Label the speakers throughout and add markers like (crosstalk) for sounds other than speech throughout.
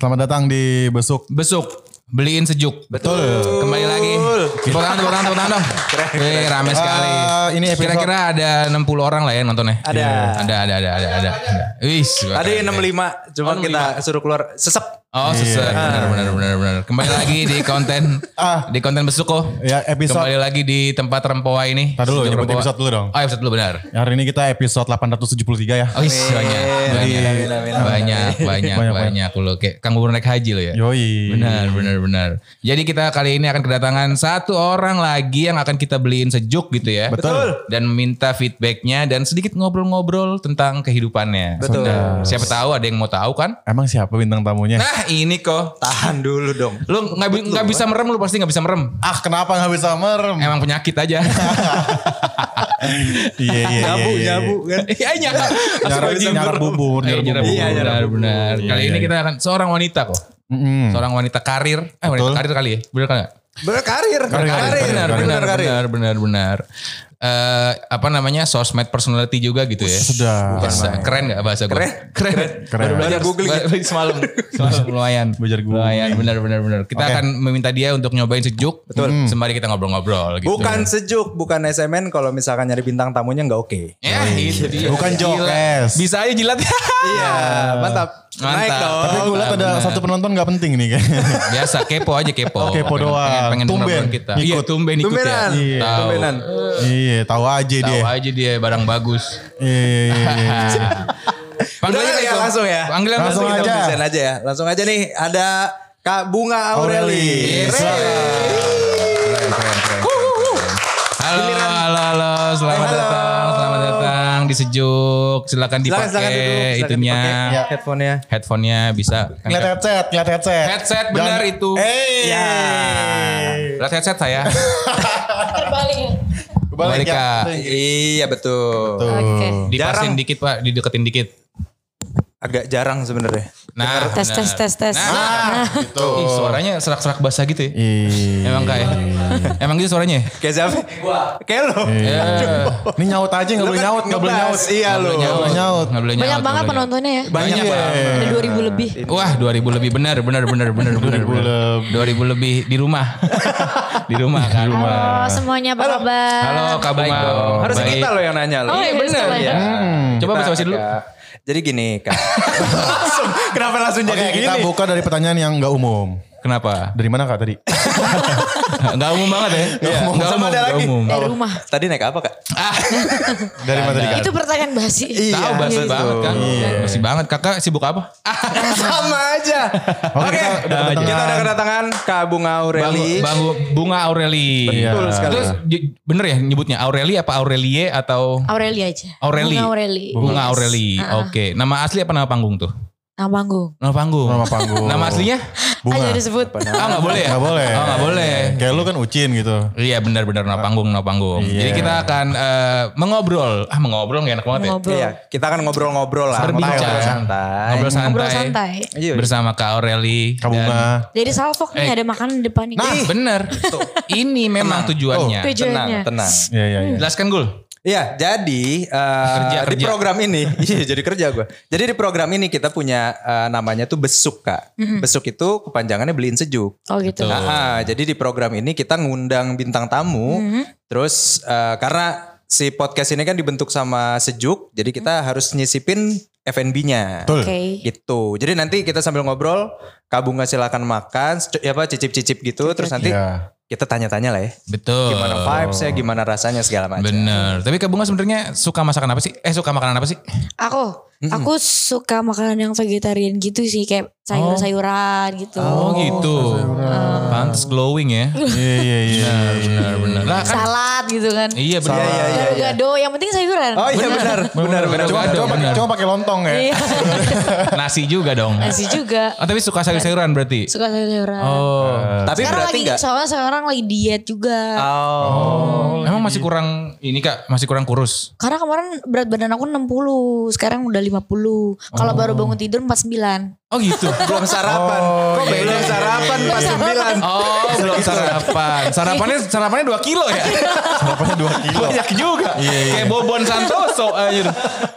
Speaker 1: Selamat datang di Besuk.
Speaker 2: Besuk, beliin sejuk. Betul. Kembali lagi. Tepuk tangan, tepuk tangan, tepuk
Speaker 1: (laughs)
Speaker 2: tangan dong. Wih, rame sekali.
Speaker 1: Ah, ini episode-
Speaker 2: Kira-kira ada 60 orang lah ya nontonnya.
Speaker 3: Ada.
Speaker 2: Ada, ada, ada, ada. ada. Wih,
Speaker 3: Tadi 65, cuma
Speaker 2: Oh, 65.
Speaker 3: kita suruh keluar sesep.
Speaker 2: Oh, seset. Benar, benar, benar, benar. Kembali lagi
Speaker 1: (laughs)
Speaker 2: di konten
Speaker 1: Iya. Ah.
Speaker 2: di konten Besuk kok.
Speaker 1: Ya episode.
Speaker 2: Kembali lagi di tempat Rempoa ini.
Speaker 1: Tadi dulu
Speaker 2: Studio
Speaker 1: nyebut
Speaker 2: Rempoa.
Speaker 1: episode dulu dong.
Speaker 2: Oh, episode dulu benar.
Speaker 1: Hari ini kita episode 873 ya.
Speaker 2: Oh, is, banyak, banyak, banyak, banyak,
Speaker 1: Banyak,
Speaker 2: banyak, lo kayak kang gubernur naik haji lo ya.
Speaker 1: Yoi.
Speaker 2: Benar, benar, benar. Jadi kita kali ini akan kedatangan satu orang lagi yang akan kita beliin sejuk gitu ya.
Speaker 1: Betul.
Speaker 2: Dan minta feedbacknya dan sedikit ngobrol-ngobrol tentang kehidupannya.
Speaker 3: Betul.
Speaker 2: Nah, siapa tahu ada yang mau tahu kan?
Speaker 1: Emang siapa bintang tamunya?
Speaker 2: Nah ini kok.
Speaker 3: Tahan dulu dong.
Speaker 2: Lu nggak bi- nggak bisa merem, lu pasti nggak bisa merem.
Speaker 1: Ah kenapa nggak bisa merem?
Speaker 2: Emang penyakit
Speaker 1: (laughs)
Speaker 2: aja.
Speaker 1: Iya iya iya.
Speaker 3: Nyabu,
Speaker 1: iya.
Speaker 3: nyabu kan.
Speaker 2: Iya nyala.
Speaker 1: Nyarak, nyarak bubur, nyarak
Speaker 2: Iya nyala
Speaker 1: bubur.
Speaker 2: bubur.
Speaker 3: Iya, nyala
Speaker 2: Benar, benar.
Speaker 1: Iya,
Speaker 2: Kali
Speaker 1: iya,
Speaker 2: ini
Speaker 1: iya.
Speaker 2: kita akan seorang wanita kok.
Speaker 1: Mm-mm.
Speaker 2: Seorang wanita karir. Eh wanita
Speaker 1: Betul.
Speaker 2: karir kali ya. Bener kan nggak?
Speaker 1: Berkarir,
Speaker 3: Berkarir.
Speaker 1: karir,
Speaker 2: benar, benar,
Speaker 3: berkarir.
Speaker 2: benar, benar, benar. Eh, apa namanya sosmed personality juga gitu ya.
Speaker 1: Sudah.
Speaker 2: Bahasa- keren gak bahasa gue?
Speaker 3: Keren.
Speaker 2: keren,
Speaker 1: Keren.
Speaker 2: Baru belajar gitu.
Speaker 3: Baru googling. ya.
Speaker 2: Baru- semalam, semalam lumayan,
Speaker 1: Belajar googling.
Speaker 2: lumayan, benar, benar, benar. Kita
Speaker 1: Oke.
Speaker 2: akan meminta dia untuk nyobain sejuk, betul. Sembari kita ngobrol-ngobrol. Gitu.
Speaker 3: Bukan sejuk, bukan SMN kalau misalkan nyari bintang tamunya nggak oke.
Speaker 2: Ya, itu dia.
Speaker 1: Bukan
Speaker 2: Gila.
Speaker 1: jokes.
Speaker 2: Bisa aja jilat. (laughs)
Speaker 3: Iya, mantap.
Speaker 2: Mantap.
Speaker 3: Naik dong.
Speaker 1: Tapi gue liat ada
Speaker 2: Benar.
Speaker 1: satu penonton nggak penting nih kayaknya.
Speaker 2: Biasa kepo aja kepo.
Speaker 1: Oh, kepo
Speaker 2: Pengen-
Speaker 1: doang.
Speaker 2: Pengen, pengen
Speaker 1: Tumben.
Speaker 2: ngobrol kita.
Speaker 1: Ikut.
Speaker 2: Iya, tumben ikut
Speaker 3: Tumbenan.
Speaker 2: ya.
Speaker 1: Iya.
Speaker 2: Tahu.
Speaker 3: Tumbenan.
Speaker 1: (laughs) Iya tahu aja
Speaker 2: Tahu
Speaker 1: dia.
Speaker 2: aja dia barang bagus.
Speaker 1: Iya iya iya.
Speaker 2: Panggil
Speaker 3: Udah
Speaker 2: aja
Speaker 3: kali ya,
Speaker 2: Kak Iko.
Speaker 3: langsung ya.
Speaker 2: Panggil
Speaker 1: Langsung
Speaker 3: Kita
Speaker 1: aja.
Speaker 3: present aja ya. Langsung aja nih ada Kak Bunga Aureli.
Speaker 1: Aureli.
Speaker 2: Keren, keren, keren, keren, keren. Halo, halo, halo, selamat
Speaker 3: Halo.
Speaker 2: datang, selamat datang di sejuk. Silakan dipakai
Speaker 3: Silakan duduk, silakan
Speaker 2: itunya,
Speaker 3: dipakai
Speaker 1: Ya.
Speaker 3: headphone-nya.
Speaker 2: headphonenya bisa.
Speaker 1: Lihat headset, lihat headset.
Speaker 2: Headset benar
Speaker 1: Dan-
Speaker 2: itu.
Speaker 1: Eh.
Speaker 3: Ya.
Speaker 2: Lihat headset saya.
Speaker 4: terbalik ya?
Speaker 1: Kebalik
Speaker 2: Kebalik, Kak.
Speaker 1: ya.
Speaker 3: Iya betul.
Speaker 1: Tuh.
Speaker 4: Oke.
Speaker 2: Dipasin
Speaker 3: Jarang.
Speaker 2: dikit pak, dideketin dikit.
Speaker 3: Agak jarang sebenarnya.
Speaker 2: Nah,
Speaker 4: Tes,
Speaker 2: benar.
Speaker 4: tes, tes, tes.
Speaker 2: Nah, gitu. Ih, suaranya serak-serak basah gitu ya.
Speaker 1: Iya.
Speaker 2: Emang kayak, emang gitu suaranya. ya?
Speaker 3: Kayak siapa? Kayak lo.
Speaker 1: Iya. Ini nyaut aja nggak
Speaker 3: Lu
Speaker 1: boleh
Speaker 3: kan
Speaker 1: nyaut, nggak boleh
Speaker 3: ngebahas,
Speaker 1: nyaut.
Speaker 3: Iya lo.
Speaker 2: Nggak boleh
Speaker 1: Nyaut.
Speaker 2: Nggak boleh
Speaker 4: Banyak
Speaker 2: nyaut, nggak
Speaker 4: banget
Speaker 2: boleh nyaut.
Speaker 4: penontonnya ya.
Speaker 3: Banyak
Speaker 1: iya,
Speaker 3: banget.
Speaker 4: Ada 2000 lebih.
Speaker 2: Wah, 2000 lebih benar, benar, benar, benar, benar.
Speaker 1: 2000
Speaker 2: lebih. 2000 lebih di rumah. di rumah kan.
Speaker 4: Halo semuanya apa kabar?
Speaker 2: Halo, Kak Bunga.
Speaker 3: Harusnya
Speaker 2: Baik.
Speaker 3: kita lo yang nanya lo.
Speaker 4: Oh, iya, bener.
Speaker 3: Iya.
Speaker 1: Hmm.
Speaker 2: Coba
Speaker 3: Kita
Speaker 2: basa-basi dulu.
Speaker 3: agak- Jadi gini kak.
Speaker 1: (laughs)
Speaker 3: Langsung, kenapa langsung
Speaker 1: Oke,
Speaker 3: jadi
Speaker 1: kita
Speaker 3: gini?
Speaker 1: buka dari pertanyaan yang nggak umum.
Speaker 2: Kenapa? (laughs)
Speaker 1: Dari mana kak tadi?
Speaker 2: Enggak umum banget ya? Enggak
Speaker 3: umum. Sama ada
Speaker 2: nggak
Speaker 3: lagi.
Speaker 2: umum.
Speaker 4: Dari rumah.
Speaker 3: Tadi naik apa kak?
Speaker 1: Dari mana tadi
Speaker 2: Iya.
Speaker 1: kak?
Speaker 4: Itu pertanyaan basi.
Speaker 2: Tahu
Speaker 1: (laughs)
Speaker 2: basi
Speaker 4: Iya.
Speaker 2: banget kan? Basi banget. Kakak sibuk apa? Ah,
Speaker 3: Sama aja.
Speaker 1: Oke,
Speaker 3: Oke.
Speaker 1: kita udah
Speaker 3: Kita
Speaker 1: kedatangan.
Speaker 3: udah kedatangan Kak Bunga Aureli.
Speaker 2: Bang, bunga Aureli.
Speaker 3: Betul
Speaker 1: Iya.
Speaker 3: sekali.
Speaker 2: Terus j- bener ya nyebutnya Aureli apa Aurelie atau
Speaker 4: Aureli aja.
Speaker 2: Aureli?
Speaker 4: Bunga Aureli.
Speaker 2: Bunga
Speaker 4: Yes.
Speaker 2: Aureli.
Speaker 4: Ah, ah.
Speaker 2: Oke, nama asli apa nama panggung tuh?
Speaker 4: Nama panggung.
Speaker 2: Nama panggung.
Speaker 1: Nama panggung.
Speaker 2: Nama aslinya?
Speaker 1: Bunga.
Speaker 4: Aja disebut.
Speaker 2: Ah nggak boleh ya?
Speaker 1: Nggak boleh.
Speaker 2: Oh nggak boleh.
Speaker 1: Kayak lu kan ucin gitu.
Speaker 2: Iya benar-benar nama panggung, nama panggung.
Speaker 1: Iya.
Speaker 2: Jadi kita akan eh, mengobrol. Ah mengobrol gak enak banget ya.
Speaker 4: Ngobrol.
Speaker 3: Iya. Kita akan ngobrol-ngobrol lah.
Speaker 2: Berbincang.
Speaker 3: Ngobrol santai.
Speaker 2: Ngobrol santai.
Speaker 4: Ngobrol santai.
Speaker 3: Iya.
Speaker 2: Bersama Kak Aureli.
Speaker 1: Kak Bunga.
Speaker 4: Jadi salfok nih
Speaker 2: Eh.
Speaker 4: ada makanan di depan nih.
Speaker 2: Nah bener. Ini memang tujuannya.
Speaker 3: Tenang,
Speaker 4: Tujuannya.
Speaker 3: tenang.
Speaker 1: Iya, iya, iya.
Speaker 2: Jelaskan Gul.
Speaker 3: Iya, jadi eh,
Speaker 2: Kerja,
Speaker 3: di
Speaker 2: kerja.
Speaker 3: program ini, iya jadi kerja gue. Jadi di program ini kita punya eh, namanya tuh besuk kak. Besuk itu kepanjangannya beliin sejuk.
Speaker 4: Oh gitu.
Speaker 2: Betul.
Speaker 3: Nah, ah, jadi di program ini kita ngundang bintang tamu. Terus eh, karena si podcast ini kan dibentuk sama sejuk, jadi kita harus nyisipin F&B-nya.
Speaker 1: Betul.
Speaker 4: Oke.
Speaker 3: Gitu. Jadi nanti kita sambil ngobrol, Kak Bunga silakan makan, secu- ya apa cicip-cicip gitu. Terus nanti
Speaker 1: Iya.
Speaker 3: kita tanya-tanya lah ya.
Speaker 2: Betul.
Speaker 3: Gimana vibes-nya, gimana rasanya segala macam.
Speaker 2: Bener. Tapi Kak Bunga sebenarnya suka masakan apa sih? Eh suka makanan apa sih?
Speaker 4: Aku, aku suka makanan yang vegetarian gitu sih kayak sayur-sayuran gitu.
Speaker 2: Oh, gitu. Pantes glowing ya.
Speaker 1: Iya, iya, iya.
Speaker 2: Benar benar. Lah kan
Speaker 4: Salad gitu kan.
Speaker 2: iya benar.
Speaker 3: Iya, iya, iya.
Speaker 4: Gado, yang penting sayuran.
Speaker 3: Oh iya benar, benar, benar.
Speaker 1: Coba,
Speaker 2: Benar,
Speaker 1: coba, pakai-
Speaker 2: benar.
Speaker 1: coba pakai lontong ya.
Speaker 4: Iya.
Speaker 2: Nasi juga dong.
Speaker 4: Nasi juga.
Speaker 2: Oh, tapi suka sayur-sayuran berarti.
Speaker 4: Suka sayur-sayuran.
Speaker 2: Oh.
Speaker 3: Tapi
Speaker 4: sekarang
Speaker 3: berarti Ah.
Speaker 4: lagi
Speaker 3: enggak.
Speaker 4: soalnya sekarang lagi diet juga.
Speaker 3: Oh.
Speaker 2: Emang masih kurang ini Kak, masih kurang kurus.
Speaker 4: Karena kemarin berat badan aku 60, sekarang udah 50. Kalau baru bangun tidur 49.
Speaker 2: Oh (laughs) gitu.
Speaker 3: belum sarapan. Kok
Speaker 2: iya,
Speaker 3: belum
Speaker 2: iya,
Speaker 3: sarapan pas sembilan?
Speaker 2: Oh belum sarapan. Sarapannya sarapannya 2 kilo ya.
Speaker 1: Sarapannya 2 kilo.
Speaker 2: banyak juga. Kayak Bobon Santoso aja. tuh.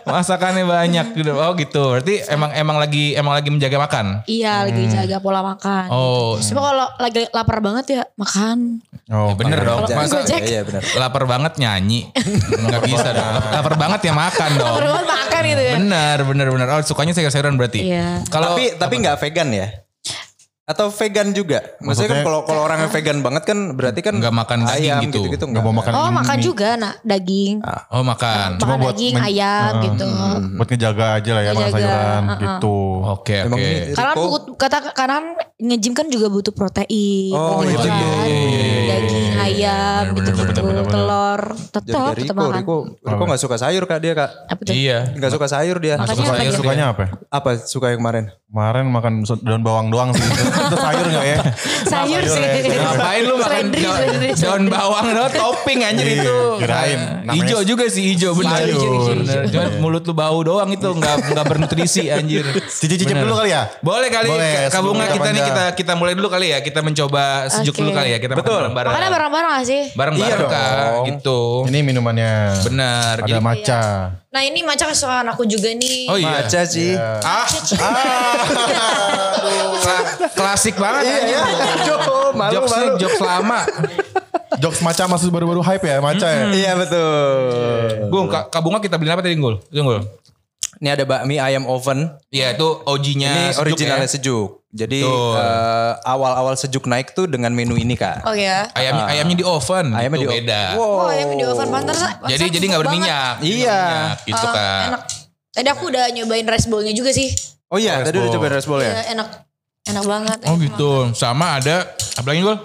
Speaker 2: Masakannya banyak gitu. Oh gitu. Berarti emang emang lagi emang lagi menjaga makan.
Speaker 4: Iya lagi jaga pola makan.
Speaker 2: Oh.
Speaker 4: Cuma kalau lagi lapar banget ya makan.
Speaker 1: Oh,
Speaker 2: Bener dong.
Speaker 4: Kalau
Speaker 2: Masa
Speaker 4: Gojek.
Speaker 3: Iya, iya, benar.
Speaker 2: lapar banget nyanyi. Enggak bisa dong. Lapar banget ya makan dong.
Speaker 4: Lapar banget makan gitu ya.
Speaker 2: Bener, bener, bener. Oh, sukanya sayur-sayuran berarti.
Speaker 4: Iya.
Speaker 2: Kalau
Speaker 3: tapi tapi nggak vegan ya? Atau vegan juga? Maksudnya kan
Speaker 1: Maksudnya-
Speaker 3: kalau kalau orangnya vegan banget kan berarti kan
Speaker 2: Nggak makan daging
Speaker 3: ayam
Speaker 2: gitu.
Speaker 3: gitu.
Speaker 1: Nggak mau makan
Speaker 4: Oh
Speaker 1: ini.
Speaker 4: makan juga nak daging.
Speaker 2: oh makan.
Speaker 1: Cuma
Speaker 4: makan
Speaker 1: buat
Speaker 4: daging
Speaker 1: men- Hmm.
Speaker 4: ayam gitu.
Speaker 1: Buat ngejaga aja lah ya makan
Speaker 4: Ngejaga,
Speaker 1: sayuran
Speaker 4: uh-uh.
Speaker 1: gitu.
Speaker 2: Oke,
Speaker 3: Emang
Speaker 2: oke.
Speaker 3: ini-
Speaker 4: Karena
Speaker 3: Riko.
Speaker 4: put- kata karena ngejim kan juga butuh protein.
Speaker 3: Oh,
Speaker 4: butuh
Speaker 3: iya,
Speaker 4: kan?
Speaker 3: iya,
Speaker 2: iya, iya, iya.
Speaker 4: Daging ayam
Speaker 2: Bener,
Speaker 4: gitu
Speaker 2: bener,
Speaker 4: gitu.
Speaker 1: bener, bener.
Speaker 4: Telur
Speaker 3: Jadi
Speaker 4: tetap
Speaker 3: kayak
Speaker 4: tetap
Speaker 3: Riko,
Speaker 4: makan.
Speaker 3: Riko, Riko nggak suka sayur kak dia kak?
Speaker 4: Apa tuh?
Speaker 2: Iya.
Speaker 3: Nggak suka sayur dia.
Speaker 4: Makanya
Speaker 2: Suka sayur
Speaker 4: apa dia?
Speaker 2: sukanya.
Speaker 1: Sukanya apa ya?
Speaker 3: Apa suka yang kemarin?
Speaker 1: Kemarin makan so- daun bawang doang
Speaker 2: (laughs)
Speaker 1: sih. Itu sayur gak ya?
Speaker 4: Sayur sih.
Speaker 2: Ngapain lu makan
Speaker 4: Seledri,
Speaker 2: daun,
Speaker 4: seledri, seledri.
Speaker 2: daun bawang daun topping anjir
Speaker 1: Iya,
Speaker 2: itu. Nah,
Speaker 1: kirain. Namanya-
Speaker 2: Ijo juga sih ijo bener. Iya,
Speaker 1: Sayur, hijau,
Speaker 2: Bener.
Speaker 1: hijau.
Speaker 2: Cuman mulut lu bau doang itu nggak nggak (laughs) bernutrisi anjir.
Speaker 1: Cicip-cicip Nah,
Speaker 2: Bener.
Speaker 1: dulu kali ya?
Speaker 2: Boleh kali
Speaker 1: Boleh,
Speaker 2: Kak Bunga
Speaker 1: sebelum
Speaker 2: kita nih
Speaker 1: Anda.
Speaker 2: kita kita mulai dulu kali ya. Kita mencoba sejuk
Speaker 4: Oke.
Speaker 2: dulu kali ya. Kita Betul. bareng
Speaker 4: Makannya bareng-bareng gak sih?
Speaker 2: bareng
Speaker 3: Iya
Speaker 2: bareng Kak
Speaker 3: dong.
Speaker 2: gitu.
Speaker 1: Ini minumannya.
Speaker 2: Bener.
Speaker 1: Ada
Speaker 2: Jadi-
Speaker 1: maca.
Speaker 4: Nah ini maca kesukaan aku juga nih.
Speaker 2: Oh iya.
Speaker 3: Maca sih.
Speaker 2: Ah.
Speaker 4: Iya.
Speaker 2: Kla- Klasik banget
Speaker 3: Iya,
Speaker 2: anjir.
Speaker 3: iya. Aduh, malu
Speaker 2: Jokesnya
Speaker 3: malu.
Speaker 2: jokes lama.
Speaker 1: Jokes maca masih baru-baru hype ya maca ya?
Speaker 3: Iya betul.
Speaker 2: Gung, Kak Kak Bunga kita beli apa tadi Gul? Gul.
Speaker 3: Ini ada bakmi ayam oven.
Speaker 2: Iya itu ya. OG-nya
Speaker 3: Ini originalnya sejuk. Jadi
Speaker 2: Betul.
Speaker 3: eh, awal-awal sejuk naik tuh dengan menu ini kak.
Speaker 4: Oh ya.
Speaker 2: Ayam ayamnya di oven.
Speaker 3: Ayamnya
Speaker 2: itu
Speaker 3: di
Speaker 2: beda.
Speaker 4: Oh, yang di oven pantas.
Speaker 2: Jadi jadi nggak berminyak. nggak
Speaker 3: Iya.
Speaker 2: berminyak gitu kan.
Speaker 4: Eh, Oh, Enak. Tadi aku udah nyobain rice bowl-nya juga sih.
Speaker 3: Oh iya, tadi udah coba rice bowl ya.
Speaker 4: Ya, enak. Enak banget.
Speaker 2: Oh gitu. Sama ada apa lagi Gul?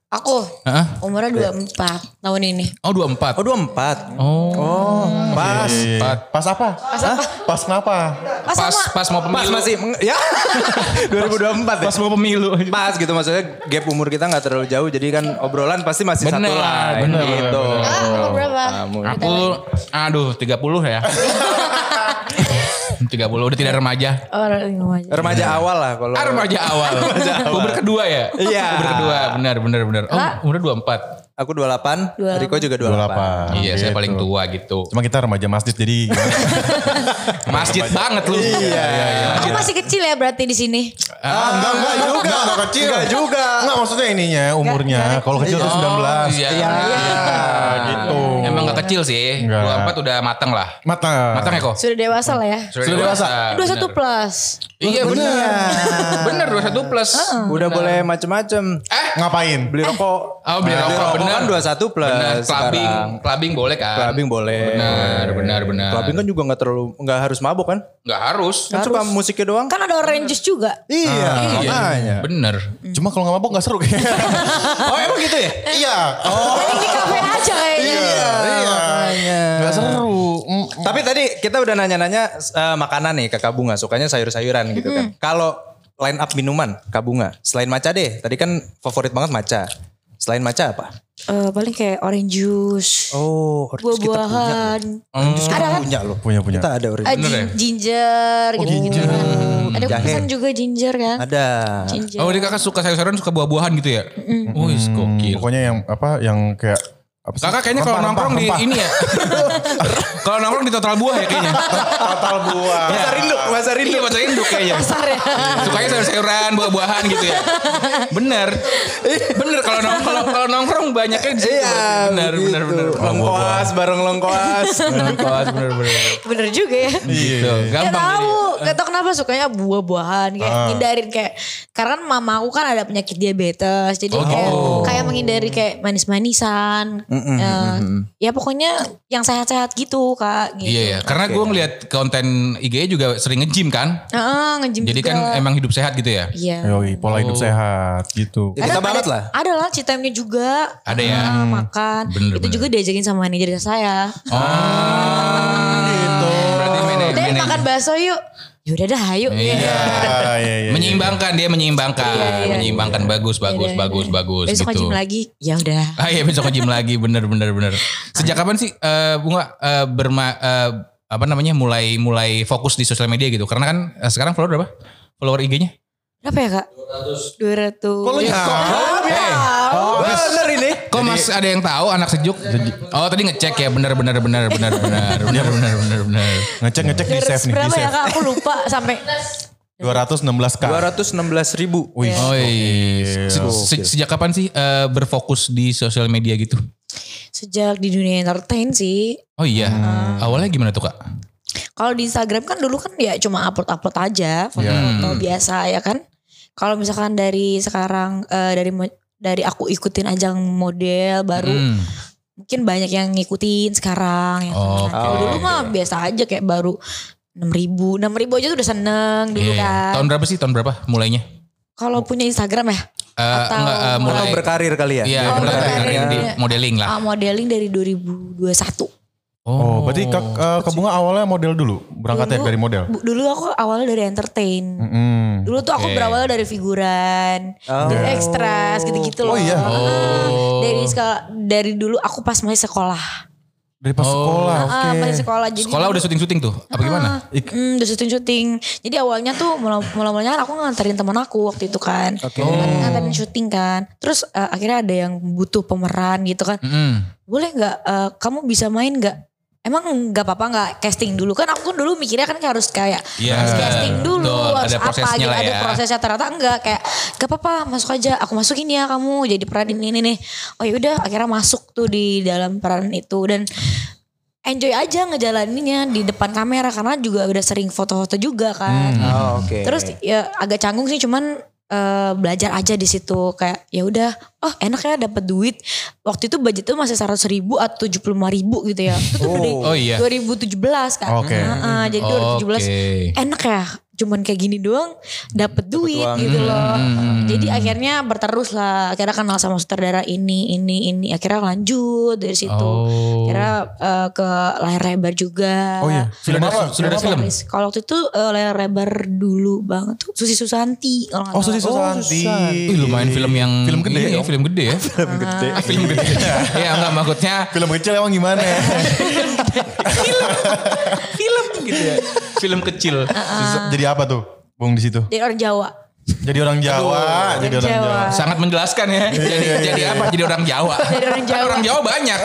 Speaker 4: Aku
Speaker 2: Heeh.
Speaker 4: umurnya 24 tahun ini.
Speaker 2: Oh 24.
Speaker 3: Oh 24.
Speaker 2: Oh.
Speaker 3: Oh, pas.
Speaker 1: Iya, iya. Pas apa? Pas apa? Pas kenapa?
Speaker 4: Pas,
Speaker 2: Pas
Speaker 4: sama
Speaker 2: pas mau
Speaker 3: Pas
Speaker 2: pemilu.
Speaker 3: masih meng-
Speaker 2: (laughs)
Speaker 3: ya 2024 ya.
Speaker 2: mau pemilu.
Speaker 3: Pas gitu maksudnya gap umur kita nggak terlalu jauh jadi kan obrolan pasti masih satu
Speaker 2: Bener,
Speaker 3: line
Speaker 2: bener,
Speaker 3: gitu.
Speaker 4: Ah, umur berapa?
Speaker 2: Aku aduh 30 ya. 30 udah tidak remaja.
Speaker 4: Oh, remaja.
Speaker 3: Remaja awal lah kalau.
Speaker 2: Ah, remaja awal. Puber kedua ya?
Speaker 3: Iya.
Speaker 2: Puber kedua, benar benar benar. Oh,
Speaker 4: Lah.
Speaker 2: umurnya 24.
Speaker 3: Aku 28, Riko juga 28.
Speaker 1: 28.
Speaker 2: Iya, saya
Speaker 1: Gitu.
Speaker 2: paling tua gitu.
Speaker 1: Cuma kita remaja masjid (laughs) jadi gimana?
Speaker 2: Masjid banget lu. Iya, iya,
Speaker 4: Aku masih kecil ya berarti di sini.
Speaker 1: ah, enggak, enggak juga. Enggak, enggak kecil.
Speaker 3: Enggak juga.
Speaker 1: Enggak maksudnya ininya umurnya. Kalau kecil tuh 19.
Speaker 2: Iya.
Speaker 1: gitu.
Speaker 2: Emang gak kecil sih.
Speaker 1: Enggak.
Speaker 2: 24 udah mateng lah.
Speaker 1: Mata.
Speaker 2: Mateng ya kok?
Speaker 4: Sudah dewasa lah ya.
Speaker 2: Sudah,
Speaker 1: dewasa.
Speaker 4: 21
Speaker 2: bener.
Speaker 4: plus.
Speaker 2: Iya bener. bener 21 plus.
Speaker 3: Udah boleh macem-macem.
Speaker 1: Ngapain?
Speaker 3: Beli rokok.
Speaker 2: Eh, Oh beli
Speaker 3: Nah,
Speaker 2: rokok bener.
Speaker 3: kan 21 plus
Speaker 2: Bener, clubbing,
Speaker 3: sekarang.
Speaker 2: clubbing boleh kan?
Speaker 3: Clubbing boleh.
Speaker 2: Benar, benar, benar.
Speaker 3: Clubbing kan juga nggak terlalu nggak harus mabok kan?
Speaker 2: Nggak harus. Ah,
Speaker 3: Kan suka musiknya doang.
Speaker 4: Kan ada orange juice juga.
Speaker 3: Iya, makanya.
Speaker 2: Bener.
Speaker 1: Cuma kalau nggak mabok nggak seru kayaknya.
Speaker 3: Oh emang gitu ya?
Speaker 1: (laughs) iya.
Speaker 4: Di kafe aja kayaknya.
Speaker 1: Iya. Nggak seru. Mm.
Speaker 3: Iya. Tapi tadi kita udah nanya-nanya eh, makanan nih Kakak Bunga, sukanya sayur-sayuran gitu kan. Kalau line up minuman Kak Bunga, selain maca deh, tadi kan favorit banget maca. Selain maca apa?
Speaker 4: Eh, paling kayak orange juice.
Speaker 3: Oh,
Speaker 4: buah-buahan. Ada kan?
Speaker 3: punya loh.
Speaker 1: Punya, punya.
Speaker 3: Kita ada
Speaker 4: Ah,
Speaker 3: original.
Speaker 2: Bener ya?
Speaker 4: gin- ginger gitu. Ada
Speaker 3: Jahe.
Speaker 4: kukisan juga ginger kan?
Speaker 3: Ada.
Speaker 4: Ginger.
Speaker 2: Oh jadi kakak suka sayur-sayuran, suka buah-buahan gitu ya? Wih, gokil.
Speaker 1: Pokoknya yang apa yang kayak apa sih?
Speaker 2: Kakak kayaknya kalau
Speaker 1: Rempah,
Speaker 2: nongkrong
Speaker 1: rempah,
Speaker 2: di ini ya. (laughs) kalau nongkrong di total buah ya kayaknya.
Speaker 1: rempah. total buah.
Speaker 3: Masa rindu, masa rindu.
Speaker 2: Iya, bahasa induk kayaknya.
Speaker 4: Pasar ya.
Speaker 2: Sukanya sayur-sayuran, buah-buahan gitu ya. Bener. Bener kalau nongkrong, kalau, kalau nongkrong banyaknya di situ.
Speaker 1: Iya,
Speaker 2: bener, bener,
Speaker 1: (laughs)
Speaker 2: bener.
Speaker 3: Lengkoas, Iya, bareng lengkoas.
Speaker 2: Lengkoas, bener, bener.
Speaker 4: Bener juga ya.
Speaker 2: Gitu,
Speaker 4: Gak
Speaker 2: gampang jadi. eh.
Speaker 4: tahu, gak tau kenapa sukanya buah-buahan kayak
Speaker 1: Ah.
Speaker 4: hindarin kayak karena kan mama aku kan ada penyakit diabetes jadi
Speaker 2: Oh.
Speaker 4: kayak kayak menghindari kayak manis-manisan. Eh, ya pokoknya yang sehat-sehat gitu kak. Gitu.
Speaker 2: Iya ya, karena gue ngeliat konten IG-nya juga sering nge-gym kan.
Speaker 4: Heeh, nge-gym
Speaker 2: Jadi
Speaker 4: juga.
Speaker 2: kan emang hidup sehat gitu ya.
Speaker 4: Iya.
Speaker 1: (laughs) Yoi, pola hidup sehat gitu.
Speaker 3: Kita
Speaker 4: Ada-
Speaker 3: banget
Speaker 4: ada-
Speaker 3: lah.
Speaker 4: Ada lah citamnya juga.
Speaker 2: Ada ya?
Speaker 1: Hmm.
Speaker 4: Ah, makan.
Speaker 2: Bener,
Speaker 4: itu
Speaker 2: bener.
Speaker 4: juga diajakin sama manajer saya.
Speaker 2: Oh, gitu. Berarti manaj-
Speaker 4: Deh
Speaker 2: manaj-
Speaker 4: makan bakso yuk. Ya udah dah ayo.
Speaker 2: Iya.
Speaker 1: Ah, iya, iya, iya.
Speaker 2: Menyeimbangkan dia menyeimbangkan,
Speaker 4: Iya,
Speaker 2: menyeimbangkan bagus bagus bagus bagus
Speaker 4: Besok
Speaker 2: gitu.
Speaker 4: nge-gym lagi. Ya udah.
Speaker 2: Ah iya besok nge-gym lagi bener bener bener. Sejak kapan sih eh, bunga eh, berma eh, apa namanya mulai mulai fokus di sosial media gitu? Karena kan eh, sekarang follower berapa? Follower IG-nya?
Speaker 4: Berapa ya kak? 200. 200. Kalau
Speaker 1: Iya.
Speaker 3: Bener Oh, ini.
Speaker 2: Kok mas ada yang tahu anak sejuk? Oh tadi ngecek ya bener bener bener bener bener bener bener bener bener.
Speaker 1: Ngecek ngecek di save nih, di
Speaker 4: berapa ya
Speaker 1: save.
Speaker 4: kak? Aku lupa sampai.
Speaker 1: 216k.
Speaker 3: 216 ribu.
Speaker 1: Wih.
Speaker 2: Oh iya. Se- se- Sejak kapan sih eh, berfokus di sosial media gitu?
Speaker 4: Sejak di dunia entertain sih.
Speaker 2: Oh iya. Awalnya gimana tuh kak?
Speaker 4: Kalau di Instagram kan dulu kan ya cuma upload-upload aja. Foto-foto biasa ya kan. Kalau misalkan dari sekarang. eh, dari mo- dari aku ikutin ajang model baru.
Speaker 2: Hmm.
Speaker 4: Mungkin banyak yang ngikutin sekarang. Ya. kan.
Speaker 2: Oh,
Speaker 4: Kalau dulu mah biasa aja kayak baru. 6 ribu, 6 ribu aja tuh udah seneng
Speaker 2: Iya,
Speaker 4: dulu
Speaker 2: iya.
Speaker 4: kan.
Speaker 2: Tahun berapa sih? Tahun berapa mulainya?
Speaker 4: Kalau punya Instagram ya?
Speaker 2: Eh,
Speaker 4: Atau-
Speaker 2: enggak, eh, mulai
Speaker 3: Atau berkarir kali ya?
Speaker 2: Iya,
Speaker 4: Oh,
Speaker 2: benar,
Speaker 4: berkarir.
Speaker 2: berkarir di modeling lah.
Speaker 4: Ah, modeling dari 2021.
Speaker 1: Oh, berarti kak, eh, Kak Bunga awalnya model dulu, berangkatnya
Speaker 4: Dulu-
Speaker 1: dari model.
Speaker 4: Bu- Dulu aku awalnya dari entertain.
Speaker 1: Mm.
Speaker 4: Dulu tuh aku
Speaker 2: Hmm, Oke. Oh.
Speaker 4: berawal dari figuran,
Speaker 3: Oh,
Speaker 4: dari ekstras gitu-gitu
Speaker 1: Oh,
Speaker 4: loh.
Speaker 1: iya.
Speaker 4: Ah, Dari sekolah, dari dulu aku pas masih sekolah.
Speaker 1: Dari pas sekolah, oke.
Speaker 4: Ah, masih sekolah jadi
Speaker 2: Sekolah udah syuting-syuting tuh. Apa gimana?
Speaker 4: Hmm, udah syuting-syuting. Jadi awalnya tuh mula- mula-mulanya aku nganterin teman aku waktu itu kan.
Speaker 2: Hmm.
Speaker 4: Nganterin syuting kan. Terus eh,
Speaker 2: Hmm.
Speaker 4: akhirnya ada yang butuh pemeran gitu kan.
Speaker 2: Mm-mm.
Speaker 4: boleh nggak eh, kamu bisa main nggak Emang nggak apa-apa nggak casting dulu kan aku dulu mikirnya kan kayak harus kayak
Speaker 2: Iya,
Speaker 4: harus casting dulu
Speaker 2: betul.
Speaker 4: harus
Speaker 2: Ada
Speaker 4: apa
Speaker 2: prosesnya
Speaker 4: gitu
Speaker 2: lah
Speaker 4: ada
Speaker 2: ya.
Speaker 4: prosesnya ternyata enggak kayak gak apa-apa masuk aja aku masukin ya kamu jadi peran ini, ini nih oh yaudah akhirnya masuk tuh di dalam peran itu dan enjoy aja ngejalaninnya di depan kamera karena juga udah sering foto-foto juga kan
Speaker 2: Hmm,
Speaker 3: Oh, oke.
Speaker 4: Terus ya agak canggung sih cuman eh, belajar aja di situ kayak ya udah oh enak ya dapat duit waktu itu budget tuh masih seratus ribu atau tujuh ribu gitu ya itu tuh
Speaker 3: Oh.
Speaker 4: dari
Speaker 2: Oh, iya.
Speaker 4: 2017 kan
Speaker 1: Oke.
Speaker 4: Heeh, jadi 2017 enak ya cuman kayak gini doang dapat duit
Speaker 3: uang.
Speaker 4: gitu loh jadi akhirnya berterus lah akhirnya kenal sama sutradara ini ini ini akhirnya lanjut dari situ
Speaker 2: Oh.
Speaker 4: akhirnya eh, ke layar lebar juga
Speaker 1: Oh iya. Film
Speaker 2: Sudah
Speaker 1: apa?
Speaker 2: ada- sudah ada film?
Speaker 4: Riz. Kalau waktu itu eh, layar lebar dulu banget tuh Susi Susanti kalau nggak
Speaker 1: Oh, Susi
Speaker 4: salah.
Speaker 1: Susanti.
Speaker 2: Ih, lumayan film yang
Speaker 1: Film gede
Speaker 2: iya,
Speaker 1: dong.
Speaker 2: film gede
Speaker 1: (laughs)
Speaker 2: ya.
Speaker 3: Film gede.
Speaker 2: film gede. Iya, enggak maksudnya
Speaker 1: Film kecil emang gimana
Speaker 4: (laughs)
Speaker 1: ya?
Speaker 2: film gitu ya. Film kecil.
Speaker 1: Jadi apa tuh? Bung di situ.
Speaker 4: Dari orang Jawa.
Speaker 1: Jadi orang Jawa, jadi orang
Speaker 4: Jawa.
Speaker 1: Jawa.
Speaker 2: Sangat menjelaskan ya.
Speaker 1: Iya,
Speaker 2: Jadi, jadi apa? Jadi orang Jawa.
Speaker 4: Jadi
Speaker 2: (laughs)
Speaker 4: orang
Speaker 2: Kan
Speaker 4: Jawa.
Speaker 2: orang Jawa banyak.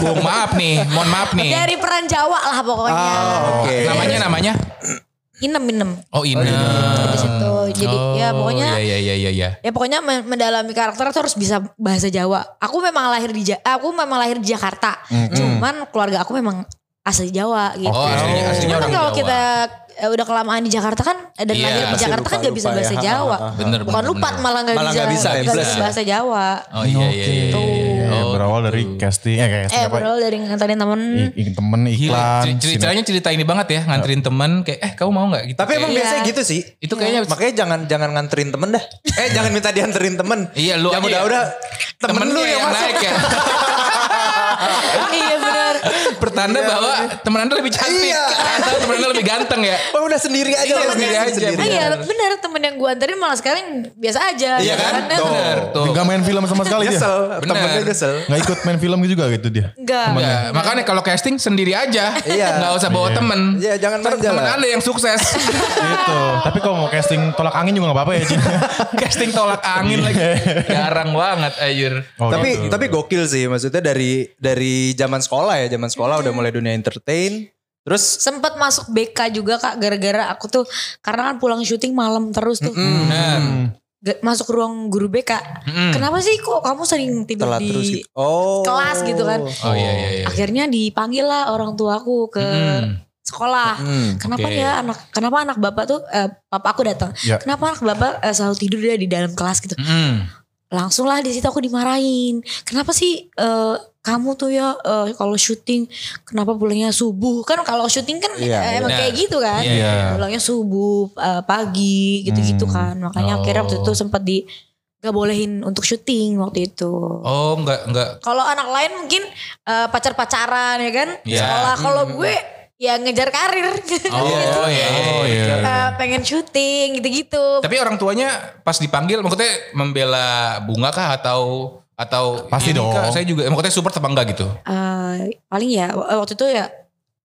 Speaker 2: Mohon maaf nih, mohon maaf nih.
Speaker 4: Dari peran Jawa lah pokoknya.
Speaker 1: Oh.
Speaker 3: Oke.
Speaker 2: Namanya namanya
Speaker 4: Inem inem.
Speaker 2: Oh ini.
Speaker 4: Di situ. Jadi ya pokoknya
Speaker 2: Ah. Iya iya iya iya.
Speaker 4: ya pokoknya men- mendalami karakter tuh harus bisa bahasa Jawa. Aku memang lahir di Ja- aku memang lahir di Jakarta. Cuman keluarga aku memang asli Jawa gitu.
Speaker 2: Mm-hmm. Oh, aslinya, aslinya
Speaker 4: Cuman kan
Speaker 2: orang
Speaker 4: kalau
Speaker 2: Jawa.
Speaker 4: kita eh, udah kelamaan di Jakarta kan eh, dan
Speaker 2: Iya.
Speaker 4: lahir di
Speaker 2: Pasti
Speaker 4: Jakarta kan
Speaker 3: lupa-
Speaker 4: gak bisa
Speaker 3: lupa
Speaker 4: bahasa
Speaker 3: ya.
Speaker 2: Ah,
Speaker 4: Jawa.
Speaker 2: Bener,
Speaker 4: Bukan
Speaker 2: bener,
Speaker 4: lupa
Speaker 2: bener.
Speaker 4: malah gak
Speaker 3: Malah
Speaker 4: bisa,
Speaker 3: nggak bisa,
Speaker 4: nggak bisa
Speaker 3: bisa.
Speaker 4: bahasa Jawa.
Speaker 2: Oh iya iya iya. iya, iya.
Speaker 1: Oke,
Speaker 2: Oh,
Speaker 1: Eh, berawal dari casting, eh kayak
Speaker 4: Eh,
Speaker 1: apa?
Speaker 4: padahal dari nganterin temen.
Speaker 2: Hmm.
Speaker 1: I- i- temen
Speaker 2: Gila,
Speaker 1: iklan.
Speaker 2: cer- cer-
Speaker 1: sinar-
Speaker 2: ceritanya cerita ini banget ya, nganterin temen kayak eh kamu mau nggak gitu.
Speaker 3: Tapi emang
Speaker 4: Iya.
Speaker 3: biasanya gitu sih.
Speaker 2: Itu kayaknya-
Speaker 3: makanya jangan jangan nganterin temen dah. Eh jangan minta dianterin temen.
Speaker 2: Iya, lu
Speaker 3: Yang
Speaker 2: aja
Speaker 3: udah
Speaker 2: ya.
Speaker 3: udah temen, lu yang, masuk.
Speaker 2: naik (laughs) ya.
Speaker 4: (laughs) iya benar.
Speaker 2: Pertanda bahwa temen anda lebih cantik
Speaker 3: Iya.
Speaker 2: atau temen anda lebih ganteng ya.
Speaker 3: Oh, udah sendiri aja.
Speaker 2: (laughs) Iya,
Speaker 3: lu
Speaker 2: sendiri
Speaker 3: ngasih
Speaker 2: aja.
Speaker 4: Ah, iya benar temen yang gue anterin malah sekarang biasa aja. gitu
Speaker 3: Iya kan?
Speaker 4: Karena-
Speaker 3: Tuh.
Speaker 2: Bener tuh.
Speaker 1: Nggak main film sama sekali dia.
Speaker 3: Nyesel,
Speaker 2: Bener.
Speaker 3: temennya nyesel.
Speaker 1: Nggak ikut main film juga gitu dia.
Speaker 4: Enggak.
Speaker 2: Ya, makanya kalau casting sendiri aja,
Speaker 3: Iya.
Speaker 2: nggak usah bawa temen.
Speaker 3: Iya, jangan
Speaker 2: Ntar
Speaker 3: manja
Speaker 2: Temen
Speaker 3: lah.
Speaker 2: anda yang sukses,
Speaker 1: gitu. Tapi kalau mau casting tolak angin juga nggak apa-apa ya. Ji.
Speaker 2: casting tolak angin lagi,
Speaker 1: Iya.
Speaker 2: jarang banget Ayur.
Speaker 1: Oh,
Speaker 3: tapi
Speaker 1: gitu.
Speaker 3: tapi gokil sih maksudnya dari dari zaman sekolah ya, zaman sekolah
Speaker 2: Iya.
Speaker 3: udah mulai dunia entertain. Terus
Speaker 4: Sempet masuk BK juga kak gara-gara aku tuh karena kan pulang syuting malam terus tuh
Speaker 2: Bener.
Speaker 1: Hmm.
Speaker 4: Ga- masuk ruang guru BK. Kenapa sih kok kamu sering tidur
Speaker 3: telat
Speaker 4: di
Speaker 3: terus gitu. Oh.
Speaker 4: kelas gitu kan?
Speaker 2: Oh iya iya iya.
Speaker 4: Akhirnya dipanggil lah orang tuaku ke
Speaker 2: Hmm.
Speaker 4: sekolah.
Speaker 3: Hmm.
Speaker 4: Kenapa
Speaker 2: Oke.
Speaker 4: ya anak kenapa anak bapak tuh eh, papa aku datang.
Speaker 1: Ya.
Speaker 4: Kenapa anak bapak eh, selalu tidur dia di dalam kelas gitu?
Speaker 2: Mm.
Speaker 4: langsung lah di situ aku dimarahin. Kenapa sih eh, kamu tuh ya eh, kalau syuting kenapa pulangnya subuh? Kan kalau syuting kan
Speaker 3: Iya,
Speaker 4: eh, emang
Speaker 2: iya.
Speaker 4: kayak gitu kan.
Speaker 2: Iya,
Speaker 1: iya.
Speaker 4: Pulangnya subuh, eh, pagi gitu-gitu kan. Makanya akhirnya waktu itu sempat di gak bolehin untuk syuting waktu itu.
Speaker 2: Oh nggak nggak.
Speaker 4: Kalau anak lain mungkin eh, pacar-pacaran ya kan.
Speaker 2: Iya.
Speaker 4: Sekolah kalau gue ya ngejar karir.
Speaker 2: Oh iya.
Speaker 1: Oh
Speaker 2: iya.
Speaker 1: iya.
Speaker 4: (laughs) Eh, pengen syuting gitu-gitu.
Speaker 2: Tapi orang tuanya pas dipanggil maksudnya membela bunga kah atau atau
Speaker 1: Pasti
Speaker 2: ini
Speaker 1: dong.
Speaker 2: Kak, saya juga maksudnya support apa enggak gitu.
Speaker 4: Eh, paling ya w- waktu itu ya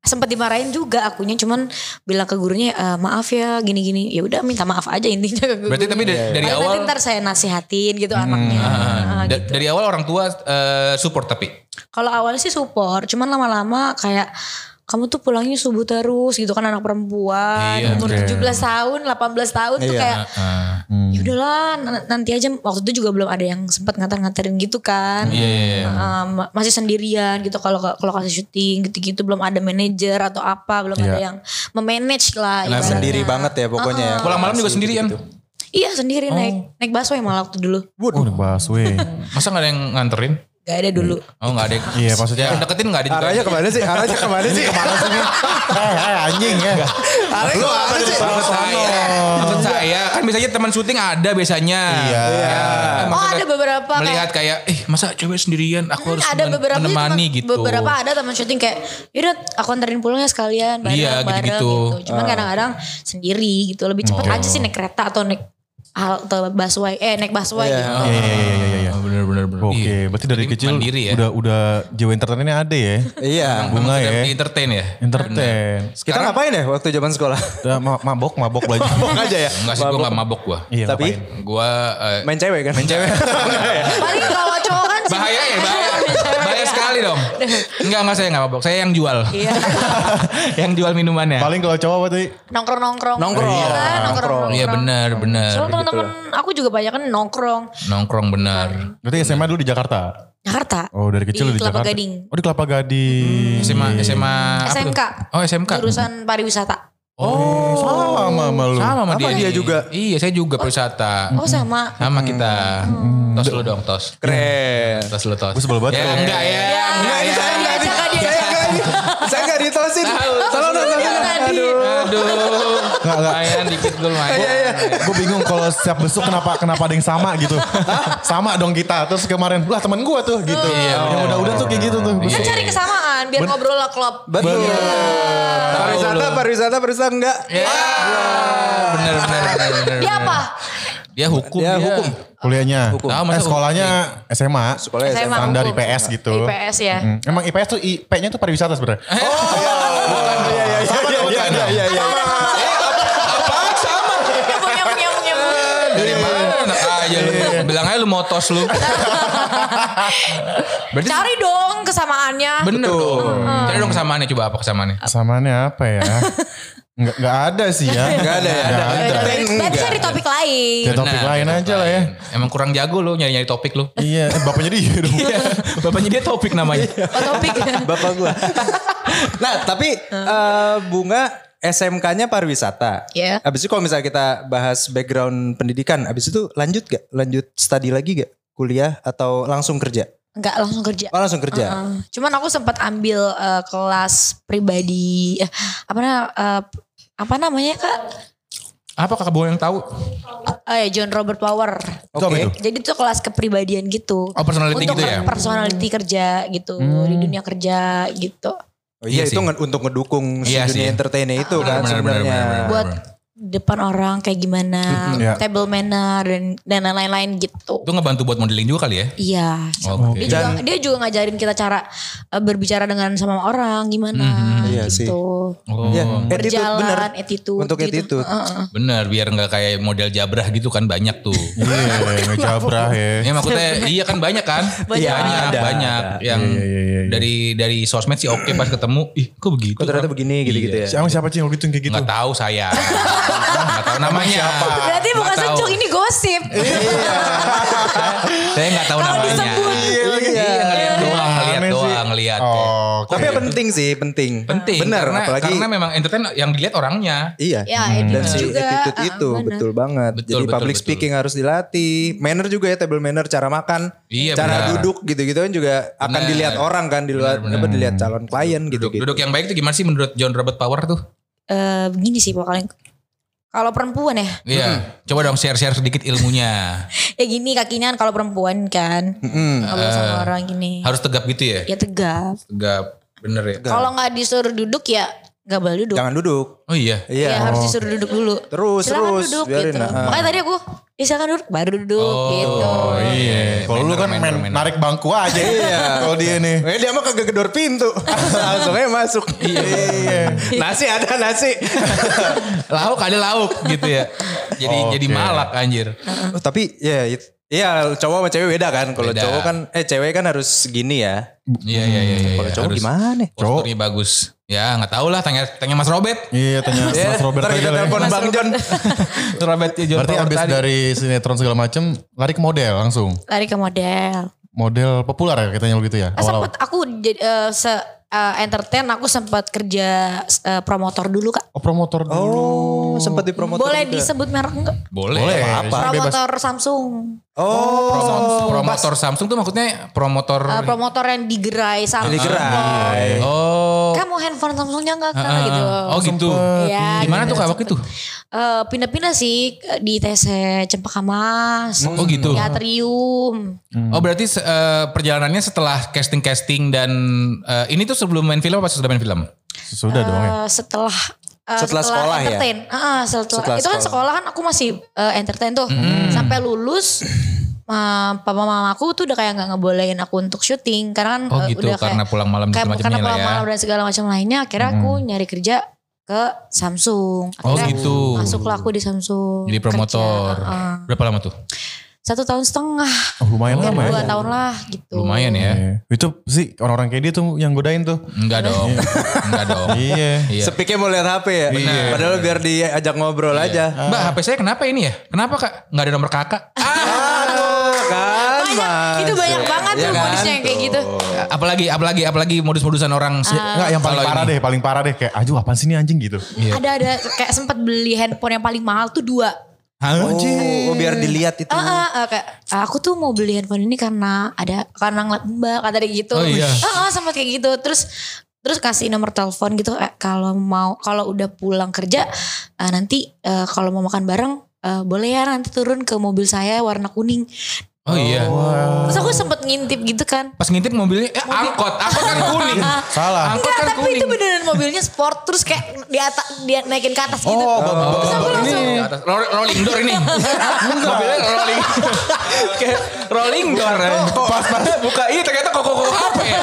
Speaker 4: sempat dimarahin juga akunya cuman bilang ke gurunya "Eh, maaf ya gini-gini ya udah minta maaf aja intinya ke guru.
Speaker 2: Berarti tapi
Speaker 1: Iya,
Speaker 2: da- dari
Speaker 4: Paling
Speaker 2: awal Hmm.
Speaker 4: nanti ntar saya nasihatin gitu anaknya. Ah,
Speaker 2: da-
Speaker 4: gitu.
Speaker 2: dari awal orang tua eh, support tapi.
Speaker 4: Kalau awalnya sih support, cuman lama-lama kayak kamu tuh pulangnya subuh terus gitu kan anak perempuan
Speaker 2: Iya,
Speaker 4: umur 17 tahun, 18 tahun tuh kayak
Speaker 2: Ah.
Speaker 4: ya udahlah n- nanti aja waktu itu juga belum ada yang sempat ngantar-ngantarin gitu kan
Speaker 2: Iya.
Speaker 4: Um, masih sendirian gitu kalau kalau kasih syuting gitu-gitu belum ada manajer atau apa belum
Speaker 2: Iya.
Speaker 4: ada yang memanage lah
Speaker 2: Nah,
Speaker 4: ibaratnya.
Speaker 3: Sendiri banget ya pokoknya ya.
Speaker 2: Pulang malam juga
Speaker 3: Gitu-gitu.
Speaker 2: sendirian.
Speaker 1: gitu.
Speaker 4: iya sendiri naik
Speaker 2: Oh.
Speaker 4: naik busway malah waktu dulu
Speaker 1: Waduh, busway.
Speaker 2: Masa nggak ada yang nganterin?
Speaker 4: gak ada dulu
Speaker 2: Oh nggak ada.
Speaker 1: Iya, maksudnya-
Speaker 2: Ya, deketin nggak ada juga.
Speaker 3: Arahnya kemana sih? Arahnya kemana sih? Kemana sih?
Speaker 1: Eh, eh, anjing ya.
Speaker 3: Arahnya kemana sih? Iya.
Speaker 2: Maksud saya, maksud saya kan biasanya teman syuting ada biasanya.
Speaker 1: Iya.
Speaker 2: Ya,
Speaker 4: oh
Speaker 2: maksudnya
Speaker 4: ada beberapa kayak-
Speaker 2: melihat kayak, eh masa cewek sendirian, aku
Speaker 4: Hmm,
Speaker 2: harus
Speaker 4: ada
Speaker 2: men-
Speaker 4: beberapa sih
Speaker 2: menemani
Speaker 4: teman-
Speaker 2: gitu.
Speaker 4: beberapa ada teman syuting kayak yaudah aku anterin pulangnya sekalian bareng
Speaker 2: Iya,
Speaker 4: bareng
Speaker 2: gitu-gitu. Ah. Oh.
Speaker 4: cuman kadang-kadang sendiri gitu lebih cepat aja sih naik kereta atau naik hal atau busway eh naik busway
Speaker 3: Iya.
Speaker 4: gitu
Speaker 1: Iya, iya, iya, iya, iya, iya.
Speaker 2: Oh, bener bener bener.
Speaker 1: Oke,
Speaker 2: Iya.
Speaker 1: berarti dari
Speaker 2: Jadi
Speaker 1: kecil
Speaker 2: mandiri ya.
Speaker 1: udah udah jiwa entertainnya ada ya.
Speaker 3: Iya.
Speaker 1: Bunga
Speaker 2: Maksudnya
Speaker 1: ya.
Speaker 2: Di entertain ya.
Speaker 1: Entertain.
Speaker 3: Kita ngapain ya waktu zaman sekolah?
Speaker 1: Udah ma- mabok, mabok belajar.
Speaker 2: (laughs)
Speaker 3: Bong aja ya.
Speaker 2: Enggak sih gue gak mabok gue.
Speaker 1: Iya,
Speaker 3: Tapi
Speaker 1: ngapain?
Speaker 2: Gue eh,
Speaker 3: main cewek kan? Main cewek.
Speaker 4: paling kalau cowok kan sih
Speaker 2: ya,
Speaker 4: (laughs)
Speaker 2: bahaya ya bahaya. bahaya sekali sekali dong. Enggak, enggak saya enggak mabok. Saya yang jual.
Speaker 4: Iya.
Speaker 2: (laughs) yang jual minumannya.
Speaker 1: Paling kalau cowok apa tadi?
Speaker 4: nongkrong nongkrong.
Speaker 3: Nongkrong.
Speaker 4: Iya kan? nongkrong.
Speaker 3: Nongkrong.
Speaker 2: Iya benar, benar.
Speaker 4: Soalnya teman-teman aku juga banyak kan nongkrong
Speaker 2: Nongkrong benar.
Speaker 1: Berarti
Speaker 2: Iya.
Speaker 1: SMA dulu di Jakarta.
Speaker 4: Jakarta.
Speaker 1: Oh dari kecil
Speaker 4: Di
Speaker 1: di,
Speaker 4: Kelapa
Speaker 1: Jakarta.
Speaker 4: Gading.
Speaker 1: Oh di Kelapa Gading.
Speaker 2: SMA SMA apa tuh?
Speaker 4: SMK.
Speaker 2: Oh, SMK.
Speaker 4: Jurusan pariwisata.
Speaker 1: Oh, sama sama lu.
Speaker 2: Sama sama
Speaker 3: Apa
Speaker 2: dia.
Speaker 3: dia
Speaker 2: nih.
Speaker 3: juga?
Speaker 2: Iya, saya juga pariwisata.
Speaker 4: Oh sama.
Speaker 2: Sama
Speaker 1: Hmm.
Speaker 2: kita. Tos lu dong, tos.
Speaker 3: (laughs) Keren.
Speaker 2: Tos lu tos.
Speaker 1: Gue Hmm. sebel banget
Speaker 2: Ya
Speaker 1: kalau-
Speaker 2: enggak ya.
Speaker 4: Ya,
Speaker 2: Enggak
Speaker 4: ini
Speaker 2: ya.
Speaker 4: saya enggak ada. Jangan dia.
Speaker 3: Saya enggak ini. Saya enggak ditosin. Tolong dong.
Speaker 4: Iya,
Speaker 3: tolong dong.
Speaker 4: tadi.
Speaker 3: Aduh.
Speaker 2: Aduh.
Speaker 1: Enggak, Iya, enggak.
Speaker 2: Lumayan dikit gue lumayan.
Speaker 1: Gue bingung kalau setiap besok kenapa kenapa ada yang sama gitu. sama dong kita. Terus kemarin, lah temen gue tuh gitu.
Speaker 2: Iya,
Speaker 1: yang
Speaker 2: bener.
Speaker 1: udah-udah tuh kayak gitu tuh.
Speaker 4: Kan cari kesamaan biar ngobrol lah klop.
Speaker 3: Betul. Pariwisata,
Speaker 2: Tahu lu.
Speaker 3: pariwisata, pariwisata enggak.
Speaker 2: Ya. Benar benar benar benar.
Speaker 4: Dia apa?
Speaker 2: Dia hukum
Speaker 1: Iya,
Speaker 2: dia. Ah,
Speaker 3: Dia
Speaker 2: Iya.
Speaker 3: hukum.
Speaker 1: Kuliahnya.
Speaker 2: Tahu, masa
Speaker 1: Eh, sekolahnya SMA.
Speaker 3: Sekolah ya,
Speaker 4: Saya
Speaker 3: SMA.
Speaker 4: mah
Speaker 1: Standar
Speaker 4: hukum.
Speaker 1: IPS gitu.
Speaker 4: IPS ya.
Speaker 1: Hmm. Emang IPS tuh IP-nya tuh pariwisata sebenarnya. Oh,
Speaker 3: Iya, iya, iya, iya, iya, iya, iya.
Speaker 4: Nyambung nyambung nyambung nyambung.
Speaker 1: Iya,
Speaker 2: Dari mana anak aja lu? Bilang aja lu mau tos lu. Berarti
Speaker 4: Cari dong kesamaannya.
Speaker 2: bener dong. Cari dong kesamaannya coba apa kesamaannya?
Speaker 1: Kesamaannya apa ya? Nggak, nggak ada sih ya.
Speaker 3: Enggak ada ya.
Speaker 1: Nggak
Speaker 4: Ya,
Speaker 1: ada.
Speaker 4: udah, Berarti
Speaker 3: Enggak.
Speaker 4: cari topik lain.
Speaker 1: Ya topik
Speaker 2: Benar,
Speaker 1: lain
Speaker 2: topik
Speaker 1: aja lah ya.
Speaker 2: lain. Emang kurang jago lu nyari-nyari topik
Speaker 1: (laughs)
Speaker 2: lu.
Speaker 1: Iya, eh, bapaknya dia dong.
Speaker 2: Iya. Bapaknya dia topik namanya.
Speaker 4: Oh, topik. (laughs)
Speaker 3: Bapak gua. nah, tapi eh, bunga SMK-nya pariwisata.
Speaker 4: Iya.
Speaker 3: Abis itu kalau misalnya kita bahas background pendidikan, abis itu lanjut gak? Lanjut studi lagi gak? Kuliah atau langsung kerja?
Speaker 4: Enggak langsung kerja.
Speaker 3: Oh langsung kerja.
Speaker 4: Heeh. Cuman aku sempat ambil eh, kelas pribadi eh, apa na- eh, apa namanya Kak?
Speaker 2: Apa kakak bohong yang tahu?
Speaker 4: Eh John Robert Power.
Speaker 1: Itu apa itu?
Speaker 4: Jadi tuh kelas kepribadian gitu.
Speaker 2: (laughs) Oh, personality
Speaker 4: Untuk
Speaker 2: gitu ya?
Speaker 4: personality kerja gitu
Speaker 3: Hmm.
Speaker 4: di dunia kerja gitu.
Speaker 3: Oh, iya,
Speaker 2: Iya
Speaker 3: itu
Speaker 2: sih.
Speaker 3: nge- untuk ngedukung si
Speaker 2: Iya
Speaker 3: dunia
Speaker 2: sih.
Speaker 3: entertainnya itu
Speaker 2: Benar, benar,
Speaker 3: kan
Speaker 2: benar,
Speaker 3: sebenarnya.
Speaker 2: benar, benar.
Speaker 4: Buat depan orang kayak gimana,
Speaker 3: Hmm, ya.
Speaker 1: Iya.
Speaker 4: table manner dan dan lain-lain gitu.
Speaker 2: Itu ngebantu buat modeling juga kali ya?
Speaker 4: Iya.
Speaker 3: Oh,
Speaker 2: Oke.
Speaker 4: Dia juga, dia juga ngajarin kita cara eh, berbicara dengan sama orang gimana
Speaker 3: Iya sih.
Speaker 4: gitu.
Speaker 2: Oh,
Speaker 3: Iya, attitude, benar.
Speaker 4: Berjalan, attitude
Speaker 3: Untuk
Speaker 4: gitu.
Speaker 3: attitude.
Speaker 4: Heeh.
Speaker 2: bener biar nggak kayak model jabrah gitu kan banyak tuh.
Speaker 1: Iya, ngejabrah ya.
Speaker 2: Ya
Speaker 3: (laughs)
Speaker 2: maksudnya iya kan banyak kan?
Speaker 4: Banyak.
Speaker 2: banyak,
Speaker 3: Ada,
Speaker 2: banyak. yang
Speaker 1: Iya, iya, iya, iya.
Speaker 2: dari dari sosmed sih oke pas ketemu, ih kok begitu?
Speaker 3: Kok Oh, ternyata
Speaker 2: orang?
Speaker 3: begini gitu-gitu
Speaker 2: Iya.
Speaker 3: ya.
Speaker 1: Siapa siapa sih yang gitu yang kayak gitu?
Speaker 2: Nggak tahu saya. nggak tahu namanya.
Speaker 4: Berarti
Speaker 2: Nggak
Speaker 4: bukan
Speaker 2: tahu.
Speaker 4: sejuk ini gosip.
Speaker 2: Saya nggak tahu
Speaker 4: Kalau
Speaker 2: namanya.
Speaker 4: disebut.
Speaker 2: Iya, ngeliat doang, ngeliat
Speaker 1: Aneh sih.
Speaker 2: doang, ngeliat. ya.
Speaker 1: Oh, oke.
Speaker 3: Tapi penting sih, penting.
Speaker 2: Penting.
Speaker 3: Benar,
Speaker 2: karena,
Speaker 3: apalagi
Speaker 2: karena memang entertain yang dilihat orangnya.
Speaker 3: iya.
Speaker 4: Ya, attitude
Speaker 3: Dan si
Speaker 4: juga.
Speaker 3: attitude
Speaker 4: Ah,
Speaker 3: itu
Speaker 4: benar.
Speaker 3: betul banget.
Speaker 2: Betul,
Speaker 3: Jadi
Speaker 2: betul,
Speaker 3: public
Speaker 2: betul.
Speaker 3: speaking harus dilatih. Manner juga ya table manner, cara makan,
Speaker 2: Iya,
Speaker 3: cara
Speaker 2: benar.
Speaker 3: duduk gitu-gitu kan juga akan
Speaker 2: Benar.
Speaker 3: dilihat orang kan, dilihat apa dilihat calon klien
Speaker 2: Duduk,
Speaker 3: gitu-gitu.
Speaker 2: duduk yang baik itu gimana sih menurut John Robert Power tuh?
Speaker 4: Eh, begini sih pokoknya. Kalau perempuan ya,
Speaker 2: Iya. Coba dong share-share sedikit
Speaker 4: (laughs)
Speaker 2: ilmunya.
Speaker 4: ya gini kakinya kan kalau perempuan kan. Kalau sama orang gini.
Speaker 2: Harus tegap gitu ya?
Speaker 4: Ya tegap.
Speaker 2: Tegap. Bener ya?
Speaker 4: Kalau nggak disuruh duduk ya nggak boleh duduk.
Speaker 3: Jangan duduk.
Speaker 2: Oh iya.
Speaker 4: Ya,
Speaker 3: Iya.
Speaker 4: harus disuruh duduk dulu.
Speaker 3: Terus,
Speaker 4: Silakan
Speaker 3: terus,
Speaker 4: duduk
Speaker 3: biarin,
Speaker 4: gitu.
Speaker 3: ah.
Speaker 4: Makanya tadi aku, ya silakan duduk, baru duduk gitu.
Speaker 2: Oh
Speaker 1: Iya, kalau lu kan
Speaker 2: Manner,
Speaker 1: main
Speaker 2: manner, manner.
Speaker 1: narik bangku aja. Iya. (laughs) Kalau dia nih.
Speaker 3: Eh dia mah kagak gedor pintu. (laughs) Langsung aja masuk. Iya. nasi ada nasi.
Speaker 2: lauk ada lauk gitu ya. Jadi
Speaker 1: Oke.
Speaker 2: jadi malak anjir.
Speaker 3: (laughs) Oh, tapi ya it- Iya cowok sama cewek beda kan. Kalau
Speaker 2: Beda.
Speaker 3: cowok kan eh cewek kan harus gini ya.
Speaker 2: Iya iya iya.
Speaker 3: Kalau cowok gimana?
Speaker 2: Posturnya bagus. Ya nggak tahu lah tanya tanya Mas Robert.
Speaker 1: Iya, tanya Mas Robert
Speaker 3: Ntar
Speaker 1: aja
Speaker 3: kita
Speaker 1: lah. ya.
Speaker 3: telepon Bang John. (laughs)
Speaker 2: Robert ya, John
Speaker 1: Berarti
Speaker 2: Power
Speaker 1: abis
Speaker 2: tadi.
Speaker 1: dari sinetron segala macem, lari ke model langsung.
Speaker 4: Lari ke model.
Speaker 1: Model populer ya katanya begitu ya?
Speaker 4: Ah,
Speaker 1: Awal-awal.
Speaker 4: sempet aku jadi, eh, se eh, entertain aku sempat kerja eh, promotor dulu kak.
Speaker 1: Oh promotor dulu.
Speaker 3: Oh, sempat dipromotor.
Speaker 4: Boleh
Speaker 3: juga.
Speaker 4: disebut merek enggak?
Speaker 2: Boleh.
Speaker 1: Boleh.
Speaker 2: Apa?
Speaker 1: Bebas.
Speaker 4: Promotor Samsung.
Speaker 3: Oh,
Speaker 2: Promotor Samsung tuh maksudnya promotor.
Speaker 4: Eh, promotor yang digerai sama.
Speaker 3: Jadi gerai.
Speaker 2: oh.
Speaker 4: Kamu handphone Samsungnya enggak kak
Speaker 2: Ah,
Speaker 4: gitu.
Speaker 2: oh gitu.
Speaker 4: Iya,
Speaker 2: Di mana
Speaker 4: gitu,
Speaker 2: tuh kak waktu
Speaker 4: sempet.
Speaker 2: itu?
Speaker 4: Eh, Pindah-pindah sih ke- di TC Cempaka Mas.
Speaker 2: Oh gitu.
Speaker 4: Iya. Teatrium.
Speaker 2: Oh berarti se- eh, perjalanannya setelah casting-casting dan eh, ini tuh sebelum main film apa sudah main film?
Speaker 1: Sudah
Speaker 2: Oh,
Speaker 1: dong ya.
Speaker 2: iya.
Speaker 4: Eh, setelah eh,
Speaker 3: Setelah sekolah ya?
Speaker 4: entertain. Ah, setelah,
Speaker 3: Setelah
Speaker 4: itu kan
Speaker 3: sekolah.
Speaker 4: sekolah kan aku masih eh, entertain tuh
Speaker 2: Mm-hmm.
Speaker 4: sampai lulus (clears throat) eh, papa mama aku tuh udah kayak nggak ngebolehin aku untuk syuting karena kan
Speaker 2: Oh
Speaker 4: eh,
Speaker 2: gitu
Speaker 4: udah kayak-
Speaker 2: karena pulang malam
Speaker 4: kayak
Speaker 2: dan
Speaker 4: karena
Speaker 2: macamnya lah
Speaker 4: pulang
Speaker 2: ya.
Speaker 4: malam dan segala macam lainnya akhirnya aku nyari kerja ke Samsung
Speaker 2: Oh
Speaker 4: akhirnya
Speaker 2: gitu.
Speaker 4: masuklah aku di Samsung
Speaker 2: Jadi promotor.
Speaker 4: kerja. Ah, ah.
Speaker 2: Berapa lama tuh?
Speaker 4: satu tahun setengah
Speaker 1: Oh, lumayan lama
Speaker 4: hampir
Speaker 1: ya.
Speaker 4: dua tahun lah gitu
Speaker 2: Lumayan ya.
Speaker 1: Iya. Itu sih orang-orang kayak dia tuh yang godain tuh.
Speaker 2: Enggak dong. Enggak dong.
Speaker 1: Iya.
Speaker 2: (laughs) Iya.
Speaker 3: Sepiknya mau lihat HP ya.
Speaker 1: Benar.
Speaker 3: Padahal biar diajak ngobrol aja.
Speaker 2: Mbak HP saya kenapa ini ya? Kenapa kak? Nggak ada nomor kakak.
Speaker 3: Ah, kan,
Speaker 4: banyak itu
Speaker 3: Mas.
Speaker 4: banyak banget
Speaker 3: Iya
Speaker 4: tuh
Speaker 3: kan?
Speaker 4: modusnya yang kayak gitu
Speaker 2: Apalagi apalagi apalagi modus-modusan orang.
Speaker 4: Ah.
Speaker 1: Enggak yang paling
Speaker 2: Kalau
Speaker 1: parah
Speaker 2: ini.
Speaker 1: deh, paling parah deh kayak aduh apaan sih ini anjing gitu.
Speaker 2: Iya.
Speaker 4: ada ada kayak sempat beli handphone yang paling mahal tuh dua
Speaker 2: Hah?
Speaker 3: Oh, oh, biar dilihat itu.
Speaker 2: gitu.
Speaker 4: Ah, ah, ah, kayak "Ah, aku tuh mau beli handphone ini karena ada karena ngeliat mbak kata dia gitu.
Speaker 2: Oh, iya.
Speaker 4: Ah, ah, sama kayak gitu. Terus terus kasih nomor telepon gitu eh, kalau mau kalau udah pulang kerja ah, nanti eh, kalau mau makan bareng eh, boleh ya nanti turun ke mobil saya warna kuning.
Speaker 2: Oh iya.
Speaker 4: Terus aku sempet ngintip gitu kan.
Speaker 2: Pas ngintip mobilnya eh, angkot, angkot kan kuning.
Speaker 1: Salah.
Speaker 2: Angkot kan
Speaker 4: Enggak, tapi
Speaker 2: kuning.
Speaker 4: itu beneran mobilnya sport terus kayak di atas dia naikin ke atas gitu.
Speaker 1: Oh, bab- bab-
Speaker 4: Terus aku
Speaker 1: bab-
Speaker 4: langsung
Speaker 2: Di atas. Ro- Rolling door ini. Mobilnya rolling. Kayak rolling door. Pas pas (laughs) buka ini ternyata kok kok HP. ya.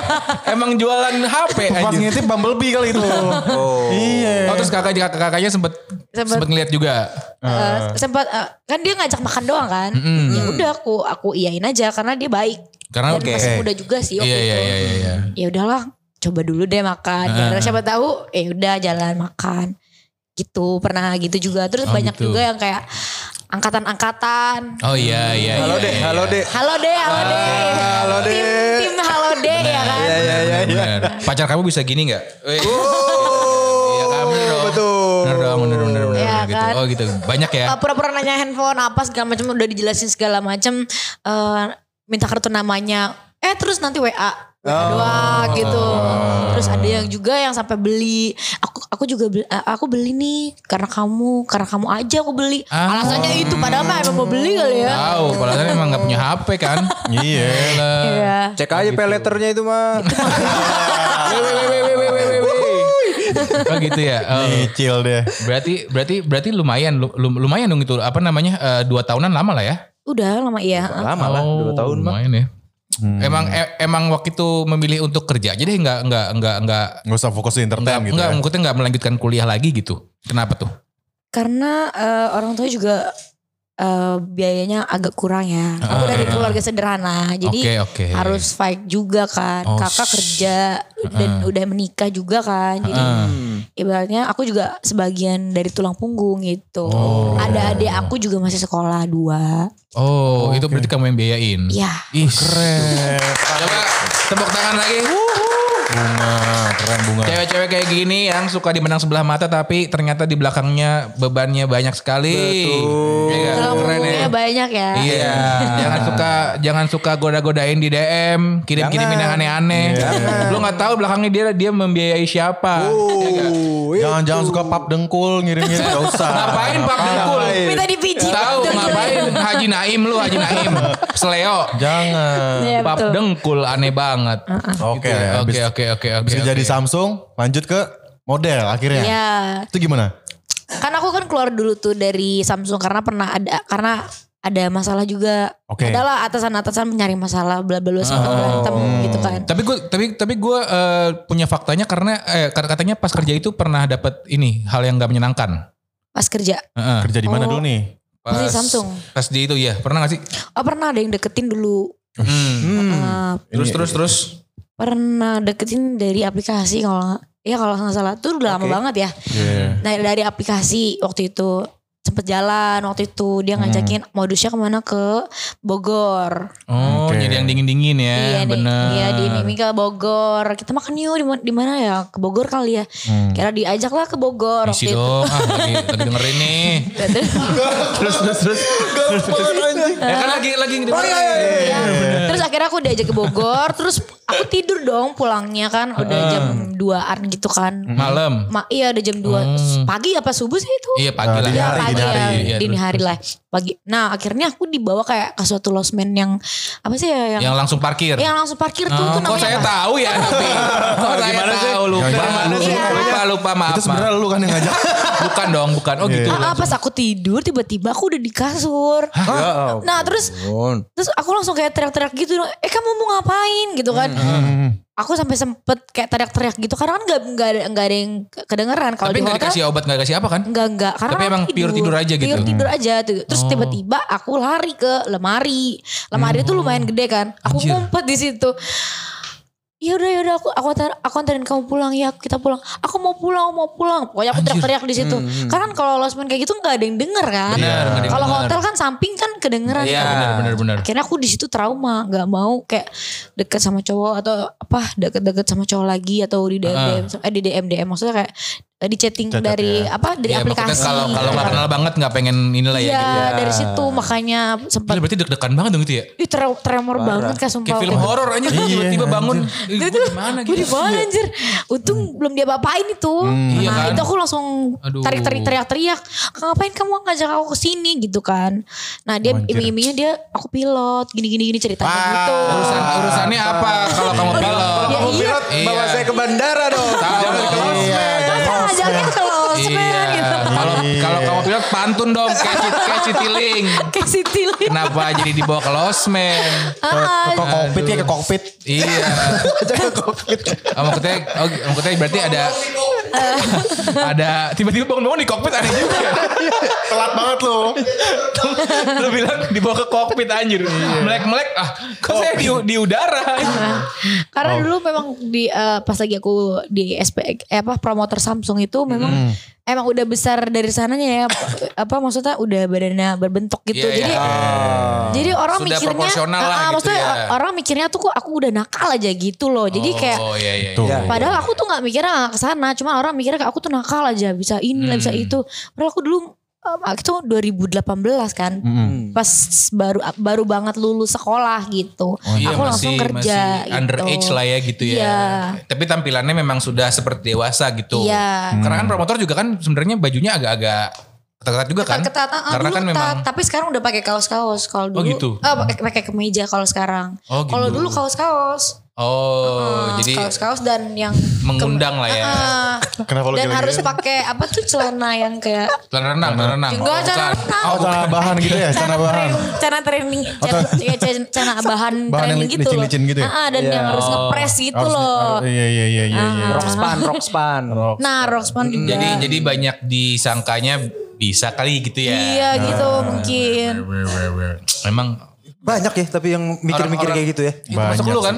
Speaker 2: Emang jualan HP
Speaker 1: Pas
Speaker 2: anjing.
Speaker 1: ngintip Bumblebee kali itu.
Speaker 2: Oh
Speaker 1: Iya.
Speaker 2: terus kakak kakaknya sempet
Speaker 4: Sempet.
Speaker 2: sempet ngeliat juga. Ah.
Speaker 4: Eh, sempat eh, kan dia ngajak makan doang kan ya udah aku aku iyain aja karena dia baik
Speaker 2: Karena
Speaker 4: dan masih muda juga sih waktu
Speaker 2: Nah, Iya iya
Speaker 4: itu
Speaker 2: iya Nah. iya. iya.
Speaker 4: ya udahlah coba dulu deh makan karena siapa tahu eh udah jalan makan gitu pernah gitu juga terus
Speaker 2: Oh,
Speaker 4: banyak
Speaker 2: gitu.
Speaker 4: juga yang kayak angkatan-angkatan
Speaker 2: Oh iya iya.
Speaker 3: Halo
Speaker 2: iya,
Speaker 3: deh,
Speaker 2: iya.
Speaker 3: halo deh.
Speaker 4: halo deh halo deh
Speaker 3: halo deh.
Speaker 4: tim tim halo deh ya kan
Speaker 3: Iya, iya, iya. Oh. iya.
Speaker 2: Bener. Pacar kamu bisa gini nggak? Wih. Iya kan, bener dong.
Speaker 3: betul.
Speaker 2: Bener dong, bener bener bener,
Speaker 4: Iya
Speaker 2: bener gitu.
Speaker 4: kan?
Speaker 2: Oh gitu, banyak ya.
Speaker 4: Eh, pura-pura nanya handphone apa segala macam udah dijelasin segala macam eh minta kartu namanya eh terus nanti WA WA
Speaker 2: Oh.
Speaker 4: doang gitu terus ada yang juga yang sampai beli aku aku juga beli, eh, aku beli nih karena kamu karena kamu aja aku beli
Speaker 2: Ah.
Speaker 4: alasannya itu padahal mah emang mau beli kali ya
Speaker 2: Tahu, padahal emang nggak punya HP kan?
Speaker 1: Iya.
Speaker 2: Ah.
Speaker 4: Iya.
Speaker 3: Cek
Speaker 1: Gitu.
Speaker 3: aja pay letternya itu
Speaker 1: (laughs)
Speaker 3: mah.
Speaker 2: Wih, wih, wih, wih, wih, wih, wih. Oh gitu ya. Oh.
Speaker 1: Nyicil deh.
Speaker 2: Berarti berarti berarti lumayan lu- lu- lumayan dong itu apa namanya eh, dua tahunan lama lah ya?
Speaker 4: udah lama iya
Speaker 3: Lama lah,
Speaker 2: Oh,
Speaker 3: dua tahun Hmm. mah.
Speaker 2: Lumayan ya. Emang e- emang waktu itu memilih untuk kerja aja deh nggak nggak nggak nggak
Speaker 1: Nggak usah fokus di
Speaker 2: nggak
Speaker 1: entertain gitu
Speaker 2: nggak
Speaker 1: ya.
Speaker 2: maksudnya nggak melanjutkan kuliah lagi gitu. Kenapa tuh?
Speaker 4: karena eh, orang tua juga eh, biayanya agak kurang ya aku dari keluarga sederhana jadi
Speaker 2: Ah. Oke oke.
Speaker 4: harus fight juga kan
Speaker 2: Iya. Oh, uh-uh.
Speaker 4: kakak
Speaker 2: sh-
Speaker 4: kerja dan udah menikah juga kan jadi
Speaker 2: Uh-uh.
Speaker 4: ibaratnya aku juga sebagian dari tulang punggung gitu ada adik aku juga masih sekolah dua
Speaker 2: Oh, itu berarti kamu yang biayain.
Speaker 4: ya
Speaker 2: Ih, keren. Coba tepuk tangan lagi.
Speaker 1: Bunga, keren bunga.
Speaker 2: Cewek-cewek kayak gini yang suka dipandang sebelah mata tapi ternyata di belakangnya bebannya banyak sekali. Betul.
Speaker 4: tulang punggungnya banyak ya
Speaker 2: Iya. jangan suka jangan suka goda-godain di DM, kirim-kirimin yang aneh-aneh. Lu nggak tahu belakangnya dia dia membiayai siapa.
Speaker 3: Oh, iya.
Speaker 1: Jangan jangan suka pap dengkul ngirim-ngirim gak usah.
Speaker 2: Ngapain Pak Dengkul?
Speaker 4: minta dipijit
Speaker 2: Tahu
Speaker 4: Betul.
Speaker 2: ngapain Haji Naim lu Haji Naim. Seleo.
Speaker 1: Jangan.
Speaker 4: Iya,
Speaker 2: Pap
Speaker 4: betul.
Speaker 2: dengkul aneh banget.
Speaker 1: Oke,
Speaker 2: Gitu ya.
Speaker 1: habis-
Speaker 2: Oke, oke, oke, oke.
Speaker 1: Habis kerja
Speaker 2: oke.
Speaker 1: di Samsung, lanjut ke model
Speaker 2: ya.
Speaker 1: akhirnya.
Speaker 4: Iya.
Speaker 1: Itu gimana?
Speaker 4: kan aku kan keluar dulu tuh dari Samsung karena pernah ada karena ada masalah juga
Speaker 1: Oke.
Speaker 4: adalah atasan-atasan mencari masalah
Speaker 2: Ah.
Speaker 4: bla bla bla sampai berantem
Speaker 2: Oh.
Speaker 4: gitu kan
Speaker 2: Tapi gue tapi tapi gue eh, punya faktanya karena eh, kat- katanya pas kerja itu pernah dapat ini hal yang gak menyenangkan.
Speaker 4: pas kerja
Speaker 2: Heeh.
Speaker 1: Kerja di mana
Speaker 4: Oh.
Speaker 1: dulu nih?
Speaker 2: Pas,
Speaker 4: Masih Samsung.
Speaker 2: Pas di itu ya pernah gak sih?
Speaker 4: oh pernah ada yang deketin dulu
Speaker 2: Hmm.
Speaker 4: Eh,
Speaker 2: Terus terus terus.
Speaker 4: pernah deketin dari aplikasi kalau nggak- ya kalau nggak salah tuh udah lama banget ya nah dari aplikasi waktu itu sempet jalan waktu itu
Speaker 2: Hmm.
Speaker 4: dia ngajakin modusnya kemana ke Bogor
Speaker 2: Oh
Speaker 1: Oke.
Speaker 2: jadi yang dingin dingin ya.
Speaker 4: iya nih
Speaker 2: bener.
Speaker 4: iya di Mimi ke Bogor kita makan yuk di ma- di mana ya ke Bogor kali ya kira diajak lah ke Bogor
Speaker 2: Isi Hmm. dong. Ah, lagi, lagi dengerin nih. terus terus terus.
Speaker 1: iya,
Speaker 2: ya kan lagi lagi dengerin.
Speaker 4: Iya. Terus akhirnya aku diajak ke Bogor, terus aku tidur dong pulangnya kan udah
Speaker 2: Ah.
Speaker 4: jam 2-an gitu kan.
Speaker 2: Malam.
Speaker 4: Ma, iya udah jam 2 pagi apa subuh sih itu?
Speaker 2: Hmm. Iya pagi
Speaker 1: Nah,
Speaker 2: lah.
Speaker 1: dini
Speaker 4: Ya,
Speaker 1: hari,
Speaker 4: pagi
Speaker 1: dini
Speaker 4: ya,
Speaker 1: hari.
Speaker 2: Iya,
Speaker 4: dini
Speaker 2: terus,
Speaker 4: hari
Speaker 2: terus.
Speaker 4: lah pagi. Nah akhirnya aku dibawa kayak ke suatu losmen yang apa sih ya yang,
Speaker 2: Yang langsung parkir.
Speaker 4: yang langsung parkir tuh
Speaker 2: Oh,
Speaker 4: tuh
Speaker 2: kok saya
Speaker 4: apa?
Speaker 2: tahu
Speaker 4: (laughs)
Speaker 2: ya nanti. Kok saya tahu lupa.
Speaker 1: Gimana
Speaker 4: sih?
Speaker 2: Lupa, lupa, lupa, maaf.
Speaker 1: Itu sebenarnya Iya. lu kan yang ngajak.
Speaker 2: Bukan dong, bukan. Oh gitu.
Speaker 4: Ah, ah, pas aku tidur tiba-tiba aku udah di kasur.
Speaker 3: Ya ampun.
Speaker 4: Nah terus Terus aku langsung kayak teriak-teriak gitu dong, eh kamu mau ngapain gitu kan.
Speaker 2: Hmm,
Speaker 4: Aku sampai sempet kayak teriak-teriak gitu karena kan nggak nggak ada nggak ada yang ke- kedengeran kalau
Speaker 2: Tapi
Speaker 4: di
Speaker 2: nggak
Speaker 4: hotel.
Speaker 2: dikasih obat, nggak dikasih apa kan?
Speaker 4: Enggak enggak karena
Speaker 2: Tapi
Speaker 4: aku
Speaker 2: emang pure tidur aja gitu?
Speaker 4: Pure tidur aja tuh. Terus
Speaker 2: Oh.
Speaker 4: tiba-tiba aku lari ke lemari. Lemari itu lumayan gede kan. Aku
Speaker 2: Hmm. Anjir.
Speaker 4: ngumpet di situ. Ya udah ya udah aku aku antar, aku antarin kamu pulang ya kita pulang. Aku mau pulang mau pulang. Pokoknya aku
Speaker 2: Anjir.
Speaker 4: teriak-teriak di situ. Karena kan kalau losmen kayak gitu nggak ada yang denger kan.
Speaker 2: Benar, Iya, nggak ada yang
Speaker 4: Kalau
Speaker 2: denger.
Speaker 4: hotel kan samping kan kedengeran.
Speaker 2: Iya,
Speaker 4: kan.
Speaker 2: benar benar
Speaker 4: Akhirnya aku di situ trauma, nggak mau kayak deket sama cowok atau apa deket-deket sama cowok lagi atau di DM, eh di DM DM maksudnya kayak eh, di chatting
Speaker 1: Cakep
Speaker 4: dari
Speaker 1: ya.
Speaker 4: apa dari
Speaker 2: Ya, maksudnya
Speaker 4: aplikasi. gitu kan.
Speaker 2: kalau kalau nggak kenal banget nggak pengen inilah ya.
Speaker 4: Iya
Speaker 2: Gitu.
Speaker 4: dari situ makanya sempat
Speaker 2: Gila, berarti deg-degan banget dong gitu ya.
Speaker 4: ih tre- tremor banget kak sumpah.
Speaker 2: Kayak film horor aja tiba-tiba bangun. Ih,
Speaker 4: Itu
Speaker 2: gua gimana
Speaker 4: gue
Speaker 2: gitu. Hmm.
Speaker 4: di mana anjir. Untung belum dia apain itu.
Speaker 2: Iya
Speaker 4: nah,
Speaker 2: kan?
Speaker 4: itu aku langsung
Speaker 2: Aduh.
Speaker 4: tarik tarik teriak teriak. Ngapain kamu ngajak aku ke sini gitu kan. Nah, dia
Speaker 1: Anjir.
Speaker 4: iming-imingnya dia aku pilot gini-gini gini ceritanya gitu.
Speaker 2: Urusan urusannya apa kalau kamu pilot?
Speaker 4: Ya,
Speaker 3: Kamu
Speaker 4: iya.
Speaker 3: pilot bawa saya ke bandara dong. Jangan ke Los
Speaker 1: (laughs) Iya,
Speaker 3: Angeles.
Speaker 4: Masa ngajaknya ke losmen
Speaker 2: Iya.
Speaker 4: gitu.
Speaker 2: Kalau kalau kamu pilot pantun dong kayak Ci- kayak Citiling.
Speaker 4: (laughs) Kayak si Tilly.
Speaker 2: Kenapa jadi dibawa ke losmen?
Speaker 4: Ah,
Speaker 1: Ke ke kokpit ya ke kokpit.
Speaker 2: Iya. Kamu ketanya, oh, kamu ketanya berarti ada
Speaker 4: Eh.
Speaker 2: ada tiba-tiba bangun-bangun di kokpit aneh juga.
Speaker 1: Telat banget lu.
Speaker 2: (laughs) Lu bilang dibawa ke kokpit anjir. Melek-melek ah kok saya di, di udara.
Speaker 4: ah. Karena
Speaker 2: Oh.
Speaker 4: dulu memang di eh, pas lagi aku di SP eh, apa promotor Samsung itu
Speaker 2: Hmm.
Speaker 4: memang emang udah besar dari sananya ya apa maksudnya udah badannya berbentuk gitu.
Speaker 2: Iya,
Speaker 4: jadi
Speaker 2: iya.
Speaker 4: jadi orang
Speaker 2: Sudah
Speaker 4: mikirnya
Speaker 2: proporsional lah
Speaker 4: Ah, ah,
Speaker 2: gitu
Speaker 4: maksudnya
Speaker 2: ya.
Speaker 4: orang mikirnya tuh kok aku udah nakal aja gitu loh. Jadi kayak
Speaker 2: Oh iya iya.
Speaker 1: Tuh.
Speaker 2: iya.
Speaker 4: Padahal aku tuh nggak mikirnya nggak kesana, cuma orang mikirnya kayak aku tuh nakal aja, bisa ini lah,
Speaker 2: Hmm.
Speaker 4: bisa itu. Padahal aku dulu em, aku tuh 2018 kan,
Speaker 2: Hmm.
Speaker 4: pas baru baru banget lulus sekolah gitu.
Speaker 2: Iya,
Speaker 4: aku langsung kerja.
Speaker 2: masih underage lah ya gitu ya.
Speaker 4: Iya.
Speaker 2: Tapi tampilannya memang sudah seperti dewasa gitu.
Speaker 4: Iya.
Speaker 2: Karena kan promotor juga kan sebenarnya bajunya agak-agak ketat-ketat juga kan.
Speaker 4: Ketat, ketat, ah,
Speaker 2: Karena
Speaker 4: dulu
Speaker 2: kan memang
Speaker 4: ketat, tapi sekarang udah pakai kaos-kaos kalau dulu.
Speaker 2: Oh, gitu?
Speaker 4: eh, pakai pakai kemeja kalau sekarang.
Speaker 2: Oh, gitu.
Speaker 4: Kalau dulu kaos-kaos.
Speaker 2: oh
Speaker 4: Eh,
Speaker 2: jadi
Speaker 4: kaos-kaos dan yang
Speaker 2: mengundang lah ya.
Speaker 4: Ah,
Speaker 1: Kenapa lu
Speaker 4: dan
Speaker 1: gila-gila?
Speaker 4: harus pakai apa tuh celana yang kayak
Speaker 2: Celana renang, celana renang.
Speaker 4: Enggak,
Speaker 2: Oh,
Speaker 4: celana
Speaker 2: bukan.
Speaker 4: renang.
Speaker 2: Oh,
Speaker 1: Oh, cara bahan gitu ya, cara bahan.
Speaker 4: training, cana training, cana, iya, cana,
Speaker 1: (laughs)
Speaker 4: cana bahan,
Speaker 1: Bahan yang
Speaker 4: training gitu loh.
Speaker 1: licin-licin gitu ya?
Speaker 4: Ah, dan
Speaker 2: Iya.
Speaker 4: yang harus ngepres gitu
Speaker 1: Harus-
Speaker 4: loh.
Speaker 1: Iya iya iya iya iya.
Speaker 3: Rockspan, Rockspan.
Speaker 4: Nah, Roxman juga.
Speaker 2: Jadi jadi banyak disangkanya bisa kali gitu ya.
Speaker 4: iya
Speaker 1: Nah.
Speaker 4: gitu mungkin.
Speaker 2: Bener, bener, bener. Memang
Speaker 3: Banyak ya tapi yang mikir-mikir
Speaker 2: Orang-orang-
Speaker 3: kayak gitu ya.
Speaker 2: itu masuk
Speaker 1: Banyak
Speaker 2: lu kan?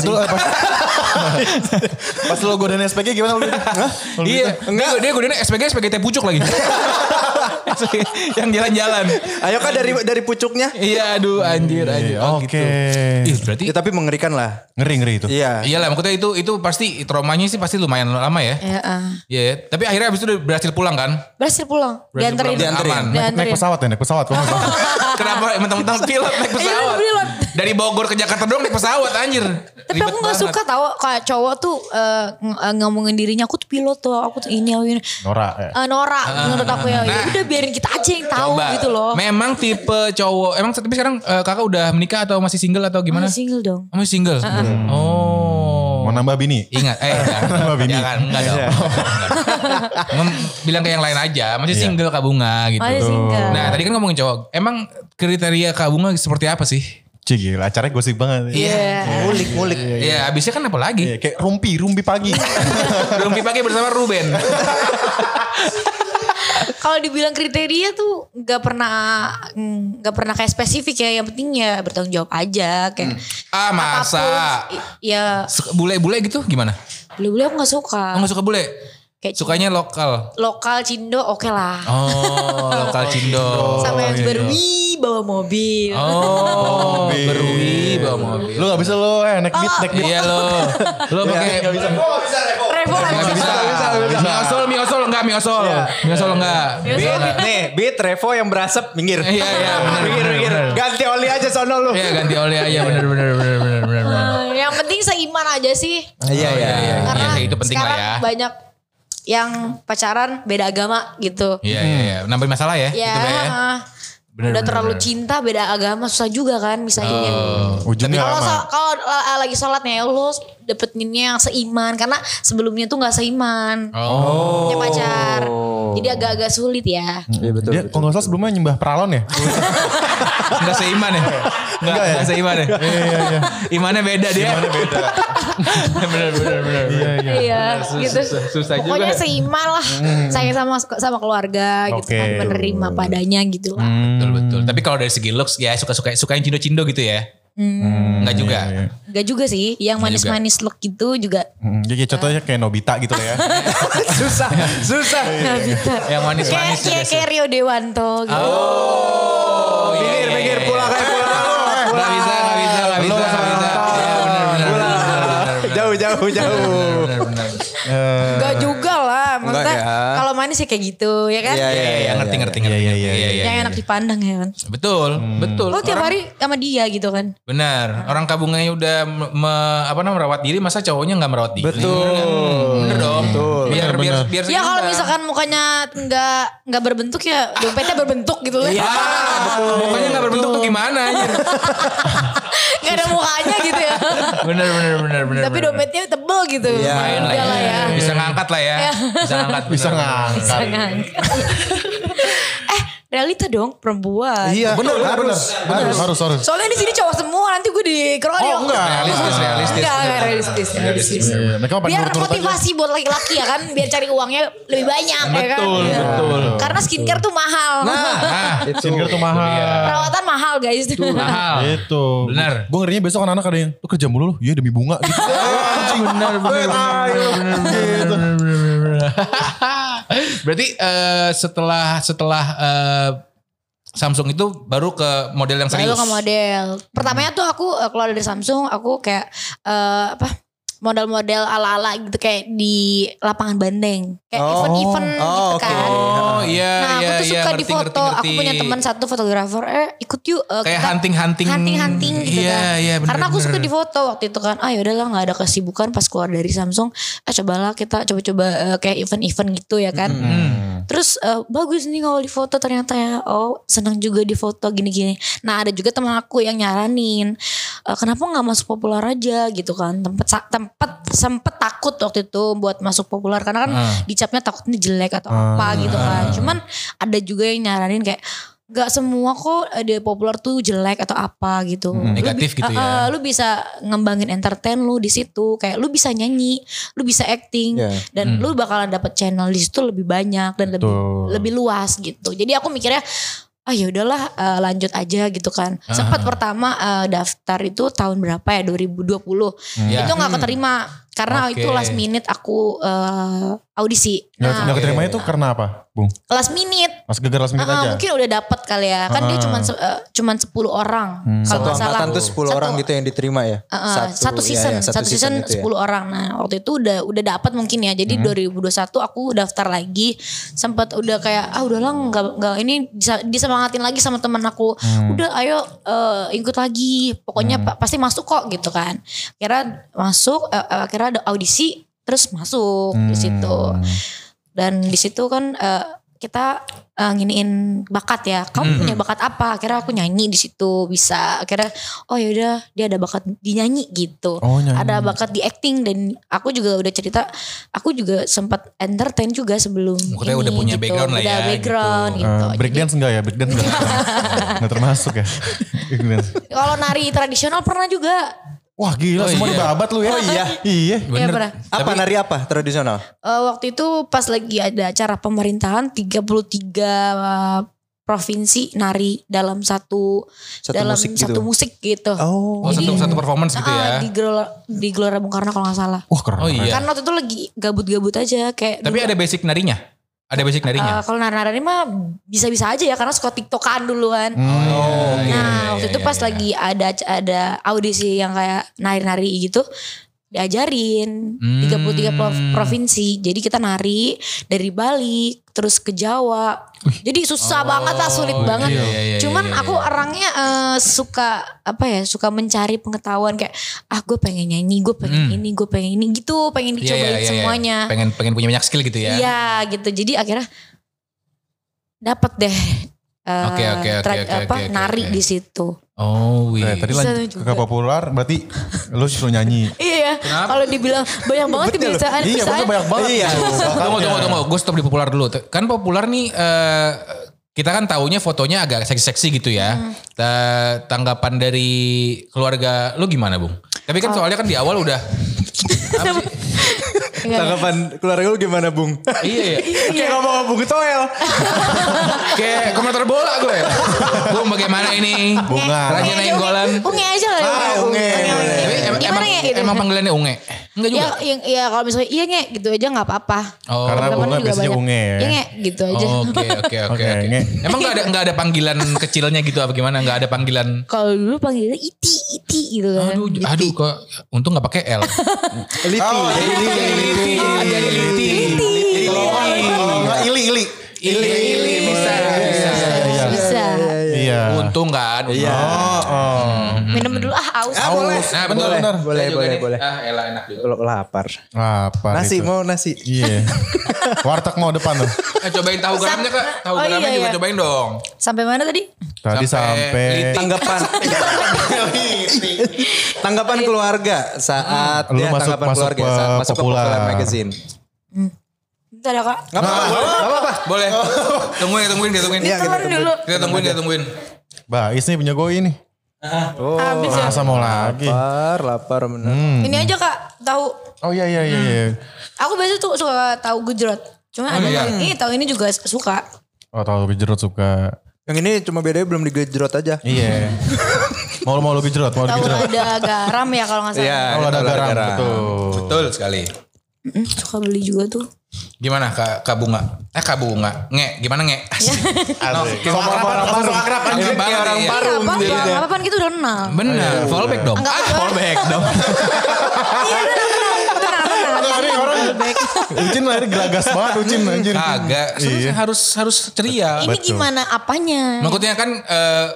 Speaker 1: Pas
Speaker 3: sih.
Speaker 1: lu eh, (laughs) pas, pas lu godain SPG gimana
Speaker 3: (laughs)
Speaker 1: lu?
Speaker 2: Iya, enggak dia gue SPG SPG teh pucuk (laughs) lagi. yang jalan-jalan.
Speaker 3: Ayo kak dari dari pucuknya.
Speaker 2: Iya, aduh anjir anjir. Oh,
Speaker 1: Oke.
Speaker 2: gitu. Ih, berarti
Speaker 3: Ya tapi mengerikan lah.
Speaker 1: Ngeri ngeri itu.
Speaker 3: Iya.
Speaker 2: Iyalah maksudnya itu itu pasti traumanya sih pasti lumayan lama ya.
Speaker 4: Ya, ah.
Speaker 2: Iya, ya. tapi akhirnya abis itu udah berhasil pulang kan?
Speaker 4: Berhasil pulang.
Speaker 2: Berhasil
Speaker 4: Dianterin.
Speaker 2: pulang, aman.
Speaker 4: (laughs) Dianterin.
Speaker 1: Naik pesawat ya, naik pesawat. Kamu nggak tahu.
Speaker 2: Kenapa mentang-mentang pilot naik pesawat?
Speaker 4: Iya, pilot.
Speaker 2: Dari Bogor ke Jakarta dong naik pesawat anjir.
Speaker 4: Tapi aku gak suka tau kayak cowok tuh eh, ng- eh, ngomongin dirinya aku tuh pilot tuh, aku tuh ini, aku ini.
Speaker 1: Nora. ya.
Speaker 4: Eh, Nora menurut aku ya.
Speaker 2: Ah. Nah.
Speaker 4: Udah biarin kita aja yang tahu
Speaker 2: Coba.
Speaker 4: gitu loh.
Speaker 2: Memang tipe cowok. Emang tapi sekarang eh, kakak udah menikah atau masih single atau gimana?
Speaker 4: Masih single dong.
Speaker 2: Oh, Masih single. Oh.
Speaker 1: Mau nambah bini?
Speaker 2: Ingat,
Speaker 1: (laughs)
Speaker 2: eh
Speaker 1: Nama
Speaker 2: jangan,
Speaker 1: bini. Iya.
Speaker 2: jangan enggak dong. Enggak. Mem- Bilang ke yang lain aja, masih
Speaker 1: Iya.
Speaker 2: single Kak Bunga gitu.
Speaker 4: Masih single.
Speaker 2: Nah tadi kan ngomongin cowok, emang kriteria Kak Bunga seperti apa sih?
Speaker 1: Cih gila, acaranya gosip banget.
Speaker 2: Iya.
Speaker 3: Mulik, mulik.
Speaker 2: Ya abisnya kan
Speaker 1: Iya,
Speaker 2: apa lagi?
Speaker 1: kayak rumpi, rumpi pagi.
Speaker 2: Rumpi pagi bersama Ruben.
Speaker 4: Kalau dibilang kriteria tuh nggak pernah mm, nggak pernah kayak spesifik ya. Yang penting ya bertanggung jawab aja kayak
Speaker 2: Ah masa?
Speaker 4: apapun. I- Ya
Speaker 2: Suka Bule-bule gitu gimana?
Speaker 4: bule-bule aku nggak suka.
Speaker 2: Oh gak suka bule?
Speaker 4: Kayak
Speaker 2: Sukanya lokal.
Speaker 4: lokal Cindo oke lah.
Speaker 2: Oh lokal Cindo.
Speaker 4: Sama yang
Speaker 2: iya.
Speaker 4: berwi bawa mobil.
Speaker 2: Oh berwi bawa mobil.
Speaker 1: lu gak bisa lu, eh, naik beat, naik beat.
Speaker 2: Iya lo. Lo pakai
Speaker 4: Revo
Speaker 2: Gak
Speaker 4: aja.
Speaker 2: bisa. Miosol, miosol enggak, miosol.
Speaker 3: Iya.
Speaker 2: Miosol enggak.
Speaker 3: Beat, nih, beat Revo yang berasap minggir.
Speaker 2: Iya, iya, bener,
Speaker 3: minggir,
Speaker 2: bener,
Speaker 3: minggir.
Speaker 2: bener.
Speaker 3: Ganti oli aja sono lu.
Speaker 2: Iya ganti oli aja bener bener bener bener bener. bener. Oh,
Speaker 4: Eh, Yang penting seiman aja sih.
Speaker 3: Iya, iya, iya.
Speaker 4: Karena
Speaker 2: itu penting lah
Speaker 4: sekarang
Speaker 2: ya.
Speaker 4: banyak yang pacaran beda agama gitu.
Speaker 2: Iya iya
Speaker 3: Hmm.
Speaker 2: iya. Nambahin masalah ya.
Speaker 4: Ya,
Speaker 2: Gitu ya. Bener,
Speaker 4: udah
Speaker 2: bener,
Speaker 4: terlalu
Speaker 2: bener. Oh.
Speaker 4: cinta beda agama susah juga kan misalnya.
Speaker 1: Ujungnya
Speaker 4: Kalau
Speaker 1: lama.
Speaker 4: so- kalau uh, lagi sholat nih lu dapetinnya yang seiman karena sebelumnya tuh nggak seiman
Speaker 2: Oh. Mm.
Speaker 4: punya pacar.
Speaker 5: Jadi agak-agak sulit ya.
Speaker 3: Iya betul.
Speaker 1: Dia kalau nggak salah sebelumnya nyembah peralon ya?
Speaker 2: Enggak seiman ya? Enggak,
Speaker 1: Enggak ya?
Speaker 2: enggak seiman ya?
Speaker 1: Iya iya iya.
Speaker 2: Imannya beda dia. Imannya beda. (laughs) bener, bener, bener.
Speaker 1: Iya iya.
Speaker 4: Iya,
Speaker 2: Susah-
Speaker 4: gitu.
Speaker 2: susah- susah juga. Mm.
Speaker 4: Pokoknya seiman lah. Sayang sama sama keluarga gitu
Speaker 1: Oke.
Speaker 4: kan, menerima padanya gitu lah.
Speaker 2: Betul, betul. Tapi kalau dari segi looks ya suka-suka suka yang cindo-cindo gitu ya.
Speaker 4: Hmm.
Speaker 2: Enggak juga.
Speaker 3: Hmm, iya,
Speaker 5: Enggak juga sih, yang
Speaker 2: Nggak juga.
Speaker 5: manis-manis look gitu juga.
Speaker 1: Hmm, Jadi contohnya kayak Nobita gitu lah ya.
Speaker 3: susah, susah.
Speaker 2: (laughs) Yang
Speaker 5: Kayak
Speaker 2: manis-manis juga
Speaker 5: kayak
Speaker 2: sih.
Speaker 5: kayak Rio Dewanto gitu.
Speaker 3: Oh, pinggir, pinggir, pulang kayak pulang.
Speaker 2: iya, Enggak bisa, enggak bisa, enggak bisa. nggak bisa. Iya, bener, bener,
Speaker 3: Pulang.
Speaker 2: bener, bener,
Speaker 3: Jauh, jauh, jauh.
Speaker 2: bener, bener, bener.
Speaker 5: Enggak juga lah, maksudnya
Speaker 3: Enggak ya.
Speaker 5: kalau manis ya kayak gitu, ya kan?
Speaker 3: Iya,
Speaker 2: Iya, iya, ngerti, ngerti, ngerti. Hmm.
Speaker 1: Iya, iya, iya,
Speaker 5: yang enak dipandang ya kan.
Speaker 2: Betul, betul.
Speaker 5: Lo Oh, tiap
Speaker 2: Orang-
Speaker 5: hari sama dia gitu kan.
Speaker 2: Benar, orang kabunganya udah me- me- apa namanya merawat diri, masa cowoknya nggak merawat diri?
Speaker 3: Betul.
Speaker 2: Bener dong. Biar, biar, biar,
Speaker 5: Ya kalau
Speaker 2: seimbang.
Speaker 5: misalkan mukanya enggak enggak berbentuk ya dompetnya berbentuk gitu (laughs) loh.
Speaker 2: Ya, mukanya nggak berbentuk tuh gimana? anjir?
Speaker 5: Enggak ada mukanya gitu ya.
Speaker 2: (laughs) bener, bener, bener, bener.
Speaker 5: Tapi
Speaker 2: bener.
Speaker 5: dompetnya tebel gitu.
Speaker 3: Iya.
Speaker 2: Main lah
Speaker 5: Udah lah ya.
Speaker 2: ya.
Speaker 5: Iya.
Speaker 2: Bisa ngangkat lah ya. Bisa ngangkat.
Speaker 1: Bisa
Speaker 2: bener.
Speaker 1: ngangkat.
Speaker 5: Jangan. eh, realita dong perempuan.
Speaker 1: Iya,
Speaker 3: Bener, bener,
Speaker 1: harus, harus, harus, harus.
Speaker 5: Soalnya di sini cowok semua, nanti gue dikeroyok.
Speaker 1: Oh, enggak.
Speaker 2: Realistis, realistis.
Speaker 5: Enggak, enggak realistis, realistis.
Speaker 1: Iya, Mereka pada
Speaker 4: Biar
Speaker 1: nurut-nurut aja.
Speaker 4: motivasi buat laki-laki ya kan, biar cari uangnya lebih banyak ya kan.
Speaker 2: Betul,
Speaker 4: Iya.
Speaker 2: betul.
Speaker 4: Karena skincare tuh mahal.
Speaker 2: Nah,
Speaker 1: Skincare tuh mahal.
Speaker 4: Perawatan mahal guys.
Speaker 2: mahal.
Speaker 1: Itu.
Speaker 2: Bener.
Speaker 1: Gue ngerinya besok anak-anak ada yang, lu kerja mulu lu, iya demi bunga gitu.
Speaker 2: (laughs) Bener, bener, bener, bener, bener, bener, bener, bener. Berarti eh, setelah setelah eh, Samsung itu baru ke model yang
Speaker 4: Baru
Speaker 2: serius.
Speaker 4: ke model. Pertamanya tuh aku eh, keluar dari Samsung, aku kayak eh, apa model-model ala-ala gitu kayak di lapangan bandeng, kayak
Speaker 3: Oh.
Speaker 4: event-event
Speaker 3: Oh,
Speaker 4: gitu
Speaker 3: oke.
Speaker 4: kan.
Speaker 2: Oh iya,
Speaker 4: Nah aku
Speaker 2: iya, iya,
Speaker 4: tuh suka
Speaker 2: ngerti,
Speaker 4: di foto.
Speaker 2: ngerti,
Speaker 4: Aku
Speaker 2: ngerti.
Speaker 4: punya teman satu fotografer. Eh ikut yuk. eh,
Speaker 2: kayak
Speaker 4: kita
Speaker 2: hunting-hunting.
Speaker 4: hunting-hunting gitu
Speaker 2: iya,
Speaker 4: kan.
Speaker 2: Iya, bener,
Speaker 4: Karena aku suka
Speaker 2: bener.
Speaker 4: di foto waktu itu kan. Ah yaudahlah nggak ada kesibukan pas keluar dari Samsung. Ah cobalah kita coba-coba eh, kayak event-event gitu ya kan.
Speaker 2: Mm-hmm.
Speaker 4: Terus eh, bagus nih kalau di foto ternyata ya. Oh senang juga di foto gini-gini. Nah ada juga teman aku yang nyaranin. eh, kenapa nggak masuk populer aja gitu kan. Tempat sa- tempat sempet takut waktu itu buat masuk populer. Karena kan
Speaker 2: Ah.
Speaker 4: dicapnya takutnya jelek atau apa gitu kan. Cuman ada juga yang nyaranin kayak. Gak semua kok eh, di populer tuh jelek atau apa gitu. Lu bi-
Speaker 2: Negatif gitu ya.
Speaker 4: eh, eh, lu bisa ngembangin entertain lu di situ kayak lu bisa nyanyi lu bisa acting
Speaker 3: Iya.
Speaker 4: dan lu bakalan dapet channel di situ lebih banyak dan lebih lebih luas gitu jadi aku mikirnya ah ya udahlah eh, lanjut aja gitu kan sempat pertama eh, daftar itu tahun berapa ya 2020
Speaker 2: Iya.
Speaker 4: itu
Speaker 3: Hmm.
Speaker 4: nggak keterima karena
Speaker 2: Oke.
Speaker 4: itu last minute aku eh, audisi
Speaker 1: Nggak
Speaker 4: nah
Speaker 1: nggak keterima itu karena apa, Bung?
Speaker 4: last minute
Speaker 1: Mas geger last minute
Speaker 4: Ah,
Speaker 1: aja.
Speaker 4: mungkin udah dapat kali ya kan dia
Speaker 1: Ah.
Speaker 4: cuman se- eh, cuman 10 orang kalau
Speaker 3: Satu
Speaker 4: nggak salah
Speaker 3: angkatan tuh 10 orang gitu yang diterima ya?
Speaker 4: Heeh, satu, season,
Speaker 3: iya, iya,
Speaker 4: satu, season,
Speaker 3: itu ya.
Speaker 4: 10 orang. Nah, waktu itu udah udah dapat mungkin ya. Jadi 2021 aku daftar lagi, sempat udah kayak ah udahlah nggak nggak ini disa- disemangatin lagi sama teman aku. Udah ayo eh, ikut lagi. Pokoknya pa- pasti masuk kok gitu kan. Kira masuk eh, eh, akhirnya ada audisi terus gitu. masuk di situ. Dan di situ kan eh, kita eh, nginiin bakat ya. Kamu
Speaker 2: Hmm.
Speaker 4: punya bakat apa? Akhirnya aku nyanyi di situ bisa. Akhirnya oh yaudah dia ada bakat di nyanyi gitu
Speaker 1: Oh, nyanyi.
Speaker 4: ada bakat di acting dan aku juga udah cerita aku juga sempat entertain juga sebelum
Speaker 2: Maksudnya
Speaker 4: ini
Speaker 2: udah punya
Speaker 4: gitu.
Speaker 2: background lah
Speaker 4: udah
Speaker 2: ya,
Speaker 4: background
Speaker 2: gitu.
Speaker 4: gitu,
Speaker 1: Eh, breakdance enggak ya? Breakdance enggak. Enggak termasuk ya. Breakdance.
Speaker 4: Jadi, kalau nari tradisional pernah juga
Speaker 1: Wah gila
Speaker 2: Oh,
Speaker 1: semua
Speaker 2: iya.
Speaker 1: dibabat lu ya. Oh iya. Iya.
Speaker 2: Bener.
Speaker 4: pernah.
Speaker 3: Apa nari apa tradisional?
Speaker 4: Eh, waktu itu pas lagi ada acara pemerintahan 33 eh, provinsi nari dalam satu,
Speaker 3: Satu
Speaker 4: dalam
Speaker 3: musik gitu.
Speaker 4: satu musik gitu
Speaker 3: Oh.
Speaker 2: Oh, satu, satu performance gitu ya.
Speaker 4: Ah, di gelora di gelora Bung Karno kalau nggak salah
Speaker 1: Wah keren.
Speaker 2: Oh iya.
Speaker 4: karena waktu itu lagi gabut-gabut aja kayak
Speaker 2: Tapi
Speaker 4: dulu-
Speaker 2: ada basic narinya. Ada basic narinya.
Speaker 4: Eh, kalau nari-nari mah bisa-bisa aja ya karena suka tiktokan dulu kan.
Speaker 2: Oh, iya,
Speaker 4: nah
Speaker 2: iya,
Speaker 4: waktu
Speaker 2: iya,
Speaker 4: itu pas
Speaker 2: iya.
Speaker 4: lagi ada ada audisi yang kayak nari-nari gitu diajarin
Speaker 2: Hmm.
Speaker 4: 33 pro- provinsi. Jadi kita nari dari Bali terus ke Jawa. Jadi susah banget lah, sulit
Speaker 2: iya,
Speaker 4: banget.
Speaker 2: iya, iya, iya,
Speaker 4: Cuman
Speaker 2: iya,
Speaker 4: aku orangnya eh, suka apa ya, suka mencari pengetahuan kayak ah gue pengen nyanyi, gue pengen ini, gue pengen ini gitu, pengen
Speaker 2: Hmm. Iya,
Speaker 4: dicobain
Speaker 2: iya, iya, iya.
Speaker 4: semuanya.
Speaker 2: Pengen pengen punya banyak skill gitu ya.
Speaker 4: Iya gitu. Jadi akhirnya dapat deh
Speaker 6: eh,
Speaker 2: Oke, oke, oke,
Speaker 6: tra-
Speaker 2: oke, oke,
Speaker 6: apa
Speaker 2: oke,
Speaker 6: nari
Speaker 2: oke.
Speaker 6: di situ.
Speaker 2: Oh, wih.
Speaker 1: Eh, tadi
Speaker 6: juga.
Speaker 1: lanjut ke populer berarti lu suruh nyanyi.
Speaker 4: Iya, kalau dibilang banyak banget kebiasaan.
Speaker 1: iya,
Speaker 4: kebiasaan-
Speaker 1: maksudnya banyak banget.
Speaker 3: Iya.
Speaker 1: gitu.
Speaker 2: Tunggu, tunggu, tunggu. Gue stop di populer dulu. Kan populer nih, eh, kita kan taunya fotonya agak seksi-seksi gitu ya. Eh, tanggapan dari keluarga lu gimana, Bung? Tapi kan soalnya kan di awal udah. Apa sih?
Speaker 3: Tanggapan keluarga lu gimana Bung?
Speaker 2: iya, iya.
Speaker 3: Kayak ngomong Bung Toel.
Speaker 2: Kayak komentar bola gue. Bung bagaimana ini?
Speaker 4: Eh,
Speaker 1: Bunga.
Speaker 2: Raja Nainggolan.
Speaker 4: Unge aja lah.
Speaker 1: Ah, unge, boleh.
Speaker 2: Tapi
Speaker 4: Iya, Gimana,
Speaker 2: emang, emang,
Speaker 4: Nge? Gitu.
Speaker 2: emang panggilannya unge? Enggak juga.
Speaker 4: Ya, ya, ya kalau misalnya iya nge gitu aja nggak apa-apa.
Speaker 2: Oh.
Speaker 1: Karena
Speaker 4: Temen
Speaker 1: bunga
Speaker 4: juga
Speaker 1: biasanya
Speaker 4: banyak.
Speaker 1: unge ya.
Speaker 4: Iya nge gitu aja.
Speaker 2: Oke oke oke
Speaker 1: Oke,
Speaker 2: oke.
Speaker 1: nge.
Speaker 2: Emang nggak ada nggak ada panggilan kecilnya gitu apa gimana? Nggak ada panggilan.
Speaker 4: (laughs) Kalau dulu panggilnya iti iti gitu kan.
Speaker 2: Aduh j- aduh kok untung nggak pakai L.
Speaker 3: Liti.
Speaker 1: Oh, jadi liti.
Speaker 2: Jadi liti.
Speaker 1: Kalau nggak ili ili.
Speaker 2: Ili ili bisa bisa.
Speaker 1: Iya.
Speaker 4: Bisa.
Speaker 1: Iya.
Speaker 2: Untung kan. Iya.
Speaker 1: Oh, oh.
Speaker 4: Minum dulu ah aus.
Speaker 1: boleh.
Speaker 2: Nah,
Speaker 1: Bener,
Speaker 2: boleh.
Speaker 1: bener.
Speaker 3: Boleh,
Speaker 2: Saya juga
Speaker 3: boleh,
Speaker 2: nih.
Speaker 3: boleh.
Speaker 2: Ah, elah enak juga.
Speaker 3: Lo lapar.
Speaker 1: Apa
Speaker 3: Nasi
Speaker 1: itu?
Speaker 3: mau nasi.
Speaker 2: (laughs)
Speaker 1: Iya. Warteg mau depan tuh.
Speaker 2: Eh, cobain tahu garamnya kak. Tahu
Speaker 4: Oh,
Speaker 2: garamnya
Speaker 4: iya,
Speaker 2: juga
Speaker 4: iya.
Speaker 2: cobain
Speaker 1: (laughs)
Speaker 2: dong.
Speaker 4: Sampai mana tadi?
Speaker 1: Tadi
Speaker 2: Sampai
Speaker 1: sampai (laughs)
Speaker 3: Tanggapan. tanggapan keluarga saat ya,
Speaker 1: Lu masuk-
Speaker 3: tanggapan
Speaker 1: masuk
Speaker 3: keluarga
Speaker 1: ke
Speaker 3: saat masuk ke
Speaker 1: Popular. Nah.
Speaker 3: Popular Magazine.
Speaker 4: Bentar ya kak.
Speaker 3: Enggak apa-apa. Enggak apa-apa.
Speaker 2: Boleh.
Speaker 1: Oh.
Speaker 2: Tungguin tungguin kita tungguin.
Speaker 3: Iya, kita
Speaker 4: Keluar dulu.
Speaker 2: Kita tungguin kita tungguin.
Speaker 1: Bais nih punya gue ini.
Speaker 3: Oh,
Speaker 4: Habis ya.
Speaker 1: Masa mau lagi?
Speaker 3: lapar, lapar benar.
Speaker 1: Hmm. Mm.
Speaker 4: Ini aja kak tahu.
Speaker 1: Oh iya iya iya. iya.
Speaker 4: Aku biasa tuh suka tahu gejrot. Cuma ada
Speaker 2: iya.
Speaker 4: yang ini tahu ini juga suka.
Speaker 1: Oh tahu jerut suka.
Speaker 3: Yang ini cuma bedanya belum digejrot
Speaker 2: (laughs)
Speaker 3: aja.
Speaker 1: Iya. mau mau lebih jerut, mau lebih
Speaker 4: Tahu
Speaker 1: jerut.
Speaker 4: ada garam ya kalau nggak salah.
Speaker 1: Iya,
Speaker 3: Iya,
Speaker 1: Kalau ada garam, betul.
Speaker 2: Betul sekali.
Speaker 4: Mm, suka beli juga tuh.
Speaker 2: Gimana kak, kak bunga? Eh kak bunga, nge, gimana nge? Asik. No, kayak
Speaker 1: Sama
Speaker 2: akrab,
Speaker 1: orang
Speaker 2: langsung
Speaker 1: baru.
Speaker 2: akrab,
Speaker 1: Ini
Speaker 2: akrab
Speaker 1: kayak
Speaker 2: banget
Speaker 1: orang
Speaker 2: ya.
Speaker 4: Iya, apa
Speaker 3: jadinya.
Speaker 4: apa kan kita udah kenal.
Speaker 2: Bener, follow back dong.
Speaker 4: Enggak apa
Speaker 1: Back dong.
Speaker 4: Iya,
Speaker 1: Hari orang Ucin lahir gelagas banget Ucin anjir.
Speaker 2: Kagak, Serius,
Speaker 1: Iya.
Speaker 2: harus harus ceria.
Speaker 4: Ini gimana apanya?
Speaker 2: Maksudnya kan eh,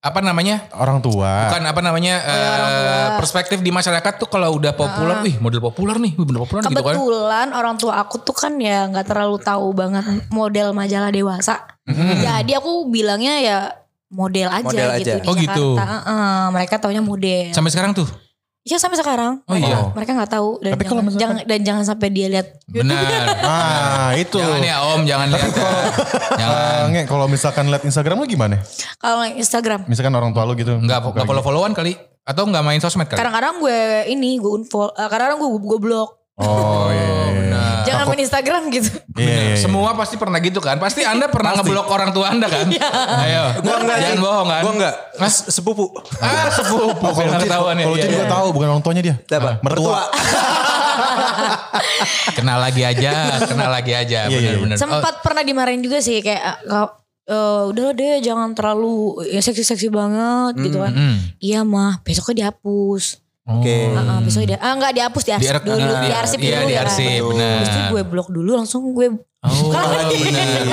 Speaker 2: apa namanya?
Speaker 1: Orang tua.
Speaker 2: Bukan apa namanya eh, perspektif di masyarakat tuh kalau udah populer, wih model populer nih, wih model populer gitu kan.
Speaker 4: Ah. Kebetulan orang tua aku tuh kan ya nggak terlalu tahu banget model majalah dewasa. Jadi aku bilangnya ya model aja
Speaker 3: Model aja.
Speaker 4: gitu. di
Speaker 2: Oh, gitu.
Speaker 4: Jakarta. Heeh, mereka taunya model.
Speaker 2: Sampai sekarang tuh.
Speaker 4: Iya sampai sekarang.
Speaker 2: Oh,
Speaker 4: Mereka-
Speaker 2: iya.
Speaker 4: Mereka nggak tahu dan
Speaker 1: Tapi kalau
Speaker 4: jangan,
Speaker 1: misalkan-
Speaker 4: jangan- dan jangan sampai dia lihat.
Speaker 2: Benar.
Speaker 4: (laughs)
Speaker 1: Ah, itu.
Speaker 2: jangan ya Om, jangan lihat. jangan.
Speaker 1: Eh, Nge, kalau misalkan lihat Instagram lu gimana?
Speaker 4: Kalau Instagram
Speaker 1: Misalkan orang tua lu gitu.
Speaker 2: Enggak, enggak
Speaker 1: Kayak
Speaker 2: follow-followan kali atau enggak main sosmed kali?
Speaker 4: kadang-kadang gue ini gue unfollow, eh, kadang-kadang gue gue blok.
Speaker 1: gitu. Oh iya.
Speaker 2: Benar.
Speaker 4: Jangan main Instagram gitu.
Speaker 1: Iya,
Speaker 2: Bener.
Speaker 1: iya, iya.
Speaker 2: Semua pasti pernah gitu kan? Pasti Anda pernah ngeblok orang tua Anda
Speaker 4: (laughs)
Speaker 2: kan?
Speaker 4: Iya.
Speaker 2: Ayo.
Speaker 3: Gua enggak
Speaker 2: Jangan
Speaker 3: sih.
Speaker 2: bohong kan?
Speaker 3: Gua enggak.
Speaker 2: Mas,
Speaker 3: Sepupu.
Speaker 2: ah,
Speaker 1: Oh,
Speaker 2: sepupu.
Speaker 1: kalau
Speaker 2: Biar
Speaker 1: Ucin,
Speaker 2: ketahuan ya.
Speaker 1: kalau Ucin
Speaker 2: Iya.
Speaker 1: gue tahu bukan orang tuanya dia.
Speaker 3: Siapa?
Speaker 1: Mertua.
Speaker 2: Kenal lagi aja, kenal lagi aja.
Speaker 1: Iya, iya.
Speaker 2: Benar-benar.
Speaker 4: Sempat pernah dimarahin juga sih kayak eh, kau eh, udah lah deh jangan terlalu ya, seksi-seksi banget gitu
Speaker 2: Hmm,
Speaker 4: kan. Iya mah besoknya dihapus.
Speaker 1: Hmm.
Speaker 3: Oke.
Speaker 4: Ah, besoknya dia, ah nggak dihapus diarsip
Speaker 2: Diar-
Speaker 4: dulu,
Speaker 2: ah,
Speaker 4: diarsip
Speaker 2: Hmm. iya,
Speaker 4: dulu ya.
Speaker 2: diarsip,
Speaker 4: Betul.
Speaker 2: benar.
Speaker 4: Terus itu gue blok dulu langsung gue
Speaker 2: Oh, benar,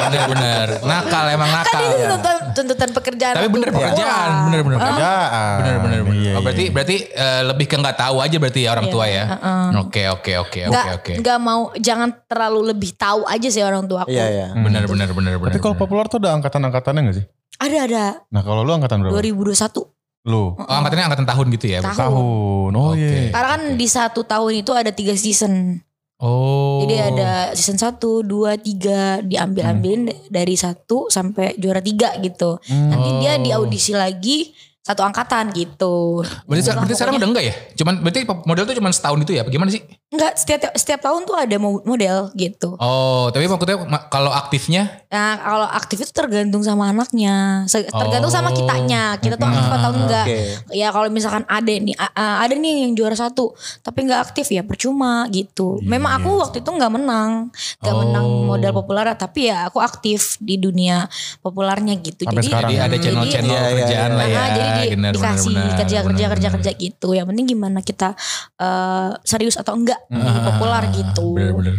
Speaker 2: benar, benar. Nakal emang
Speaker 4: iya. kan
Speaker 2: nakal.
Speaker 4: itu tuntutan, tuntutan pekerjaan.
Speaker 2: ya? Tapi bener
Speaker 4: orang tua.
Speaker 2: pekerjaan, bener bener.
Speaker 4: Oh.
Speaker 2: pekerjaan.
Speaker 1: Kerjaan.
Speaker 2: Bener bener bener.
Speaker 1: Iya,
Speaker 2: Oh, berarti
Speaker 1: iya.
Speaker 2: berarti eh, lebih ke nggak tahu aja berarti ya orang tua ya.
Speaker 4: Heeh.
Speaker 2: Oke oke oke
Speaker 4: Iya. Uh-uh. Nggak
Speaker 2: Ya, oke oke.
Speaker 4: nggak mau jangan terlalu lebih tahu aja sih orang tua aku.
Speaker 3: Iya, iya.
Speaker 2: Bener bener bener bener.
Speaker 1: Tapi kalau
Speaker 2: bener.
Speaker 1: populer tuh ada angkatan-angkatannya gak sih?
Speaker 4: Ada ada
Speaker 1: Nah kalau lu angkatan berapa?
Speaker 4: 2021
Speaker 1: Lu?
Speaker 2: oh, angkatannya angkatan tahun gitu ya.
Speaker 4: Tahun.
Speaker 1: Tahun. Oh
Speaker 2: Oke.
Speaker 1: iya.
Speaker 4: karena kan di satu tahun itu ada tiga season.
Speaker 2: Oh.
Speaker 4: Jadi ada season 1, 2, 3
Speaker 2: Hmm.
Speaker 4: diambil-ambilin dari satu sampai juara tiga gitu.
Speaker 1: Hmm.
Speaker 4: Nanti dia
Speaker 2: Oh.
Speaker 4: di audisi lagi satu angkatan gitu.
Speaker 2: Berarti,
Speaker 4: Nah,
Speaker 2: berarti sekarang udah
Speaker 4: pokoknya-
Speaker 2: enggak ya? Cuman berarti model tuh cuman setahun itu ya? Bagaimana sih?
Speaker 4: Enggak, setiap setiap tahun tuh ada mo- model gitu.
Speaker 2: Oh, tapi maksudnya ma- kalau aktifnya
Speaker 4: Nah, kalau aktif itu tergantung sama anaknya, Se- tergantung
Speaker 2: Oh.
Speaker 4: sama
Speaker 2: Hmm,
Speaker 4: kitanya. Kita tuh aktif atau enggak.
Speaker 3: Oke.
Speaker 4: Ya kalau misalkan ada nih, a- a- ada nih yang juara satu, tapi nggak aktif ya percuma gitu. Memang aku waktu itu nggak menang, nggak
Speaker 2: Iya. Oh.
Speaker 4: menang modal populer, tapi ya aku aktif di dunia populernya gitu.
Speaker 1: Sampai sekarang.
Speaker 2: jadi ada
Speaker 4: Jadi-
Speaker 2: channel-channel
Speaker 3: Iya, iya,
Speaker 2: kerjaan
Speaker 4: Nah,
Speaker 2: lah ya.
Speaker 4: jadi di-
Speaker 2: Bener,
Speaker 4: dikasih
Speaker 2: bener, bener,
Speaker 4: kerja kerja
Speaker 2: bener,
Speaker 4: kerja
Speaker 2: bener.
Speaker 4: kerja gitu. Yang penting gimana kita eh, serius atau enggak di
Speaker 2: Ah.
Speaker 4: populer gitu.
Speaker 2: Bener bener.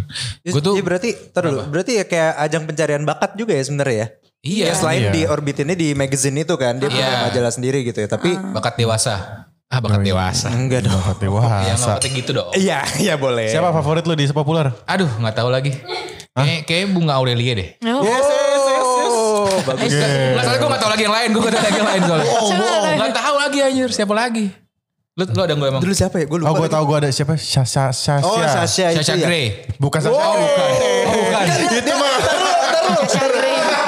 Speaker 2: Gue tuh
Speaker 3: Iya berarti, ntar dulu, berarti ya kayak ajang pencarian bakat juga ya sebenarnya ya.
Speaker 2: iya
Speaker 3: Ya selain
Speaker 1: Iya.
Speaker 3: di orbitinnya di magazine itu kan, dia punya
Speaker 2: Iya.
Speaker 3: majalah sendiri gitu ya. Tapi
Speaker 2: bakat dewasa. Ah bakat dewasa.
Speaker 3: enggak dong.
Speaker 1: Angkat
Speaker 2: Ya nggak
Speaker 1: dewasa.
Speaker 2: bakat gitu dong.
Speaker 3: Iya, iya boleh.
Speaker 1: Siapa favorit lu di populer?
Speaker 2: Aduh nggak tahu lagi. Kayak, kayak bunga Aurelia deh.
Speaker 4: Oh,
Speaker 3: Yes, yes, yes, yes. bagus.
Speaker 2: Lah soalnya gue gak tau lagi yang lain. Gue gak tau lagi yang lain soalnya.
Speaker 3: Oh,
Speaker 2: Gak tau lagi anjir. Siapa lagi? Lu, lu ada gue emang?
Speaker 3: Dulu siapa ya? Gue
Speaker 1: Oh
Speaker 3: lupa.
Speaker 1: gue
Speaker 3: lagi.
Speaker 1: tau gue ada siapa? Sasha, Sasha.
Speaker 3: Oh, Sasha Oh, itu
Speaker 2: Caca
Speaker 3: ya. Iya.
Speaker 2: Grey. Oh,
Speaker 1: Bukan Sasha.
Speaker 3: Wow.
Speaker 1: bukan.
Speaker 2: Bukan.
Speaker 1: Itu mah.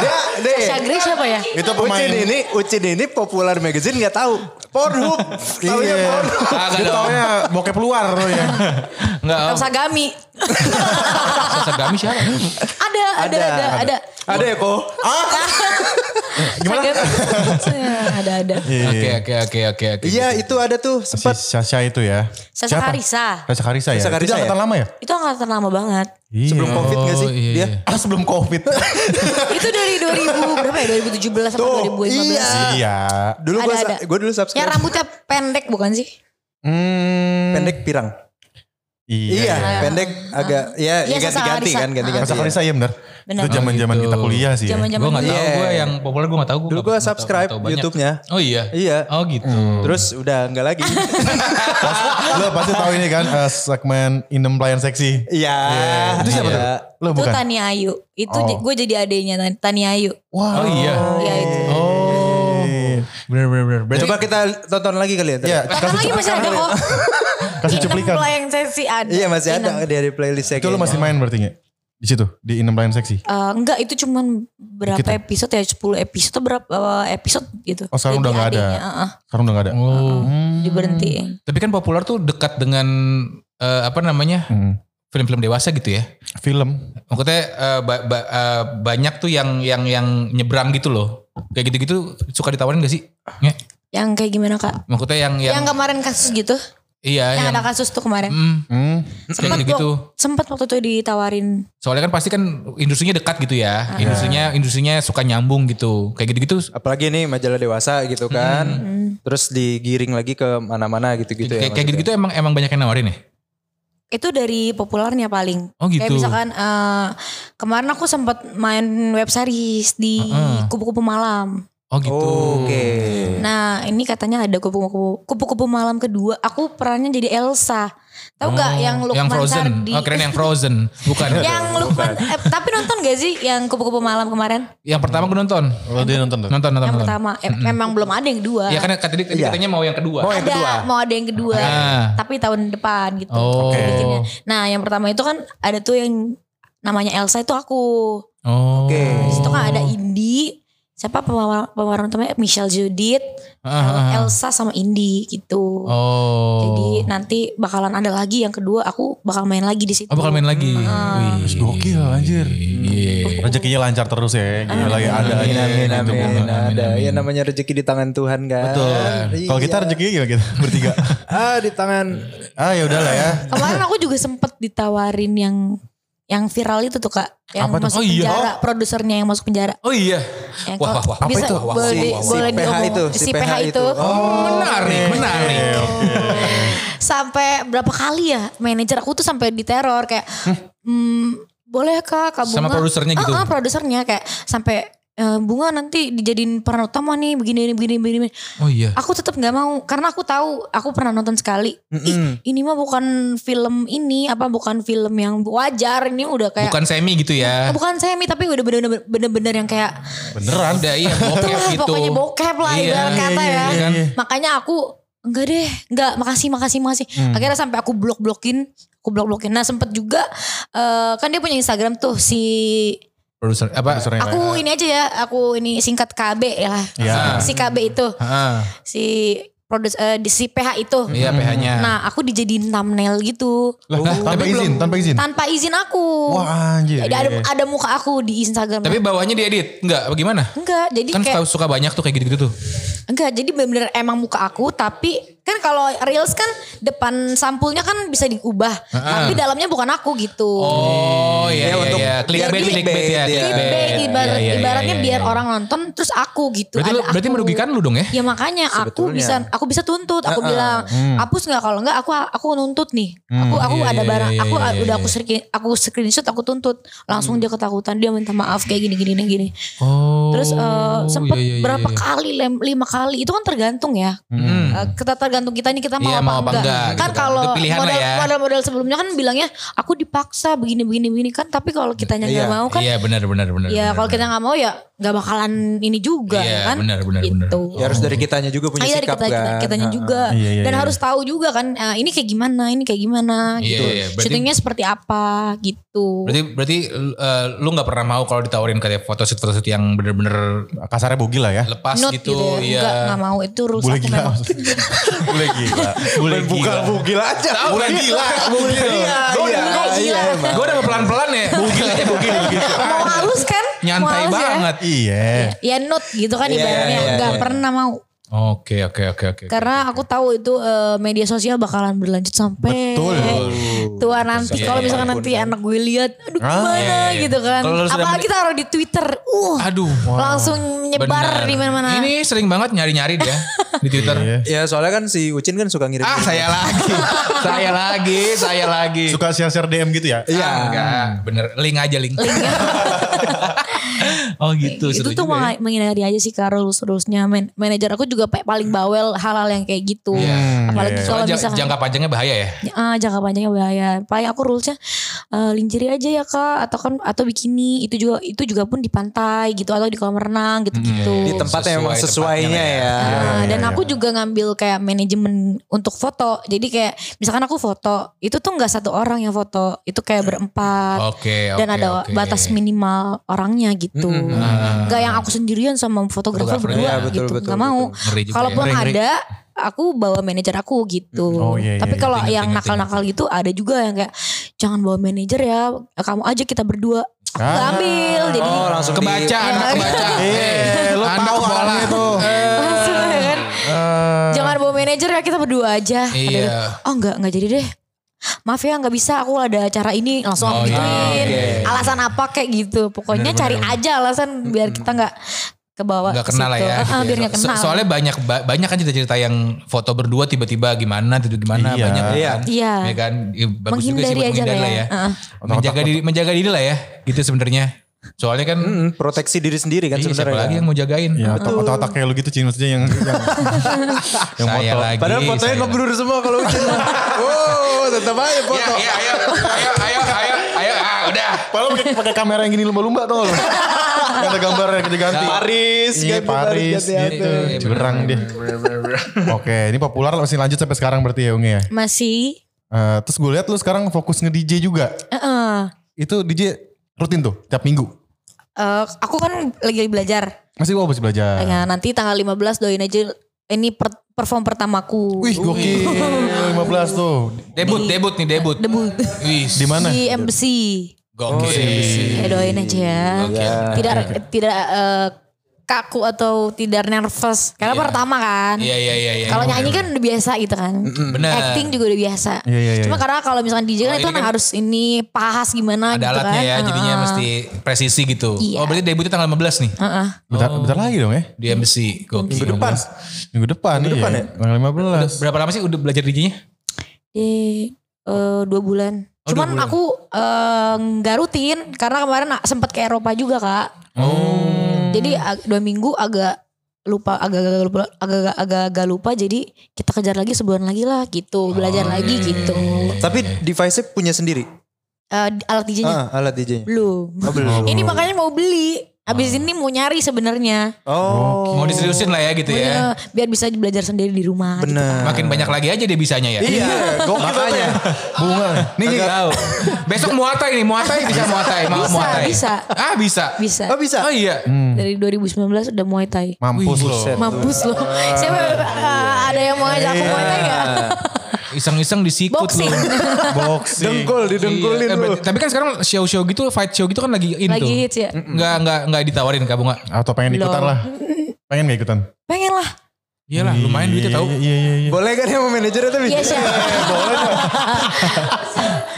Speaker 3: Dia, deh.
Speaker 4: Syagri siapa ya?
Speaker 1: Itu pemain.
Speaker 3: Ucin ini, Ucin ini populer magazine gak tahu.
Speaker 1: (laughs)
Speaker 3: Pornhub. Taunya
Speaker 1: Iya.
Speaker 3: Pornhub.
Speaker 2: Agak
Speaker 1: Dia
Speaker 2: dong.
Speaker 1: taunya bokep luar tuh
Speaker 3: (laughs)
Speaker 1: ya.
Speaker 2: Enggak.
Speaker 4: Kamu Sagami.
Speaker 2: Sasagami siapa?
Speaker 3: Iya.
Speaker 4: Ada, ada,
Speaker 3: Ada.
Speaker 4: ada, ada.
Speaker 3: Ada ya kok.
Speaker 1: Ah!
Speaker 4: Gimana? ada, ada.
Speaker 2: Oke oke oke oke oke.
Speaker 3: Iya itu ada tuh sempat.
Speaker 1: Iya. Si Sasha itu ya.
Speaker 4: Sasha
Speaker 1: Siapa?
Speaker 4: Karissa.
Speaker 1: Sasha Karissa ya.
Speaker 3: Sasha Karissa
Speaker 1: Itu angkatan
Speaker 3: ya?
Speaker 1: lama ya?
Speaker 4: Itu angkatan lama banget.
Speaker 3: Sebelum covid gak sih
Speaker 2: Oh, iya,
Speaker 3: dia?
Speaker 2: iya.
Speaker 1: (laughs) Ah sebelum
Speaker 3: (laughs)
Speaker 1: covid.
Speaker 4: Itu dari
Speaker 1: (laughs)
Speaker 4: 2000 berapa ya? 2017 atau
Speaker 3: Tuh,
Speaker 4: 2015.
Speaker 3: iya.
Speaker 1: Iya.
Speaker 3: Dulu gue
Speaker 4: Ada, ada.
Speaker 3: gue dulu
Speaker 4: Yang
Speaker 3: subscribe.
Speaker 4: rambutnya pendek bukan sih?
Speaker 1: Hmm.
Speaker 3: Pendek pirang. Iya,
Speaker 1: Iya.
Speaker 3: pendek agak ya, ya
Speaker 4: Iya,
Speaker 3: ganti-ganti
Speaker 4: Sasa
Speaker 3: kan ganti-ganti.
Speaker 1: Sasha Karissa iya bener.
Speaker 4: Benar.
Speaker 1: Itu zaman-zaman
Speaker 2: Gitu.
Speaker 1: kita kuliah sih. ya.
Speaker 4: Zaman-zaman
Speaker 2: Gue gak tau
Speaker 3: Iya.
Speaker 2: gue yang populer gue gak tau.
Speaker 3: Dulu gue subscribe YouTube-nya.
Speaker 2: Oh iya?
Speaker 3: Iya.
Speaker 2: Oh gitu.
Speaker 3: Terus udah enggak (laughs) lagi.
Speaker 1: Lo pasti tahu ini kan eh, segmen Inem Pelayan Seksi.
Speaker 3: Iya.
Speaker 1: Itu siapa tuh?
Speaker 3: Iya.
Speaker 1: Lo Oh,
Speaker 4: Itu
Speaker 1: bukan?
Speaker 4: Tani Ayu. Itu
Speaker 1: Oh.
Speaker 4: gue jadi adenya Tan- Tani Ayu.
Speaker 1: Wah.
Speaker 2: Oh iya.
Speaker 4: Iya itu.
Speaker 2: Oh. Bener bener bener. Berarti
Speaker 3: Coba kita tonton lagi kali ya. ntar.
Speaker 1: Iya,
Speaker 4: Karena lagi masih ada kok.
Speaker 1: (laughs) kasih
Speaker 4: Inem
Speaker 1: cuplikan.
Speaker 4: Pelayang sesi ada.
Speaker 3: Iya masih
Speaker 4: Inem.
Speaker 3: ada dari playlistnya.
Speaker 1: Eh, Itu lo masih main berarti nggak? Di situ, di Inem Pelayan Seksi.
Speaker 4: Eh, enggak itu cuman berapa
Speaker 1: Dikit ya?
Speaker 4: episode ya 10 episode atau berapa eh, episode gitu.
Speaker 1: Oh, sekarang
Speaker 4: Jadi
Speaker 1: udah nggak ada. Hmm.
Speaker 4: adanya, eh,
Speaker 1: Sekarang udah gak ada.
Speaker 2: Oh.
Speaker 4: eh, diberhentiin.
Speaker 2: Tapi kan populer tuh dekat dengan eh, apa namanya?
Speaker 1: Hmm.
Speaker 2: film-film dewasa gitu ya.
Speaker 1: Film.
Speaker 2: Maksudnya eh, ba- ba- eh, banyak tuh yang yang yang nyebrang gitu loh. Kayak gitu-gitu suka ditawarin gak sih? Nge?
Speaker 4: Yang kayak gimana Kak?
Speaker 2: Maksudnya yang yang,
Speaker 4: Yang, kemarin kasus gitu.
Speaker 2: iya
Speaker 4: yang,
Speaker 2: yang,
Speaker 4: ada kasus tuh kemarin.
Speaker 2: Mm,
Speaker 1: Hmm.
Speaker 2: kayak gitu-gitu.
Speaker 4: Sempat waktu itu ditawarin
Speaker 2: Soalnya kan pasti kan industrinya dekat gitu ya.
Speaker 4: Ah.
Speaker 2: Industrinya industrinya suka nyambung gitu. Kayak gitu-gitu.
Speaker 3: Apalagi ini majalah dewasa gitu kan. Terus digiring lagi ke mana-mana gitu-gitu ya.
Speaker 2: kayak kayak gitu-gitu emang emang banyak yang nawarin ya?
Speaker 4: itu dari populernya paling.
Speaker 2: Oh, gitu.
Speaker 4: Kayak misalkan eh, kemarin aku sempat main web series di
Speaker 2: Heeh. Iya.
Speaker 4: kupu-kupu malam.
Speaker 2: Oh gitu.
Speaker 3: Oh, Oke.
Speaker 4: Nah ini katanya ada kupu-kupu kupu-kupu malam kedua. Aku perannya jadi Elsa. Tahu nggak
Speaker 2: Oh,
Speaker 4: yang Lukman
Speaker 2: yang Frozen.
Speaker 4: Sardi?
Speaker 2: Oh, keren yang Frozen.
Speaker 4: (laughs)
Speaker 2: Bukan.
Speaker 4: yang Lukman. eh, tapi nonton gak sih yang kupu-kupu malam kemarin?
Speaker 2: yang pertama gue nonton.
Speaker 1: Lo dia nonton tuh?
Speaker 2: Nonton, nonton,
Speaker 4: yang
Speaker 2: nonton.
Speaker 4: pertama. Eh, Memang belum ada yang kedua.
Speaker 2: Ya kan tadi tadi katanya mau yang kedua.
Speaker 3: Oh, yang
Speaker 4: ada
Speaker 3: kedua.
Speaker 4: mau ada yang kedua
Speaker 2: Ah.
Speaker 4: tapi tahun depan gitu
Speaker 2: Oh.
Speaker 4: bikinnya. nah yang pertama itu kan ada tuh yang namanya Elsa itu aku
Speaker 2: Oh.
Speaker 3: Oke.
Speaker 4: Di situ kan ada Indi siapa pemeran pemeran utamanya Michelle Judith
Speaker 2: Ah,
Speaker 4: iya.
Speaker 2: ah, ah.
Speaker 4: Elsa sama Indi gitu
Speaker 2: Oh.
Speaker 4: jadi nanti bakalan ada lagi yang kedua aku bakal main lagi di situ
Speaker 2: Oh bakal main lagi. Wih.
Speaker 1: Gokil anjir.
Speaker 2: Iya.
Speaker 1: Rezekinya lancar terus ya. Gila lagi ada
Speaker 3: Nah, Amin,
Speaker 1: aja.
Speaker 3: amin,
Speaker 1: gitu.
Speaker 3: amin,
Speaker 2: amin,
Speaker 3: ada.
Speaker 2: amin.
Speaker 3: Ya namanya rezeki di tangan Tuhan kan.
Speaker 2: Betul.
Speaker 3: Iya.
Speaker 1: Kalau kita rezekinya gimana kita (laughs) bertiga?
Speaker 3: Ah di tangan.
Speaker 1: Ah ya udahlah ya.
Speaker 4: kemarin aku juga sempet ditawarin yang yang viral itu tuh kak yang
Speaker 1: Apa tuh?
Speaker 4: masuk
Speaker 2: Oh iya.
Speaker 4: penjara produsernya yang masuk penjara
Speaker 2: Oh iya.
Speaker 4: Yang
Speaker 2: Wah,
Speaker 4: kalau
Speaker 2: wah, wah. Apa
Speaker 4: bisa
Speaker 2: itu? Wah, wah,
Speaker 4: boleh,
Speaker 2: wah, Oh. wah, wah.
Speaker 4: boleh
Speaker 3: Si PH
Speaker 4: diomong-
Speaker 3: itu,
Speaker 4: si PH itu
Speaker 2: menarik,
Speaker 1: Eh,
Speaker 2: menarik.
Speaker 4: sampai berapa kali ya manajer aku tuh sampai diteror kayak "Hmm, boleh kak kak bunga
Speaker 2: Sama produsernya gitu?
Speaker 4: Ah, ah, produsernya kayak sampai "Eh, bunga nanti dijadiin peran utama nih begini ini begini begini begini."
Speaker 2: Oh iya.
Speaker 4: aku tetap nggak mau karena aku tahu aku pernah nonton sekali Ih, ini mah bukan film ini apa bukan film yang wajar ini udah kayak "Oh,
Speaker 2: Bukan semi gitu ya.
Speaker 4: bukan semi tapi udah bener-bener bener-bener yang kayak
Speaker 2: Beneran. Udah iya bokep
Speaker 4: Itulah,
Speaker 2: gitu.
Speaker 4: pokoknya bokep lah
Speaker 2: Iya,
Speaker 4: ibarat kata
Speaker 2: iya,
Speaker 4: ya.
Speaker 2: iya, iya.
Speaker 4: Makanya aku enggak deh, enggak makasih makasih makasih.
Speaker 2: Hmm.
Speaker 4: Akhirnya sampai aku blok-blokin, aku blok-blokin. Nah, sempet juga eh, kan dia punya Instagram tuh si
Speaker 2: Produser apa?
Speaker 4: aku ini aja ya, aku ini singkat KB ya lah.
Speaker 2: Iya.
Speaker 1: Ya.
Speaker 4: Si KB itu,
Speaker 2: Heeh.
Speaker 4: si produs eh, di si PH itu.
Speaker 2: Iya PH-nya.
Speaker 4: Nah, aku dijadiin thumbnail gitu
Speaker 1: Lah, tanpa izin, tanpa izin.
Speaker 4: tanpa izin aku.
Speaker 1: Wah anjir. Iya,
Speaker 4: Jadi ada ada muka aku di Instagram.
Speaker 2: iya, Tapi bawahnya diedit. Enggak, bagaimana?
Speaker 4: enggak, jadi
Speaker 2: Kan
Speaker 4: kayak
Speaker 2: suka, suka banyak tuh kayak gitu-gitu tuh.
Speaker 4: Enggak, jadi bener-bener emang muka aku, tapi kan kalau reels kan depan sampulnya kan bisa diubah, tapi dalamnya bukan aku gitu.
Speaker 2: Oh iya iya
Speaker 3: Ya, untuk
Speaker 2: iya.
Speaker 3: biar
Speaker 2: Clickbait
Speaker 3: clickbait,
Speaker 2: clickbait ya.
Speaker 3: ya.
Speaker 4: Clickbait,
Speaker 2: clickbait.
Speaker 4: ibarat-
Speaker 2: Iya, iya, iya,
Speaker 4: ibaratnya
Speaker 2: iya,
Speaker 4: biar
Speaker 2: iya.
Speaker 4: orang nonton terus aku gitu.
Speaker 2: Berarti lu-
Speaker 4: ada
Speaker 2: berarti
Speaker 4: aku.
Speaker 2: merugikan lu dong ya?
Speaker 4: Ya makanya aku
Speaker 3: Sebetulnya.
Speaker 4: bisa aku bisa tuntut, aku bilang hapus nggak kalau nggak aku aku nuntut nih. Aku aku
Speaker 2: hmm. iya,
Speaker 4: ada
Speaker 2: iya,
Speaker 4: barang,
Speaker 2: iya,
Speaker 4: aku
Speaker 2: iya, Hmm.
Speaker 4: udah aku screen- aku screenshot, aku tuntut. Langsung dia ketakutan, dia minta maaf kayak gini gini gini.
Speaker 2: Oh.
Speaker 4: Terus eh, sempet
Speaker 2: iya, iya, iya,
Speaker 4: berapa
Speaker 2: iya.
Speaker 4: kali lem- lima kali itu kan tergantung ya
Speaker 2: Hmm.
Speaker 4: Eh, ketata tergantung kita nih kita mau,
Speaker 2: Iya,
Speaker 4: apa,
Speaker 2: mau apa
Speaker 4: enggak.
Speaker 2: enggak, gitu kan.
Speaker 4: kan kalau
Speaker 2: Itu pilihan lah
Speaker 4: modal,
Speaker 2: ya.
Speaker 4: modal-modal sebelumnya kan bilangnya aku dipaksa begini begini begini kan tapi kalau kitanya nggak
Speaker 3: Iya,
Speaker 4: mau kan
Speaker 2: Iya benar benar benar.
Speaker 4: ya
Speaker 2: benar,
Speaker 4: kalau
Speaker 2: benar.
Speaker 4: kita nggak mau ya nggak bakalan ini juga
Speaker 2: Iya,
Speaker 4: ya kan
Speaker 2: benar, benar,
Speaker 4: gitu.
Speaker 2: benar.
Speaker 3: Ya harus dari kitanya juga punya
Speaker 4: Iya dari
Speaker 3: sikap
Speaker 4: kita, kita,
Speaker 3: kan.
Speaker 4: kitanya
Speaker 3: Ha-ha.
Speaker 4: juga
Speaker 1: Iya, iya,
Speaker 4: dan
Speaker 1: iya.
Speaker 4: harus tahu juga kan eh, ini kayak gimana ini kayak gimana
Speaker 2: Iya,
Speaker 4: gitu
Speaker 2: iya, berarti-
Speaker 4: syutingnya seperti apa gitu
Speaker 2: Berarti berarti eh, lu nggak pernah mau kalau ditawarin kayak foto shoot foto shoot yang bener-bener
Speaker 1: Kasarnya bogil lah ya.
Speaker 2: lepas
Speaker 4: Not
Speaker 2: gitu,
Speaker 4: ya. Enggak,
Speaker 2: iya.
Speaker 4: nggak mau itu rules
Speaker 1: Boleh
Speaker 4: aku
Speaker 1: gila
Speaker 4: memang.
Speaker 1: maksudnya. (laughs) Boleh gila.
Speaker 2: Boleh
Speaker 1: Bukan Bukan
Speaker 2: gila.
Speaker 1: (laughs) bugil aja. Boleh gila.
Speaker 3: Iya, iya,
Speaker 4: udah
Speaker 3: iya,
Speaker 4: gila.
Speaker 3: emang.
Speaker 2: Gue udah pelan-pelan
Speaker 4: (laughs)
Speaker 2: ya. Bugil ya bugil gitu.
Speaker 4: Mau halus kan? Mau
Speaker 2: Nyantai
Speaker 4: halus ya.
Speaker 2: banget.
Speaker 1: Iya.
Speaker 4: Ya not gitu kan
Speaker 3: Iya,
Speaker 4: ibaratnya
Speaker 3: iya,
Speaker 4: nggak
Speaker 3: iya.
Speaker 4: pernah mau
Speaker 2: Oke oke oke oke.
Speaker 4: karena aku tahu itu eh, media sosial bakalan berlanjut sampai
Speaker 1: Betul.
Speaker 4: tua nanti
Speaker 2: Iya,
Speaker 4: kalau
Speaker 2: iya.
Speaker 4: misalkan nanti anak gue lihat aduh
Speaker 1: Ah,
Speaker 4: gimana
Speaker 2: iya, iya.
Speaker 4: gitu kan
Speaker 2: Kalau lu sudah
Speaker 4: apalagi
Speaker 2: men-
Speaker 4: taruh di Twitter uh
Speaker 2: Aduh.
Speaker 4: langsung
Speaker 2: benar.
Speaker 4: nyebar di mana-mana
Speaker 2: Ini sering banget nyari-nyari dia di Twitter.
Speaker 1: Iya.
Speaker 3: Ya soalnya kan si Ucin kan suka ngirim.
Speaker 2: Ah saya lagi, saya lagi, saya lagi.
Speaker 1: Suka share-share DM gitu ya.
Speaker 2: Iya. enggak, bener. Link aja link. (laughs) oh gitu.
Speaker 4: itu
Speaker 2: seru
Speaker 4: tuh
Speaker 2: juga ya.
Speaker 4: meng- menghindari aja sih Kak rules-rulesnya Man- manajer aku juga pe- paling bawel hal-hal yang kayak gitu
Speaker 2: Iya.
Speaker 4: apalagi
Speaker 1: iya,
Speaker 4: kalau
Speaker 2: Soalnya
Speaker 4: misalkan
Speaker 2: jangka panjangnya bahaya ya.
Speaker 4: Ah, jangka panjangnya bahaya. Paling aku rulesnya eh lingerie aja ya kak, atau kan atau bikini itu juga itu juga pun di pantai gitu atau di kolam renang gitu gitu.
Speaker 2: Hmm, iya,
Speaker 3: Di tempat yang memang
Speaker 2: Sesuai tempatnya
Speaker 3: sesuainya ya.
Speaker 4: Ah,
Speaker 1: iya,
Speaker 4: dan
Speaker 1: iya.
Speaker 4: aku juga ngambil kayak manajemen untuk foto. Jadi kayak misalkan aku foto, itu tuh nggak satu orang yang foto, itu kayak berempat.
Speaker 2: Oh, Oke.
Speaker 4: dan
Speaker 2: oke,
Speaker 4: ada
Speaker 2: oke.
Speaker 4: batas minimal orangnya gitu.
Speaker 2: Ah.
Speaker 4: Gak yang aku sendirian sama fotografer
Speaker 2: Fotografer,
Speaker 4: berdua
Speaker 3: iya, betul,
Speaker 4: gitu.
Speaker 3: betul,
Speaker 4: gak mau.
Speaker 3: betul.
Speaker 2: Ngeri juga
Speaker 4: Kalaupun
Speaker 2: ya.
Speaker 4: ada, aku bawa manajer aku gitu.
Speaker 2: Hmm.
Speaker 1: Oh, iya, iya,
Speaker 4: Tapi
Speaker 1: iya.
Speaker 4: kalau
Speaker 2: Ngerti,
Speaker 4: yang
Speaker 2: ngerti,
Speaker 4: nakal-nakal gitu ada juga yang kayak jangan bawa manajer ya, kamu aja kita berdua. Aku gak
Speaker 1: Ah.
Speaker 4: ambil. Jadi gitu.
Speaker 3: Oh langsung di-
Speaker 2: kebaca,
Speaker 4: Iya.
Speaker 2: anak kebaca.
Speaker 1: Eh, lu
Speaker 2: anak
Speaker 1: tahu
Speaker 2: bola.
Speaker 1: orangnya tuh.
Speaker 4: (laughs) langsung ya kan.
Speaker 1: Eh.
Speaker 4: Jangan bawa manajer ya kita berdua aja. Kata
Speaker 2: Iya.
Speaker 4: dia, Oh enggak, enggak jadi deh. Maaf ya nggak bisa aku ada acara ini langsung
Speaker 2: Oh,
Speaker 4: aku
Speaker 2: iya.
Speaker 4: gituin.
Speaker 3: Oke.
Speaker 4: Alasan apa kayak gitu. Pokoknya
Speaker 2: Bener,
Speaker 4: cari
Speaker 2: bener,
Speaker 4: aja alasan biar kita nggak kebawa
Speaker 2: Gak
Speaker 4: ke
Speaker 2: kenal lah
Speaker 4: situ.
Speaker 2: ya.
Speaker 4: Ah,
Speaker 2: gitu
Speaker 4: ah,
Speaker 2: ya.
Speaker 4: biar nggak
Speaker 2: So-
Speaker 4: kenal.
Speaker 2: soalnya banyak ba- banyak kan cerita-cerita yang foto berdua tiba-tiba gimana, tiba gimana
Speaker 1: Iya.
Speaker 2: banyak
Speaker 3: Iya.
Speaker 2: kan.
Speaker 4: Iya.
Speaker 2: Ya kan, Ya, bagus juga sih
Speaker 4: Menghindari
Speaker 2: buat
Speaker 4: aja
Speaker 2: menghindar
Speaker 4: lah
Speaker 2: lah ya.
Speaker 4: ya. Heeh.
Speaker 2: Menjaga diri, menjaga diri lah ya. Gitu sebenarnya. Soalnya kan
Speaker 4: Hmm.
Speaker 3: Mm-mm, proteksi diri sendiri kan
Speaker 2: iya, siapa
Speaker 3: sebenarnya.
Speaker 2: lagi yang mau jagain?
Speaker 1: Ya,
Speaker 4: Iya.
Speaker 1: otak-otak kayak lu gitu Cin maksudnya yang
Speaker 4: (laughs)
Speaker 1: yang, yang
Speaker 2: saya
Speaker 1: foto.
Speaker 2: lagi.
Speaker 3: Padahal fotonya
Speaker 2: Iya, saya
Speaker 3: ngeblur semua
Speaker 2: (laughs)
Speaker 3: kalau Ucin. oh tetap aja
Speaker 2: lagi. Ya,
Speaker 3: foto.
Speaker 2: ya, ayo, ayo, ayo, ayo, ayo, ah, udah.
Speaker 1: Padahal pakai- pakai kamera yang gini lumba-lumba tuh lu. Nggak Ada gambar yang ganti.
Speaker 3: Paris,
Speaker 1: Iya,
Speaker 3: ganti
Speaker 1: Paris
Speaker 3: ganti
Speaker 1: gitu.
Speaker 3: atur.
Speaker 1: Curang dia.
Speaker 2: Iya,
Speaker 1: Oke, ini populer lah, masih lanjut sampai sekarang berarti ya Unge ya.
Speaker 4: Masih
Speaker 1: Eh, terus gue lihat lu sekarang fokus nge-DJ juga.
Speaker 4: Heeh.
Speaker 1: Itu DJ rutin tuh tiap minggu.
Speaker 4: Eh, aku kan lagi belajar.
Speaker 1: Masih gua masih belajar.
Speaker 2: Ah.
Speaker 4: Ya, nanti tanggal 15 doain aja ini per- perform pertamaku.
Speaker 1: Wih, gokil. 15 tuh.
Speaker 2: Debut, debut nih, debut.
Speaker 4: Debut.
Speaker 2: Wih,
Speaker 1: Di mana?
Speaker 4: Di MC.
Speaker 2: gokil.
Speaker 4: Ya doain aja ya. Tidak tidak eh, kaku atau tidak nervous. Karena pertama kan.
Speaker 2: Iya, iya, iya. iya.
Speaker 4: Kalau nyanyi kan udah biasa gitu kan.
Speaker 2: Bener.
Speaker 4: Acting juga udah biasa.
Speaker 1: Iya, iya, iya.
Speaker 4: Cuma karena kalau misalkan DJ kan
Speaker 2: Kalau
Speaker 4: itu
Speaker 2: ini kan
Speaker 4: harus ini pahas gimana
Speaker 2: ada
Speaker 4: gitu
Speaker 2: alatnya
Speaker 4: kan.
Speaker 2: ya jadinya
Speaker 4: Heeh.
Speaker 2: mesti presisi gitu.
Speaker 4: Iya.
Speaker 2: Oh berarti debutnya tanggal 15 nih
Speaker 4: Heeh.
Speaker 1: Bentar, bentar lagi dong ya.
Speaker 2: di MC. Gokil.
Speaker 3: Minggu depan.
Speaker 2: 15.
Speaker 1: Minggu depan
Speaker 3: Minggu
Speaker 1: iya.
Speaker 3: depan ya?
Speaker 1: Tanggal 15.
Speaker 2: Berapa lama sih udah belajar DJ-nya?
Speaker 4: Di eh, dua bulan.
Speaker 2: Oh, dua
Speaker 4: Cuman
Speaker 2: bulan.
Speaker 4: aku eh, nggak rutin karena kemarin sempat ke Eropa juga kak.
Speaker 2: Oh.
Speaker 4: Jadi ag- dua minggu agak lupa agak-agak lupa agak-agak agak-agak lupa jadi kita kejar lagi sebulan lagi lah gitu belajar lagi gitu
Speaker 2: iya,
Speaker 3: Tapi device-nya punya sendiri.
Speaker 4: Eh, di- alat DJ-nya
Speaker 3: Ah, alat DJ-nya.
Speaker 4: belum
Speaker 3: Oh, belum.
Speaker 4: ini makanya mau beli abis ini mau nyari sebenarnya
Speaker 3: Oh.
Speaker 2: Mau diseriusin lah ya gitu ya.
Speaker 4: Iya, biar bisa belajar sendiri di rumah gitu.
Speaker 3: Benar.
Speaker 2: Makin banyak lagi aja dia bisanya ya. (laughs)
Speaker 3: Iya, makanya.
Speaker 1: Bunga. Nih,
Speaker 2: Nggak tahu. Besok muatai nih, muatai bisa muatai, mau
Speaker 4: Bisa,
Speaker 2: muatai.
Speaker 4: bisa.
Speaker 2: Ah, bisa.
Speaker 4: bisa Hmm.
Speaker 3: Oh bisa.
Speaker 2: Oh iya.
Speaker 4: Gitu. dari 2019 udah Muay Thai
Speaker 1: mampus
Speaker 2: Wih,
Speaker 1: lo.
Speaker 2: buset.
Speaker 4: mampus loh (laughs) siapa eh, ada yang mau ngajak aku Muay Thai gak
Speaker 2: Iseng-iseng disikut
Speaker 4: boxing
Speaker 2: lu.
Speaker 4: (laughs)
Speaker 1: Boxing.
Speaker 3: Dengkul didengkulin
Speaker 2: Iya, eh,
Speaker 3: lu.
Speaker 2: berarti- Tapi kan sekarang show-show gitu, fight show gitu kan lagi in
Speaker 4: lagi
Speaker 2: tuh.
Speaker 4: hits ya
Speaker 2: Nggak, nggak, nggak ditawarin kamu nggak?
Speaker 1: Atau pengen ikutan
Speaker 4: Belum.
Speaker 1: lah. Pengen gak ikutan?
Speaker 4: pengen lah
Speaker 2: Iya lah, lumayan duitnya tahu.
Speaker 1: Iya, Iya, iya, iya.
Speaker 3: Boleh kan sama manajer itu?
Speaker 4: iya
Speaker 3: (laughs)
Speaker 4: siapa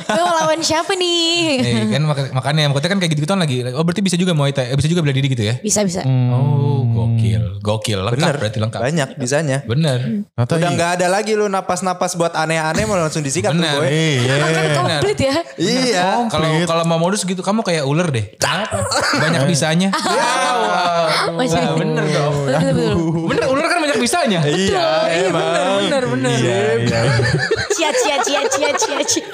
Speaker 4: gue (laughs) mau lawan siapa nih
Speaker 3: Iya.
Speaker 2: Eh, kan mak- makanya makanya kan kayak gitu-gituan lagi. Oh berarti bisa juga Muay Thai, eh, bisa juga bela diri gitu ya?
Speaker 4: bisa bisa
Speaker 3: Mm.
Speaker 1: Hmm.
Speaker 2: Oh, gokil. Gokil, lengkap
Speaker 3: Bener.
Speaker 2: berarti lengkap.
Speaker 3: Banyak bisanya.
Speaker 2: Bener.
Speaker 1: Ternyata
Speaker 3: Udah
Speaker 1: i-
Speaker 3: nggak ada lagi lu napas-napas buat aneh-aneh mau langsung disikat tuh
Speaker 2: Bener.
Speaker 3: boy.
Speaker 1: Eh, iya.
Speaker 4: Kan komplit ya
Speaker 3: Iya.
Speaker 2: Kalau
Speaker 1: Komplit.
Speaker 2: kalau mau modus gitu kamu kayak ular deh. (laughs) Iya. Banyak bisanya. Wow.
Speaker 4: Masih-
Speaker 2: bener dong.
Speaker 4: betul betul
Speaker 2: Bener ular kan banyak banyak bisanya.
Speaker 1: Iya,
Speaker 2: iya benar benar benar.
Speaker 1: iya.
Speaker 4: Cia cia cia cia cia cia.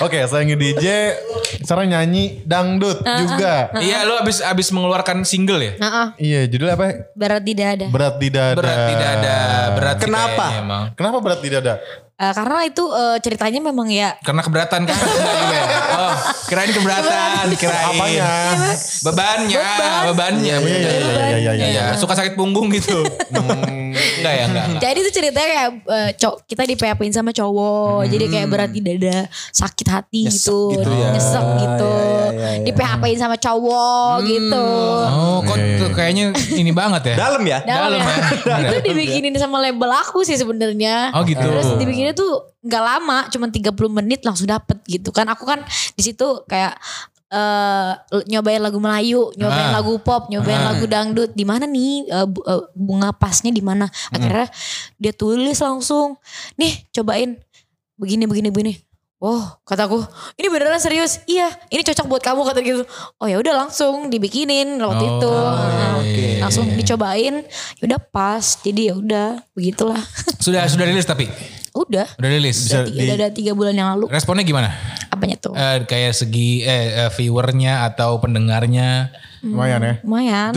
Speaker 1: Oke, saya nge DJ, sekarang nyanyi dangdut
Speaker 4: Ah,
Speaker 1: juga.
Speaker 2: Iya, lu abis abis mengeluarkan single ya?
Speaker 4: Nah, ah,
Speaker 1: Iya, judulnya apa?
Speaker 4: berat tidak ada.
Speaker 1: Berat di dada.
Speaker 2: Berat tidak ada, berat sih
Speaker 3: Kenapa?
Speaker 2: kayaknya emang.
Speaker 1: Kenapa berat di dada?
Speaker 4: Eh, karena itu eh, ceritanya memang ya
Speaker 3: Nah.
Speaker 2: Karena keberatan kan? oh, kirain keberatan, kirain.
Speaker 1: Iya. Apanya?
Speaker 2: Bebannya, bebannya.
Speaker 1: Iya, iya, iya, iya, iya, Hmm, iya.
Speaker 2: Iya, suka sakit punggung
Speaker 4: (laughs)
Speaker 2: gitu. Enggak ya, enggak. enggak.
Speaker 4: Jadi itu ceritanya kayak eh, cowok kita di php sama cowok. Jadi kayak berat di dada, sakit hati
Speaker 3: Hmm. Nyesek
Speaker 4: gitu,
Speaker 3: gitu ya.
Speaker 4: nyesek gitu.
Speaker 3: Ya, ya, ya, Hmm. ya.
Speaker 4: Di php sama cowok gitu.
Speaker 2: Oh, kok tuh kayaknya ini banget ya?
Speaker 3: Dalam ya?
Speaker 4: Dalam
Speaker 2: Dalam
Speaker 4: ya.
Speaker 2: ya.
Speaker 4: itu dibikinin sama label aku sih sebenarnya.
Speaker 2: Oh gitu.
Speaker 4: Terus dibikinnya tuh nggak lama, cuma 30 menit langsung dapet gitu kan. Aku kan di situ kayak eh nyobain lagu Melayu, nyobain
Speaker 2: Ah.
Speaker 4: lagu pop, nyobain
Speaker 2: Ah.
Speaker 4: lagu dangdut. Di mana nih eh, bu- eh, bunga pasnya di mana?
Speaker 2: Hmm.
Speaker 4: Akhirnya dia tulis langsung, "Nih, cobain begini begini begini." Oh, kataku, ini beneran serius. Iya, ini cocok buat kamu kata gitu. Oh ya udah langsung dibikinin waktu
Speaker 2: Oh,
Speaker 4: itu.
Speaker 2: iya,
Speaker 4: Oke.
Speaker 2: iya,
Speaker 4: Langsung
Speaker 2: iya.
Speaker 4: dicobain, ya udah pas. Jadi ya udah, begitulah. (laughs)
Speaker 2: Sudah sudah rilis tapi.
Speaker 4: udah.
Speaker 2: Udah rilis.
Speaker 4: Udah tiga, udah ada tiga bulan yang lalu
Speaker 2: Responnya gimana?
Speaker 4: apanya tuh
Speaker 2: Eh, kayak segi eh, eh, viewernya atau pendengarnya.
Speaker 1: Lumayan ya.
Speaker 4: lumayan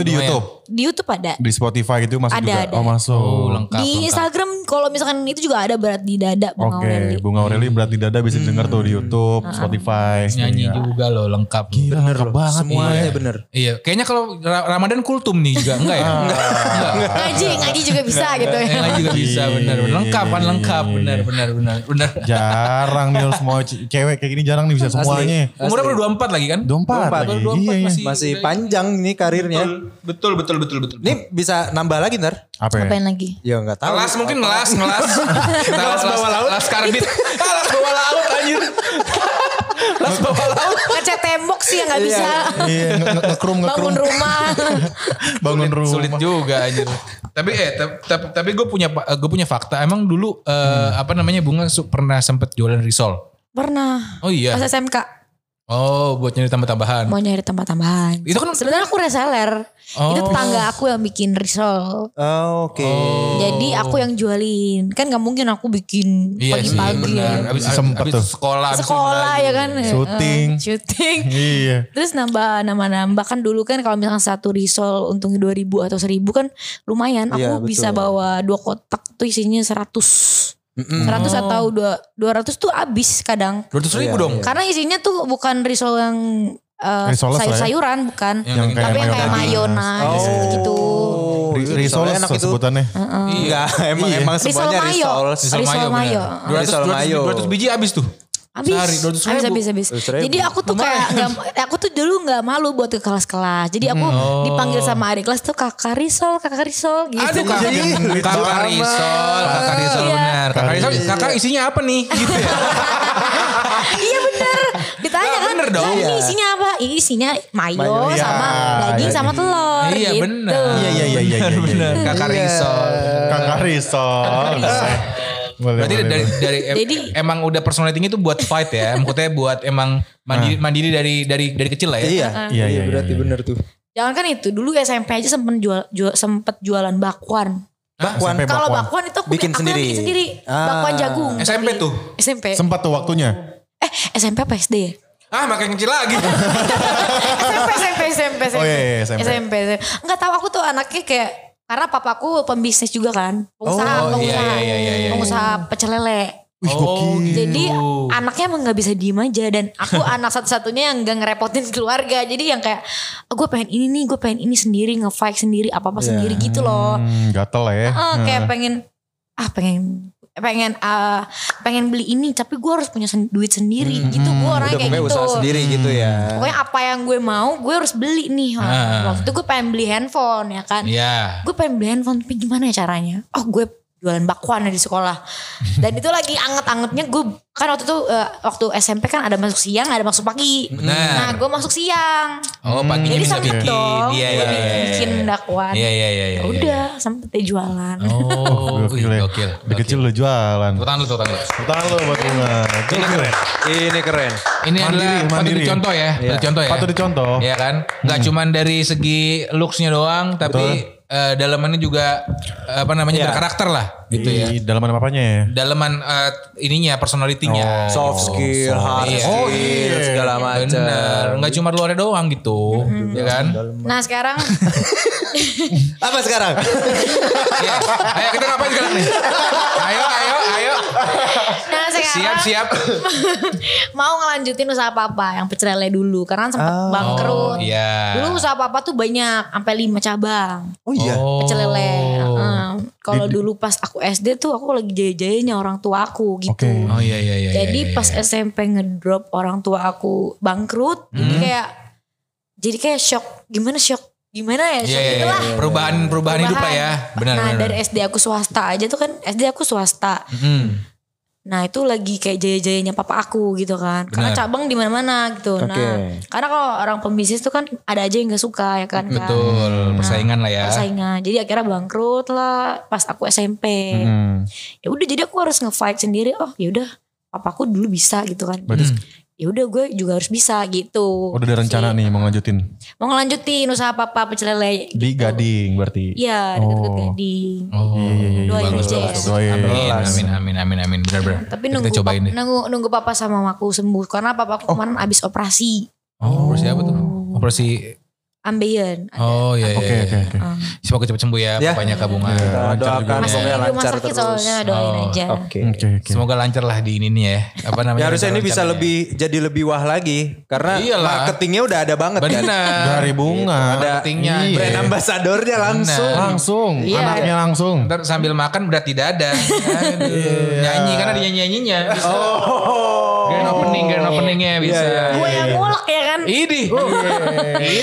Speaker 1: Itu di
Speaker 2: Lumayan.
Speaker 1: YouTube,
Speaker 4: di YouTube ada
Speaker 1: di Spotify gitu masuk juga.
Speaker 4: Ada, ada.
Speaker 1: Oh, masuk.
Speaker 4: Iya.
Speaker 2: Oh, lengkap.
Speaker 4: di
Speaker 2: lengkap.
Speaker 4: Instagram kalau misalkan itu juga ada berat di dada Bunga
Speaker 1: Oke,
Speaker 4: Aureli.
Speaker 1: Bunga Aureli berat di dada bisa denger tuh di YouTube, Spotify.
Speaker 2: Nyanyi
Speaker 4: Iya.
Speaker 2: juga loh lengkap.
Speaker 1: Bener banget.
Speaker 3: Semuanya bener.
Speaker 2: Iya, kayaknya kalau Ra- Ramadan kultum nih juga enggak
Speaker 4: Ah.
Speaker 2: ya? Enggak. Enggak.
Speaker 4: ngaji ngaji juga bisa gitu
Speaker 2: Eh,
Speaker 4: ya
Speaker 2: lain juga bisa benar benar lengkap kan lengkap benar benar benar
Speaker 4: Iya,
Speaker 2: benar.
Speaker 1: Jarang nih harus mau ce- cewek kayak gini jarang nih bisa semuanya.
Speaker 2: Umurnya baru 24 lagi kan?
Speaker 1: 24
Speaker 3: 24,
Speaker 1: lagi.
Speaker 2: baru 24
Speaker 1: Iya, iya.
Speaker 2: masih.
Speaker 3: Masih panjang nih karirnya.
Speaker 2: Betul betul betul betul. betul.
Speaker 3: Ini bisa nambah lagi ntar?
Speaker 1: Apa ya?
Speaker 4: apain lagi
Speaker 3: Ya nggak tahu.
Speaker 2: Ngelas mungkin ngelas ngelas. (laughs) Ngelas
Speaker 3: bawah laut.
Speaker 2: Las karbit. Ah, las bawah laut anjir. Las bawah laut.
Speaker 4: kaca Oh, tembok sih yang nggak bisa
Speaker 1: Iya, nge- nge- ngekrum ngekrum
Speaker 4: bangun rumah
Speaker 1: bangun rumah.
Speaker 2: (laughs) Sulit juga anjir. Tapi eh tap- tap- tapi gue punya gue punya fakta. Emang dulu eh, apa namanya bunga su- pernah sempet jualan risol.
Speaker 4: pernah
Speaker 2: Oh iya.
Speaker 4: pas SMK
Speaker 2: Oh buat nyari tambah-tambahan.
Speaker 4: mau nyari tempat tambahan
Speaker 2: Itu kan
Speaker 4: sebenarnya aku reseller itu
Speaker 2: Oh.
Speaker 4: tetangga aku yang bikin risol
Speaker 3: Oh, Oke.
Speaker 4: jadi aku yang jualin kan nggak mungkin aku bikin
Speaker 2: Iya sih
Speaker 4: pagi-pagi
Speaker 2: benar.
Speaker 4: ya.
Speaker 2: Abis,
Speaker 1: Sempet
Speaker 2: abis
Speaker 1: tuh.
Speaker 2: sekolah. abis
Speaker 4: sekolah ya kan
Speaker 1: Syuting.
Speaker 4: Eh, syuting
Speaker 1: Iya.
Speaker 4: Terus nambah nama nambah kan dulu kan kalau misalnya satu risol untung 2000 atau 1000 kan lumayan aku
Speaker 3: Iya, betul.
Speaker 4: bisa bawa dua kotak tuh isinya 100. 100 atau dua- 200 tuh habis kadang.
Speaker 2: 200 ribu
Speaker 3: Iya.
Speaker 2: dong.
Speaker 4: Karena isinya tuh bukan risol yang eh,
Speaker 1: Risoles lah ya.
Speaker 4: sayur-sayuran bukan.
Speaker 1: Yang kayak Oh,
Speaker 4: Tapi yang kayak
Speaker 1: mayonaise.
Speaker 3: Oh.
Speaker 4: mayonnaise gitu.
Speaker 1: Risol enak sebutannya.
Speaker 4: Eh.
Speaker 3: Enggak, Iya, (laughs) emang emang
Speaker 4: Hmm. Risol
Speaker 3: semuanya
Speaker 4: mayo.
Speaker 3: risol.
Speaker 4: ya. Risol mayo.
Speaker 3: bener.
Speaker 2: 200,
Speaker 3: Risol mayo.
Speaker 2: 200, 200 biji habis tuh.
Speaker 4: Habis.
Speaker 2: Sehari, 200 ribu.
Speaker 4: habis, habis, habis.
Speaker 3: 200 ribu.
Speaker 4: Jadi aku tuh kayak nggak- aku tuh dulu nggak malu buat ke kelas-kelas. Jadi aku dipanggil sama adik kelas tuh kakak risol, kakak risol gitu.
Speaker 2: Aduh kakak, kakak risol, kakak risol
Speaker 4: Iya.
Speaker 2: benar. Kakak risol, kakak isinya apa nih?
Speaker 4: (laughs)
Speaker 2: Gitu ya.
Speaker 4: Iya bener Ditanya
Speaker 2: Nah,
Speaker 4: kan
Speaker 2: bener dong.
Speaker 4: "Lah, Ini
Speaker 3: Iya.
Speaker 4: isinya apa Ini isinya mayo,
Speaker 3: Mayo, iya.
Speaker 4: sama daging
Speaker 1: Iya,
Speaker 4: sama telur
Speaker 2: iya
Speaker 4: gitu.
Speaker 2: benar.
Speaker 1: Iya, iya, iya, iya, iya, iya.
Speaker 2: Benar, kakak risol.
Speaker 1: Kakak risol. oh. Boleh,
Speaker 2: Berarti
Speaker 1: boleh,
Speaker 2: dari
Speaker 1: boleh.
Speaker 2: dari em-
Speaker 4: Jadi-
Speaker 2: emang udah personality itu buat fight ya. Maksudnya buat emang mandiri, mandiri dari dari dari kecil lah ya.
Speaker 3: Iya,
Speaker 1: Ah. Iya, iya,
Speaker 3: berarti
Speaker 1: iya.
Speaker 3: bener tuh.
Speaker 4: Jangan kan itu Dulu SMP aja sempet, jual, jual- sempet jualan bakwan
Speaker 1: Bakwan. Sampai
Speaker 4: Kalau
Speaker 1: bakwan.
Speaker 4: bakwan itu aku
Speaker 3: Bikin
Speaker 4: aku yang
Speaker 3: sendiri.
Speaker 4: bikin sendiri
Speaker 3: Ah.
Speaker 4: Bakwan jagung
Speaker 2: SMP tuh.
Speaker 4: SMP
Speaker 1: Sempat tuh waktunya.
Speaker 4: Eh SMP apa SD ya
Speaker 2: Ah makin kecil
Speaker 1: (laughs)
Speaker 2: lagi.
Speaker 4: SMP SMP SMP SMP
Speaker 1: Oh, iya, iya, SMP.
Speaker 4: SMP SMP Enggak tahu aku tuh anaknya kayak Karena papaku pembisnis juga kan Pengusaha
Speaker 2: Oh, iya,
Speaker 4: pengusaha,
Speaker 2: iya, iya, iya, iya.
Speaker 4: pengusaha pecel lele
Speaker 2: oh, gitu.
Speaker 4: Jadi anaknya emang gak bisa diem aja dan
Speaker 3: (laughs)
Speaker 4: aku anak satu-satunya yang gak ngerepotin keluarga. Jadi yang kayak "Oh, gue pengen ini nih, gue pengen ini sendiri, nge-fight sendiri,
Speaker 3: Iya.
Speaker 4: apa-apa sendiri gitu loh.
Speaker 1: Hmm, gatel lah ya.
Speaker 4: Ah, kayak
Speaker 3: Nah.
Speaker 4: pengen ah pengen pengen ah, pengen beli ini tapi gue harus punya sen- duit sendiri gitu gue orangnya
Speaker 3: Hmm, Udah
Speaker 4: kayak
Speaker 3: pokoknya
Speaker 4: gitu
Speaker 3: usaha sendiri gitu ya.
Speaker 4: pokoknya apa yang gue mau gue harus beli nih
Speaker 2: Ah.
Speaker 4: waktu itu gue pengen beli handphone ya kan
Speaker 2: Iya.
Speaker 4: gue pengen beli handphone tapi gimana ya caranya oh gue jualan bakwan di sekolah dan itu lagi anget-angetnya gue kan waktu itu eh, waktu SMP kan ada masuk siang ada masuk pagi nah
Speaker 2: Benar.
Speaker 4: gue masuk siang
Speaker 2: Oh
Speaker 1: Hmm.
Speaker 2: paginya
Speaker 4: jadi
Speaker 2: bisa
Speaker 4: sempet
Speaker 2: bikin.
Speaker 4: dong
Speaker 2: Iya
Speaker 4: buat
Speaker 2: iya iya.
Speaker 4: bikin bakwan
Speaker 2: Iya iya iya. iya,
Speaker 4: Ya
Speaker 2: iya.
Speaker 4: udah sempet deh jualan
Speaker 2: Oh,
Speaker 1: (laughs) Gokil ya.
Speaker 2: gokil.
Speaker 1: Dari kecil udah jualan.
Speaker 2: Tepuk tangan lu, tepuk tangan lu.
Speaker 1: Pertama lo buat bunga.
Speaker 2: Ini keren. Oh,
Speaker 3: Ini keren.
Speaker 1: Mandiri,
Speaker 2: Ini adalah patut
Speaker 1: mandiri.
Speaker 2: dicontoh ya, patut dicontoh ya.
Speaker 3: Oh.
Speaker 1: Patut dicontoh.
Speaker 3: Hmm.
Speaker 2: Iya kan? Enggak cuman dari segi looks-nya doang, tapi eh, dalemannya juga eh, apa namanya
Speaker 3: Iya.
Speaker 2: berkarakter lah gitu ya.
Speaker 1: Di dalaman apanya ya?
Speaker 2: Daleman eh, ininya personalitinya.
Speaker 3: Oh, soft
Speaker 2: gitu.
Speaker 3: skill, hard
Speaker 2: Iya.
Speaker 3: skill,
Speaker 2: Oh,
Speaker 1: iya.
Speaker 3: segala Mm-hmm.
Speaker 2: Bener,
Speaker 3: macam.
Speaker 2: nggak cuma luarnya doang gitu, ya kan?
Speaker 4: Nah
Speaker 2: (laughs)
Speaker 4: sekarang
Speaker 3: Apa sekarang?
Speaker 2: Iya. Ayo kita ngapain sekarang nih? Ayo, ayo, ayo.
Speaker 4: Nah sekarang
Speaker 2: Siap, siap.
Speaker 4: mau ngelanjutin usaha papa yang pecrele dulu karena kan sempet bangkrut.
Speaker 2: Oh, iya.
Speaker 4: Dulu usaha papa tuh banyak sampai lima cabang.
Speaker 3: (laughs) Oh iya.
Speaker 2: Oh.
Speaker 4: Pecelele. Heeh. Kalau dulu pas aku SD tuh aku lagi jaya-jayanya orang tua aku gitu.
Speaker 1: Oke.
Speaker 2: Oh iya iya iya. iya,
Speaker 4: Jadi
Speaker 2: iya.
Speaker 4: pas SMP ngedrop orang tua aku bangkrut, jadi
Speaker 2: Hmm.
Speaker 4: kayak jadi kayak shock. Gimana shock? Gimana ya?
Speaker 2: Iya,
Speaker 4: Shock
Speaker 2: iya,
Speaker 4: gitu
Speaker 2: iya.
Speaker 4: lah.
Speaker 2: perubahan perubahan hidup lah ya. Benar
Speaker 4: nah,
Speaker 2: benar.
Speaker 4: dari SD aku swasta aja tuh kan SD aku swasta.
Speaker 2: Mm.
Speaker 4: Nah, itu lagi kayak jaya-jayanya papa aku gitu kan. Karena
Speaker 2: Benar.
Speaker 4: cabang di mana-mana gitu. Nah,
Speaker 3: Oke.
Speaker 4: karena kalau orang pembisnis tuh kan ada aja yang gak suka ya kan. Kak?
Speaker 2: Betul, persaingan lah ya.
Speaker 4: Persaingan. Jadi akhirnya bangkrut lah pas aku SMP.
Speaker 1: Hmm.
Speaker 4: Ya udah jadi aku harus nge-fight sendiri. Oh, ya udah papaku dulu bisa gitu kan.
Speaker 2: Hmm.
Speaker 1: Berarti
Speaker 4: Ya udah gue juga harus bisa gitu.
Speaker 1: udah ada rencana nih mau ngelanjutin.
Speaker 4: Mau ngelanjutin usaha papa pecel lele.
Speaker 1: Di Gading berarti.
Speaker 4: Iya, deket-deket
Speaker 1: Oh.
Speaker 4: Gading.
Speaker 2: Oh,
Speaker 1: Iya, iya, iya, iya.
Speaker 2: bagus, bagus,
Speaker 4: Doain aja
Speaker 1: ya.
Speaker 2: bagus. Amin,
Speaker 1: Doain.
Speaker 2: amin, amin, amin, amin. Benar, benar.
Speaker 4: Tapi
Speaker 2: Kita
Speaker 4: nunggu,
Speaker 2: cobain
Speaker 4: pap-
Speaker 2: deh.
Speaker 4: nunggu nunggu papa sama mamaku sembuh karena papaku kemarin abis operasi
Speaker 2: Oh, operasi apa tuh? Operasi.
Speaker 4: ambeien.
Speaker 2: Oh iya, iya.
Speaker 1: Oke
Speaker 2: iya.
Speaker 1: oke oke.
Speaker 2: Semoga cepat sembuh ya,
Speaker 3: Ya.
Speaker 2: papanya kabungan.
Speaker 1: Iya.
Speaker 3: Kita
Speaker 1: lancar
Speaker 3: doakan
Speaker 1: juga.
Speaker 4: Masih
Speaker 3: semoga
Speaker 4: di rumah
Speaker 3: lancar
Speaker 4: sakit
Speaker 3: terus.
Speaker 4: soalnya doain
Speaker 2: Oh,
Speaker 4: aja.
Speaker 3: Oke.
Speaker 1: Oke oke.
Speaker 2: Semoga lancar lah di ini nih ya. Apa namanya?
Speaker 3: Ya harusnya ini bisa
Speaker 2: rencana-rencananya.
Speaker 3: lebih jadi lebih wah lagi karena
Speaker 2: Iyalah.
Speaker 3: marketingnya udah ada banget kan.
Speaker 2: Benar.
Speaker 1: Dari bunga.
Speaker 3: Ada
Speaker 2: Marketingnya.
Speaker 1: Iya.
Speaker 3: brand ambasadornya langsung.
Speaker 2: Benar.
Speaker 1: Langsung.
Speaker 2: Iya.
Speaker 1: Anaknya langsung.
Speaker 2: Ntar sambil makan berarti dada.
Speaker 1: Iya.
Speaker 2: Nyanyi karena ada nyanyi-nyanyinya.
Speaker 3: Oh.
Speaker 2: Grand opening, grand openingnya bisa.
Speaker 4: Gue yang ngulek ya kan.
Speaker 2: Ini.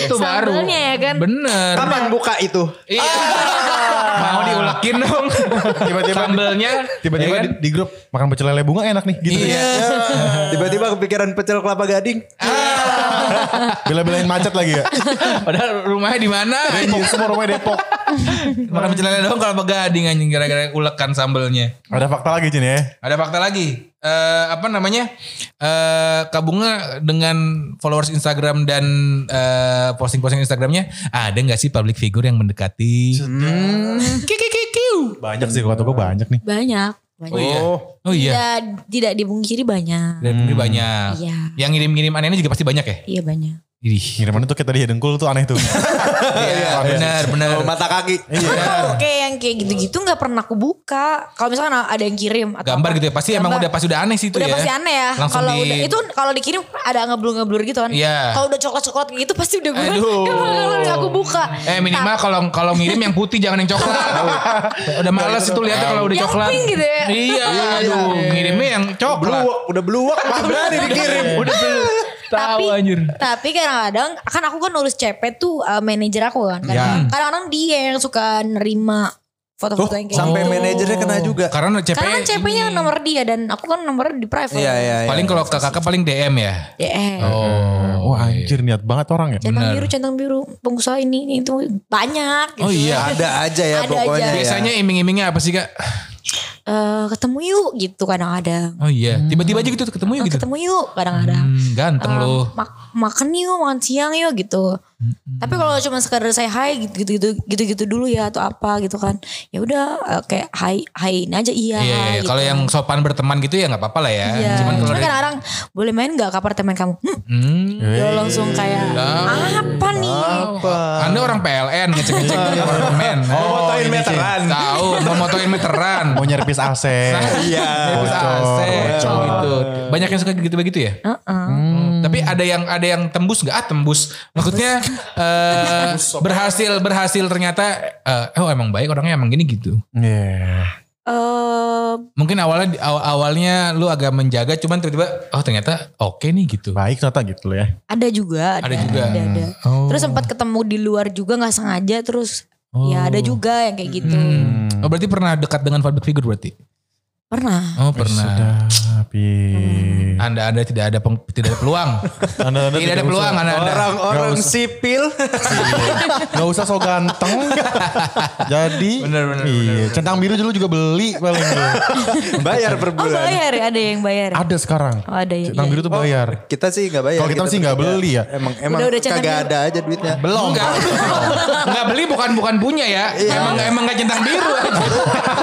Speaker 2: Itu baru.
Speaker 4: Sambalnya ya kan.
Speaker 2: Bener.
Speaker 3: Kapan buka itu?
Speaker 2: Iya. (laughs) Mau diulekin dong.
Speaker 1: Tiba-tiba-
Speaker 2: Sambelnya.
Speaker 1: Tiba-tiba
Speaker 2: ya kan?
Speaker 1: di, di grup makan pecel lele bunga enak nih gitu.
Speaker 2: Iya.
Speaker 1: ya.
Speaker 3: Tiba-tiba kepikiran pecel kelapa gading.
Speaker 1: Bela-belain macet lagi
Speaker 2: (laughs)
Speaker 1: ya.
Speaker 2: Iya. Padahal rumahnya di mana?
Speaker 1: Depok semua rumahnya Depok.
Speaker 2: Makan pecel lele doang kalau begading anjing gara-gara ulekan sambelnya.
Speaker 1: Ada fakta lagi Cin ya.
Speaker 2: Ada fakta lagi. Eh apa namanya? Eh Kabunga dengan followers Instagram dan eh, posting-posting Instagramnya ada nggak sih public figure yang mendekati? Hmm. Kikikikiu.
Speaker 1: Banyak sih kata gue banyak nih.
Speaker 4: Banyak. Banyak.
Speaker 2: Oh iya. Oh iya.
Speaker 4: Tidak, tidak dibungkiri banyak.
Speaker 2: Dan ini banyak.
Speaker 4: Iya.
Speaker 2: Yang ngirim-ngirim anehnya juga pasti banyak ya?
Speaker 4: Iya banyak.
Speaker 2: Ih.
Speaker 1: Kiriman itu kayak tadi ya dengkul tuh aneh tuh.
Speaker 2: (laughs) Iya, benar, benar.
Speaker 3: Oh, mata kaki. (laughs)
Speaker 2: Iya.
Speaker 4: Oke yang kayak gitu-gitu nggak pernah aku buka. Kalau misalkan ada yang kirim atau
Speaker 2: Gambar
Speaker 4: apa,
Speaker 2: gitu ya. Pasti emang
Speaker 4: gambar.
Speaker 2: udah pasti udah aneh sih itu
Speaker 4: udah
Speaker 2: ya.
Speaker 4: pasti aneh ya.
Speaker 2: Langsung
Speaker 4: Kalau
Speaker 2: di-
Speaker 4: udah itu kalau dikirim ada ngeblur-ngeblur gitu kan.
Speaker 2: Iya.
Speaker 4: Kalau udah coklat-coklat gitu pasti udah gue
Speaker 2: Aduh.
Speaker 4: (laughs) nggak bakal aku buka.
Speaker 2: Eh minimal kalau kalau ngirim yang putih jangan yang
Speaker 4: (laughs)
Speaker 2: coklat. udah males itu lihatnya kalau udah
Speaker 4: Yang
Speaker 2: coklat.
Speaker 4: pink gitu ya.
Speaker 2: Iya, aduh, ngirimnya yang coklat.
Speaker 3: Beluwak, udah beluwak mah berani dikirim.
Speaker 2: Udah bel. Tahu
Speaker 4: tapi
Speaker 2: anjir.
Speaker 4: tapi kadang-kadang kan aku kan nulis CP tuh uh, manajer aku
Speaker 2: Iya.
Speaker 4: kan kadang-kadang, kadang-kadang dia yang suka nerima
Speaker 3: Tuh,
Speaker 4: foto-foto yang kayak gitu.
Speaker 3: sampai
Speaker 2: Oh. Hmm.
Speaker 3: manajernya kena juga.
Speaker 2: Karena CP
Speaker 4: karena kan CP-nya nomor dia dan aku kan nomor di private
Speaker 3: Iya,
Speaker 4: Iya.
Speaker 3: iya, iya.
Speaker 2: paling kalau ke kakak paling DM ya.
Speaker 4: DM
Speaker 2: Oh,
Speaker 1: Wah anjir niat banget orang ya.
Speaker 4: centang
Speaker 2: benar.
Speaker 4: biru centang biru pengusaha ini, ini itu banyak gitu.
Speaker 2: Oh iya.
Speaker 3: Ada aja ya
Speaker 4: Ada
Speaker 3: pokoknya.
Speaker 4: aja.
Speaker 3: ya.
Speaker 2: Biasanya iming-imingnya apa sih kak?
Speaker 4: Eh, ketemu yuk gitu kadang-kadang
Speaker 2: Oh iya, tiba-tiba aja gitu ketemu yuk gitu.
Speaker 4: Oh, ketemu ya. yuk kadang-kadang
Speaker 2: Hmm, ganteng
Speaker 4: Eh,
Speaker 2: loh.
Speaker 4: mak- makan yuk makan siang yuk gitu
Speaker 2: Hmm.
Speaker 4: tapi kalau cuma sekadar saya hai gitu gitu gitu gitu gitu dulu ya atau apa gitu kan ya udah eh, kayak hai hai aja iya
Speaker 2: Iya, iya.
Speaker 4: gitu.
Speaker 2: kalau yang sopan berteman gitu ya nggak apa-apa lah ya.
Speaker 4: Iya.
Speaker 2: Cuman kalau
Speaker 4: Cuman
Speaker 2: ada-
Speaker 4: kadang-kadang boleh main nggak ke apartemen kamu? Hmm,
Speaker 2: Hmm.
Speaker 4: ya langsung kayak
Speaker 2: Iya.
Speaker 4: apa nih?
Speaker 2: Anda orang PLN ngecek-ngecek di apartemen.
Speaker 3: Iya, Mau motoin
Speaker 2: ini sih.
Speaker 3: meteran.
Speaker 2: Tahu, mau motoin
Speaker 3: (laughs)
Speaker 2: meteran.
Speaker 1: Mau nyerpis AC.
Speaker 2: (laughs)
Speaker 3: Iya.
Speaker 2: Terus AC, gitu. Banyak yang suka gitu begitu ya? Hmm. Tapi ada yang ada yang tembus nggak? Ah, tembus.
Speaker 3: (laughs)
Speaker 2: Maksudnya eh, berhasil berhasil ternyata eh, oh emang baik orangnya emang gini gitu.
Speaker 1: Iya.
Speaker 4: Eh,
Speaker 2: Mungkin awalnya di- aw- awalnya lu agak menjaga cuman tiba-tiba oh ternyata oke nih gitu.
Speaker 1: Baik ternyata gitu loh ya.
Speaker 4: ada juga.
Speaker 2: Ada juga.
Speaker 4: Ada, ada.
Speaker 2: Oh.
Speaker 4: Terus sempat ketemu di luar juga nggak sengaja terus ya ada juga yang kayak gitu.
Speaker 2: Hmm.
Speaker 3: Hmm.
Speaker 2: Oh berarti pernah dekat dengan public figure berarti?
Speaker 4: Pernah.
Speaker 2: Oh pernah.
Speaker 1: Tapi
Speaker 2: Anda Anda tidak ada peng- tidak ada
Speaker 3: (laughs)
Speaker 2: peluang.
Speaker 1: Anda-anda
Speaker 2: tidak ada peluang Anda. anda.
Speaker 3: Orang-orang sipil. (laughs)
Speaker 1: Gak usah so
Speaker 2: (laughs)
Speaker 1: ganteng. Jadi.
Speaker 2: Bener, bener,
Speaker 1: iya. Centang biru dulu juga beli paling dulu.
Speaker 3: Bayar per
Speaker 4: Oh
Speaker 3: bulan.
Speaker 4: bayar ya ada yang bayar. ya?
Speaker 1: Ada sekarang.
Speaker 4: Oh, ada ya,
Speaker 1: Centang
Speaker 4: iya.
Speaker 1: biru tuh bayar.
Speaker 3: Kita sih gak bayar.
Speaker 1: Kalau kita sih nggak
Speaker 3: bertiga.
Speaker 1: beli ya.
Speaker 3: Emang emang
Speaker 4: Udah, udah, centang
Speaker 3: kagak
Speaker 4: biru.
Speaker 3: ada aja duitnya.
Speaker 1: Belum.
Speaker 2: Enggak. Enggak beli bukan bukan punya ya.
Speaker 3: Iya.
Speaker 2: Emang emang enggak centang biru
Speaker 3: (laughs)
Speaker 2: anjir.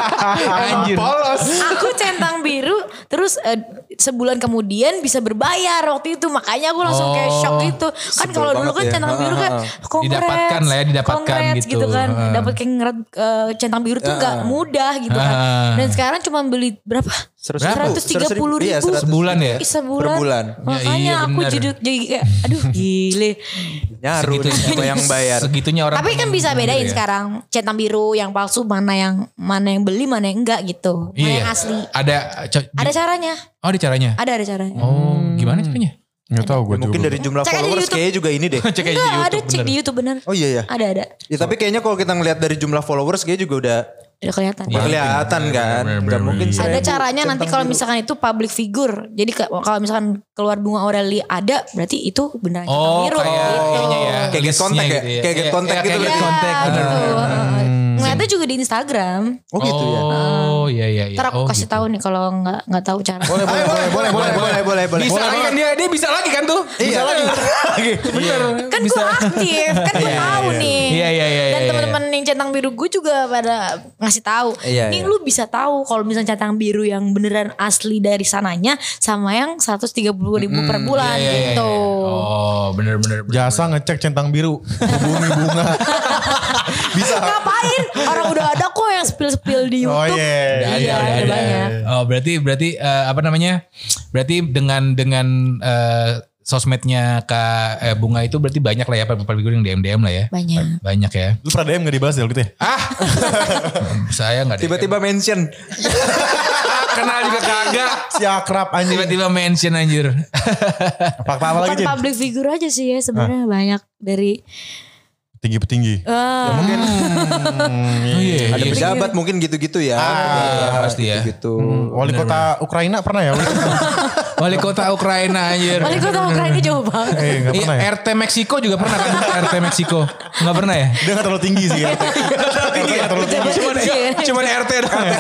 Speaker 2: Anjir.
Speaker 3: Polos.
Speaker 4: Aku centang biru terus eh, sebulan kemudian bisa berbayar waktu itu makanya aku langsung kayak
Speaker 2: Oh.
Speaker 4: shock gitu. Kan
Speaker 3: Sebel
Speaker 4: kalau dulu
Speaker 3: banget
Speaker 4: kan
Speaker 3: ya.
Speaker 4: centang biru kan
Speaker 3: Ha,
Speaker 4: congrats,
Speaker 2: Didapatkan lah ya, didapatkan
Speaker 4: congrats
Speaker 2: gitu.
Speaker 4: kan.
Speaker 2: Ha.
Speaker 4: Dapat kayak ngeret, eh, centang biru tuh nggak mudah gitu kan.
Speaker 2: Ha.
Speaker 4: Dan sekarang cuma beli berapa?
Speaker 2: Berapa?
Speaker 4: 130 ribu.
Speaker 3: Iya, 100.
Speaker 2: Sebulan ya?
Speaker 4: Ih, sebulan.
Speaker 3: Per bulan.
Speaker 4: Makanya
Speaker 2: Ya, iya,
Speaker 4: aku
Speaker 2: bener.
Speaker 4: jadi, jadi kayak aduh gile.
Speaker 3: Nyaru
Speaker 2: Segitu-
Speaker 3: nih, siapa yang bayar.
Speaker 2: Segitunya orang.
Speaker 4: Tapi kan bisa
Speaker 2: biru
Speaker 4: bedain
Speaker 2: ya.
Speaker 4: sekarang centang biru yang palsu mana yang mana yang beli mana yang enggak gitu. Mana
Speaker 2: Iya.
Speaker 4: yang asli.
Speaker 2: Ada co-
Speaker 4: Ada caranya.
Speaker 2: Oh, ada caranya.
Speaker 4: Ada ada caranya.
Speaker 2: Oh, gimana
Speaker 3: Hmm. (laughs)
Speaker 2: caranya?
Speaker 1: Nggak tahu gue juga.
Speaker 3: Mungkin dari jumlah
Speaker 4: Cek aja di
Speaker 3: followers
Speaker 4: YouTube.
Speaker 3: kayaknya juga ini deh.
Speaker 2: Cek aja di
Speaker 4: enggak, ada
Speaker 2: YouTube.
Speaker 4: cek
Speaker 2: bener.
Speaker 4: di YouTube bener.
Speaker 3: Oh iya ya.
Speaker 4: Ada ada.
Speaker 3: Ya, tapi kayaknya kalau kita ngelihat dari jumlah followers kayaknya juga udah
Speaker 4: Udah kelihatan.
Speaker 2: Iya.
Speaker 3: kelihatan kan. Gak mungkin
Speaker 4: Ada
Speaker 3: seribu
Speaker 4: caranya nanti
Speaker 3: centang
Speaker 4: kalau
Speaker 3: biru.
Speaker 4: misalkan itu public figure. Jadi ke- kalau misalkan keluar bunga Aureli ada berarti itu beneran centang
Speaker 2: Oh,
Speaker 4: biru
Speaker 2: kayak
Speaker 4: gitu.
Speaker 2: kayaknya ya.
Speaker 3: Kayak get
Speaker 2: listnya
Speaker 3: contact ya?
Speaker 2: gitu
Speaker 3: Kayak get
Speaker 2: Iya,
Speaker 3: contact
Speaker 2: iya,
Speaker 3: gitu
Speaker 2: kayak
Speaker 3: ya?
Speaker 2: get contact,
Speaker 4: Ya,
Speaker 2: bener.
Speaker 4: gitu. Ngeliatnya juga di Instagram.
Speaker 3: Oh gitu ya.
Speaker 2: Oh, iya iya iya.
Speaker 4: Ntar aku
Speaker 2: Oh,
Speaker 4: kasih
Speaker 2: gitu. Oh,
Speaker 4: tahu nih kalau nggak nggak tahu cara.
Speaker 1: Boleh, boleh, boleh, boleh, boleh, boleh,
Speaker 3: boleh, boleh.
Speaker 2: Bisa lagi kan dia dia bisa lagi kan tuh?
Speaker 3: Iya. (laughs)
Speaker 2: Bener.
Speaker 4: kan gue aktif kan gue tahu nih
Speaker 2: (laughs) Iya, iya, iya,
Speaker 4: dan
Speaker 2: iya,
Speaker 4: teman-teman yang centang biru gue juga pada ngasih tahu
Speaker 3: Iya,
Speaker 4: nih
Speaker 3: iya.
Speaker 4: lu bisa tahu kalau misalnya centang biru yang beneran asli dari sananya sama yang 130 ribu per bulan
Speaker 2: Iya, iya, iya.
Speaker 4: gitu
Speaker 2: Oh, bener bener. bener.
Speaker 1: Jasa ngecek centang biru. Hubungi
Speaker 4: (laughs)
Speaker 1: bunga. Bisa.
Speaker 4: ngapain orang udah ada kok yang spill spill di
Speaker 1: Oh
Speaker 4: YouTube
Speaker 1: iya.
Speaker 2: Ada,
Speaker 4: Iya,
Speaker 2: ada,
Speaker 4: ada
Speaker 2: ada.
Speaker 4: banyak.
Speaker 2: Oh, berarti berarti eh, apa namanya? Berarti dengan dengan eh, sosmednya Kak eh, Bunga itu berarti banyak lah ya public figure yang DM-DM lah ya.
Speaker 4: banyak
Speaker 2: Banyak ya.
Speaker 1: Lu pernah DM gak dibahas ya waktu itu ya?
Speaker 2: Saya nggak DM.
Speaker 3: Tiba-tiba mention.
Speaker 2: kenal juga kagak.
Speaker 1: Si akrab anjing.
Speaker 2: Tiba-tiba mention anjir.
Speaker 1: Fakta apa lagi
Speaker 4: bukan
Speaker 1: Cin?
Speaker 4: public figure aja sih ya sebenarnya banyak dari
Speaker 1: Tinggi-petinggi.
Speaker 4: eh,
Speaker 2: Oh, iya, iya. Ah,
Speaker 3: Ada pejabat mungkin gitu-gitu ya.
Speaker 2: pasti ya.
Speaker 3: Gitu.
Speaker 1: Wali kota Ukraina pernah
Speaker 2: (laughs)
Speaker 1: ya?
Speaker 2: Wali kota Ukraina anjir.
Speaker 4: wali kota Ukraina jauh banget
Speaker 1: eh gak
Speaker 2: Iya,
Speaker 1: pernah ya?
Speaker 2: RT Meksiko juga pernah kan? RT Meksiko. Enggak pernah ya?
Speaker 1: Dia gak terlalu tinggi sih. RT. Gak terlalu tinggi.
Speaker 4: Pejabat kecil.
Speaker 2: Cuman RT doang. ya?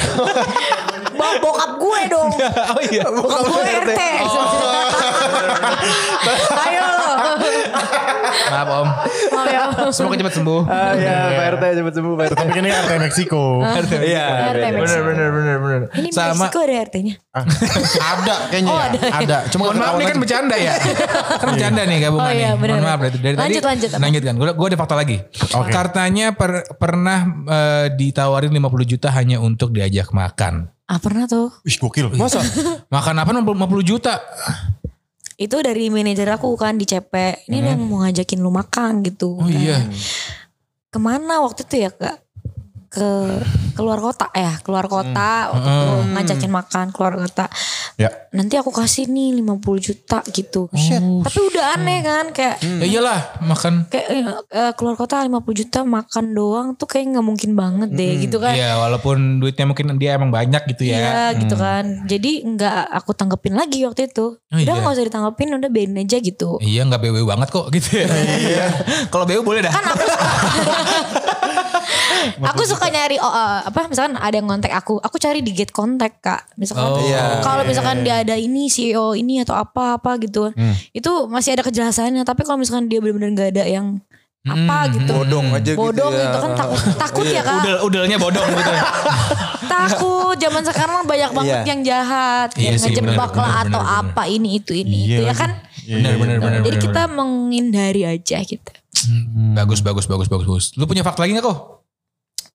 Speaker 4: Bawa bokap gue dong
Speaker 2: (laughs) Oh iya.
Speaker 4: bokap gue RT (laughs) ayo
Speaker 2: Oh. Maaf Om.
Speaker 4: mau ya
Speaker 2: Semoga cepat sembuh.
Speaker 3: Ah ya, Pak RT cepet sembuh Pak RT.
Speaker 1: Tapi kan ini RT Meksiko.
Speaker 3: Iya.
Speaker 4: RT
Speaker 2: Bener bener bener bener.
Speaker 4: Ini
Speaker 2: Sama
Speaker 4: Meksiko ada RT-nya.
Speaker 1: Ah, ada kayaknya
Speaker 4: Oh,
Speaker 1: ya.
Speaker 4: ada ya.
Speaker 1: Ada. Cuma
Speaker 2: Mohon maaf
Speaker 1: ketahuan
Speaker 2: ini kan
Speaker 1: aja.
Speaker 2: bercanda ya. (laughs) kan bercanda nih gabungan
Speaker 4: Oh iya,
Speaker 2: nih.
Speaker 4: benar.
Speaker 2: Mohon maaf dari, dari
Speaker 4: Lanjut,
Speaker 2: tadi.
Speaker 4: lanjut, apa?
Speaker 2: Lanjutkan. Gue gue ada fakta lagi. Kartanya per- pernah eh, ditawarin 50 juta hanya untuk diajak makan.
Speaker 4: Ah pernah tuh.
Speaker 1: Wih gokil. Masa?
Speaker 2: Makan apa 50 juta?
Speaker 4: Itu dari manajer aku kan di CP. Ini ada yang mau ngajakin lu makan gitu.
Speaker 2: Oh iya.
Speaker 4: Kemana waktu itu ya kak? Ke keluar kota ya keluar kota waktu itu ngajakin makan keluar kota
Speaker 1: Ya.
Speaker 4: nanti aku kasih nih 50 juta gitu tapi udah aneh kan kayak
Speaker 2: Ya iyalah makan.
Speaker 4: kayak eh, keluar kota 50 juta makan doang tuh kayak nggak mungkin banget deh gitu kan
Speaker 2: Iya walaupun duitnya mungkin dia emang banyak gitu ya.
Speaker 4: Iya gitu kan. Jadi nggak aku tanggepin lagi waktu itu.
Speaker 2: Oh,
Speaker 4: udah
Speaker 2: iya.
Speaker 4: nggak usah ditanggepin, udah biarin aja gitu.
Speaker 2: Iya nggak BW banget kok gitu ya. Iya. (laughs) Kalau BW boleh
Speaker 4: Kan,
Speaker 2: dah. Iya,
Speaker 4: aku suka nyari oh, eh, apa misalkan ada yang kontak aku, aku cari di get kontak kak. Misalkan
Speaker 2: Oh,
Speaker 3: iya.
Speaker 4: kalau misalkan dia ada ini CEO ini atau apa apa gitu,
Speaker 2: Hmm.
Speaker 4: itu masih ada kejelasannya. Tapi kalau misalkan dia benar-benar nggak ada yang apa
Speaker 2: Hmm.
Speaker 4: gitu.
Speaker 3: Bodong aja gitu
Speaker 4: Bodong gitu,
Speaker 3: ya. Iya.
Speaker 4: kan takut takut ya kak
Speaker 2: Udel udelnya bodong gitu.
Speaker 4: takut zaman sekarang banyak banget
Speaker 3: Iya.
Speaker 4: yang jahat
Speaker 2: Iya
Speaker 4: yang
Speaker 2: sih, benar,
Speaker 4: ngejebak
Speaker 2: benar,
Speaker 4: lah atau
Speaker 2: benar, benar.
Speaker 4: apa ini itu ini itu ya
Speaker 1: lagi.
Speaker 4: kan
Speaker 1: Iya, iya,
Speaker 2: Bener bener
Speaker 1: iya.
Speaker 2: bener.
Speaker 4: jadi
Speaker 2: bener,
Speaker 4: kita menghindari aja gitu
Speaker 2: Hmm. Bagus, bagus, bagus, bagus, bagus. Lu punya fakta lagi gak kok?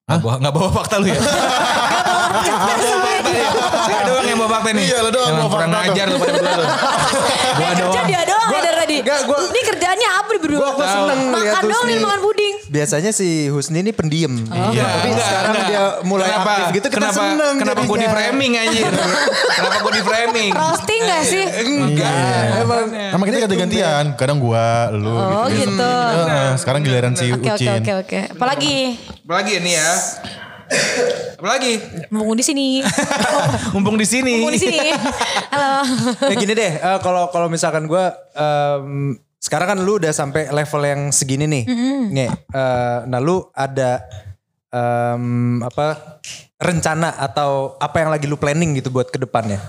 Speaker 2: Gak bawa, gak bawa fakta (laughs) lu ya?
Speaker 3: Ah,
Speaker 2: Saya doang yang bawa fakta nih.
Speaker 1: Iya, lu doang
Speaker 2: Emang
Speaker 1: bawa
Speaker 2: kurang
Speaker 1: fakta tuh.
Speaker 2: ajar lu pada berdua lu. Gua
Speaker 4: kerja
Speaker 2: doang.
Speaker 4: dia doang gua, tadi.
Speaker 3: enggak, gua-
Speaker 4: ini kerjaannya apa di berdua?
Speaker 3: Gua- gua seneng ngeliat
Speaker 4: makan doang
Speaker 3: Husni.
Speaker 4: nih makan puding.
Speaker 3: Biasanya si Husni ini pendiam. Iya. Tapi
Speaker 2: Enggak,
Speaker 3: sekarang
Speaker 2: enggak.
Speaker 3: dia mulai
Speaker 2: Oh, kenapa,
Speaker 3: aktif gitu kita
Speaker 2: kenapa,
Speaker 3: seneng.
Speaker 2: Kenapa gue di
Speaker 3: jadinya.
Speaker 2: framing ya? anjir? kenapa gue di framing?
Speaker 4: Roasting gak sih?
Speaker 3: Eh, Enggak.
Speaker 2: Iya.
Speaker 3: Emang
Speaker 1: Emang kita
Speaker 2: ya?
Speaker 1: ganti-gantian. Kadang gua, lu
Speaker 4: Oh gitu.
Speaker 1: Heeh, sekarang giliran si
Speaker 4: Oke oke
Speaker 1: Ucin.
Speaker 4: oke oke. Apalagi
Speaker 2: Apalagi ini ya. Apalagi?
Speaker 4: Mumpung di sini.
Speaker 2: Mumpung di sini.
Speaker 4: Mumpung di sini. Halo.
Speaker 3: ya gini deh, eh, kalau kalau misalkan gue sekarang kan lu udah sampai level yang segini nih,
Speaker 2: Mm-hmm.
Speaker 3: nih. eh, nah lu ada em, apa rencana atau apa yang lagi lu planning gitu buat kedepannya?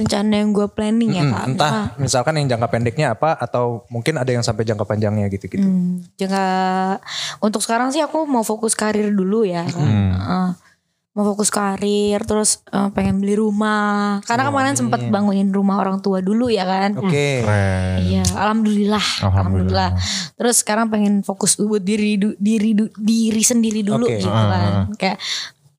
Speaker 4: Rencana yang gue planning ya
Speaker 3: Hmm,
Speaker 4: kak.
Speaker 3: entah misalkan yang jangka pendeknya apa atau mungkin ada yang sampai jangka panjangnya gitu-gitu.
Speaker 4: Hmm, jangka untuk sekarang sih aku mau fokus karir dulu ya. Kak. Heeh. mau fokus karir, terus eh, pengen beli rumah. Karena kemarin sempat bangunin rumah orang tua dulu ya kan.
Speaker 3: Oke.
Speaker 1: Keren.
Speaker 4: Iya, alhamdulillah,
Speaker 1: Alhamdulillah.
Speaker 4: alhamdulillah. Terus sekarang pengen fokus buat diri du- diri du- diri sendiri dulu
Speaker 3: Oke.
Speaker 4: gitu kan. Kayak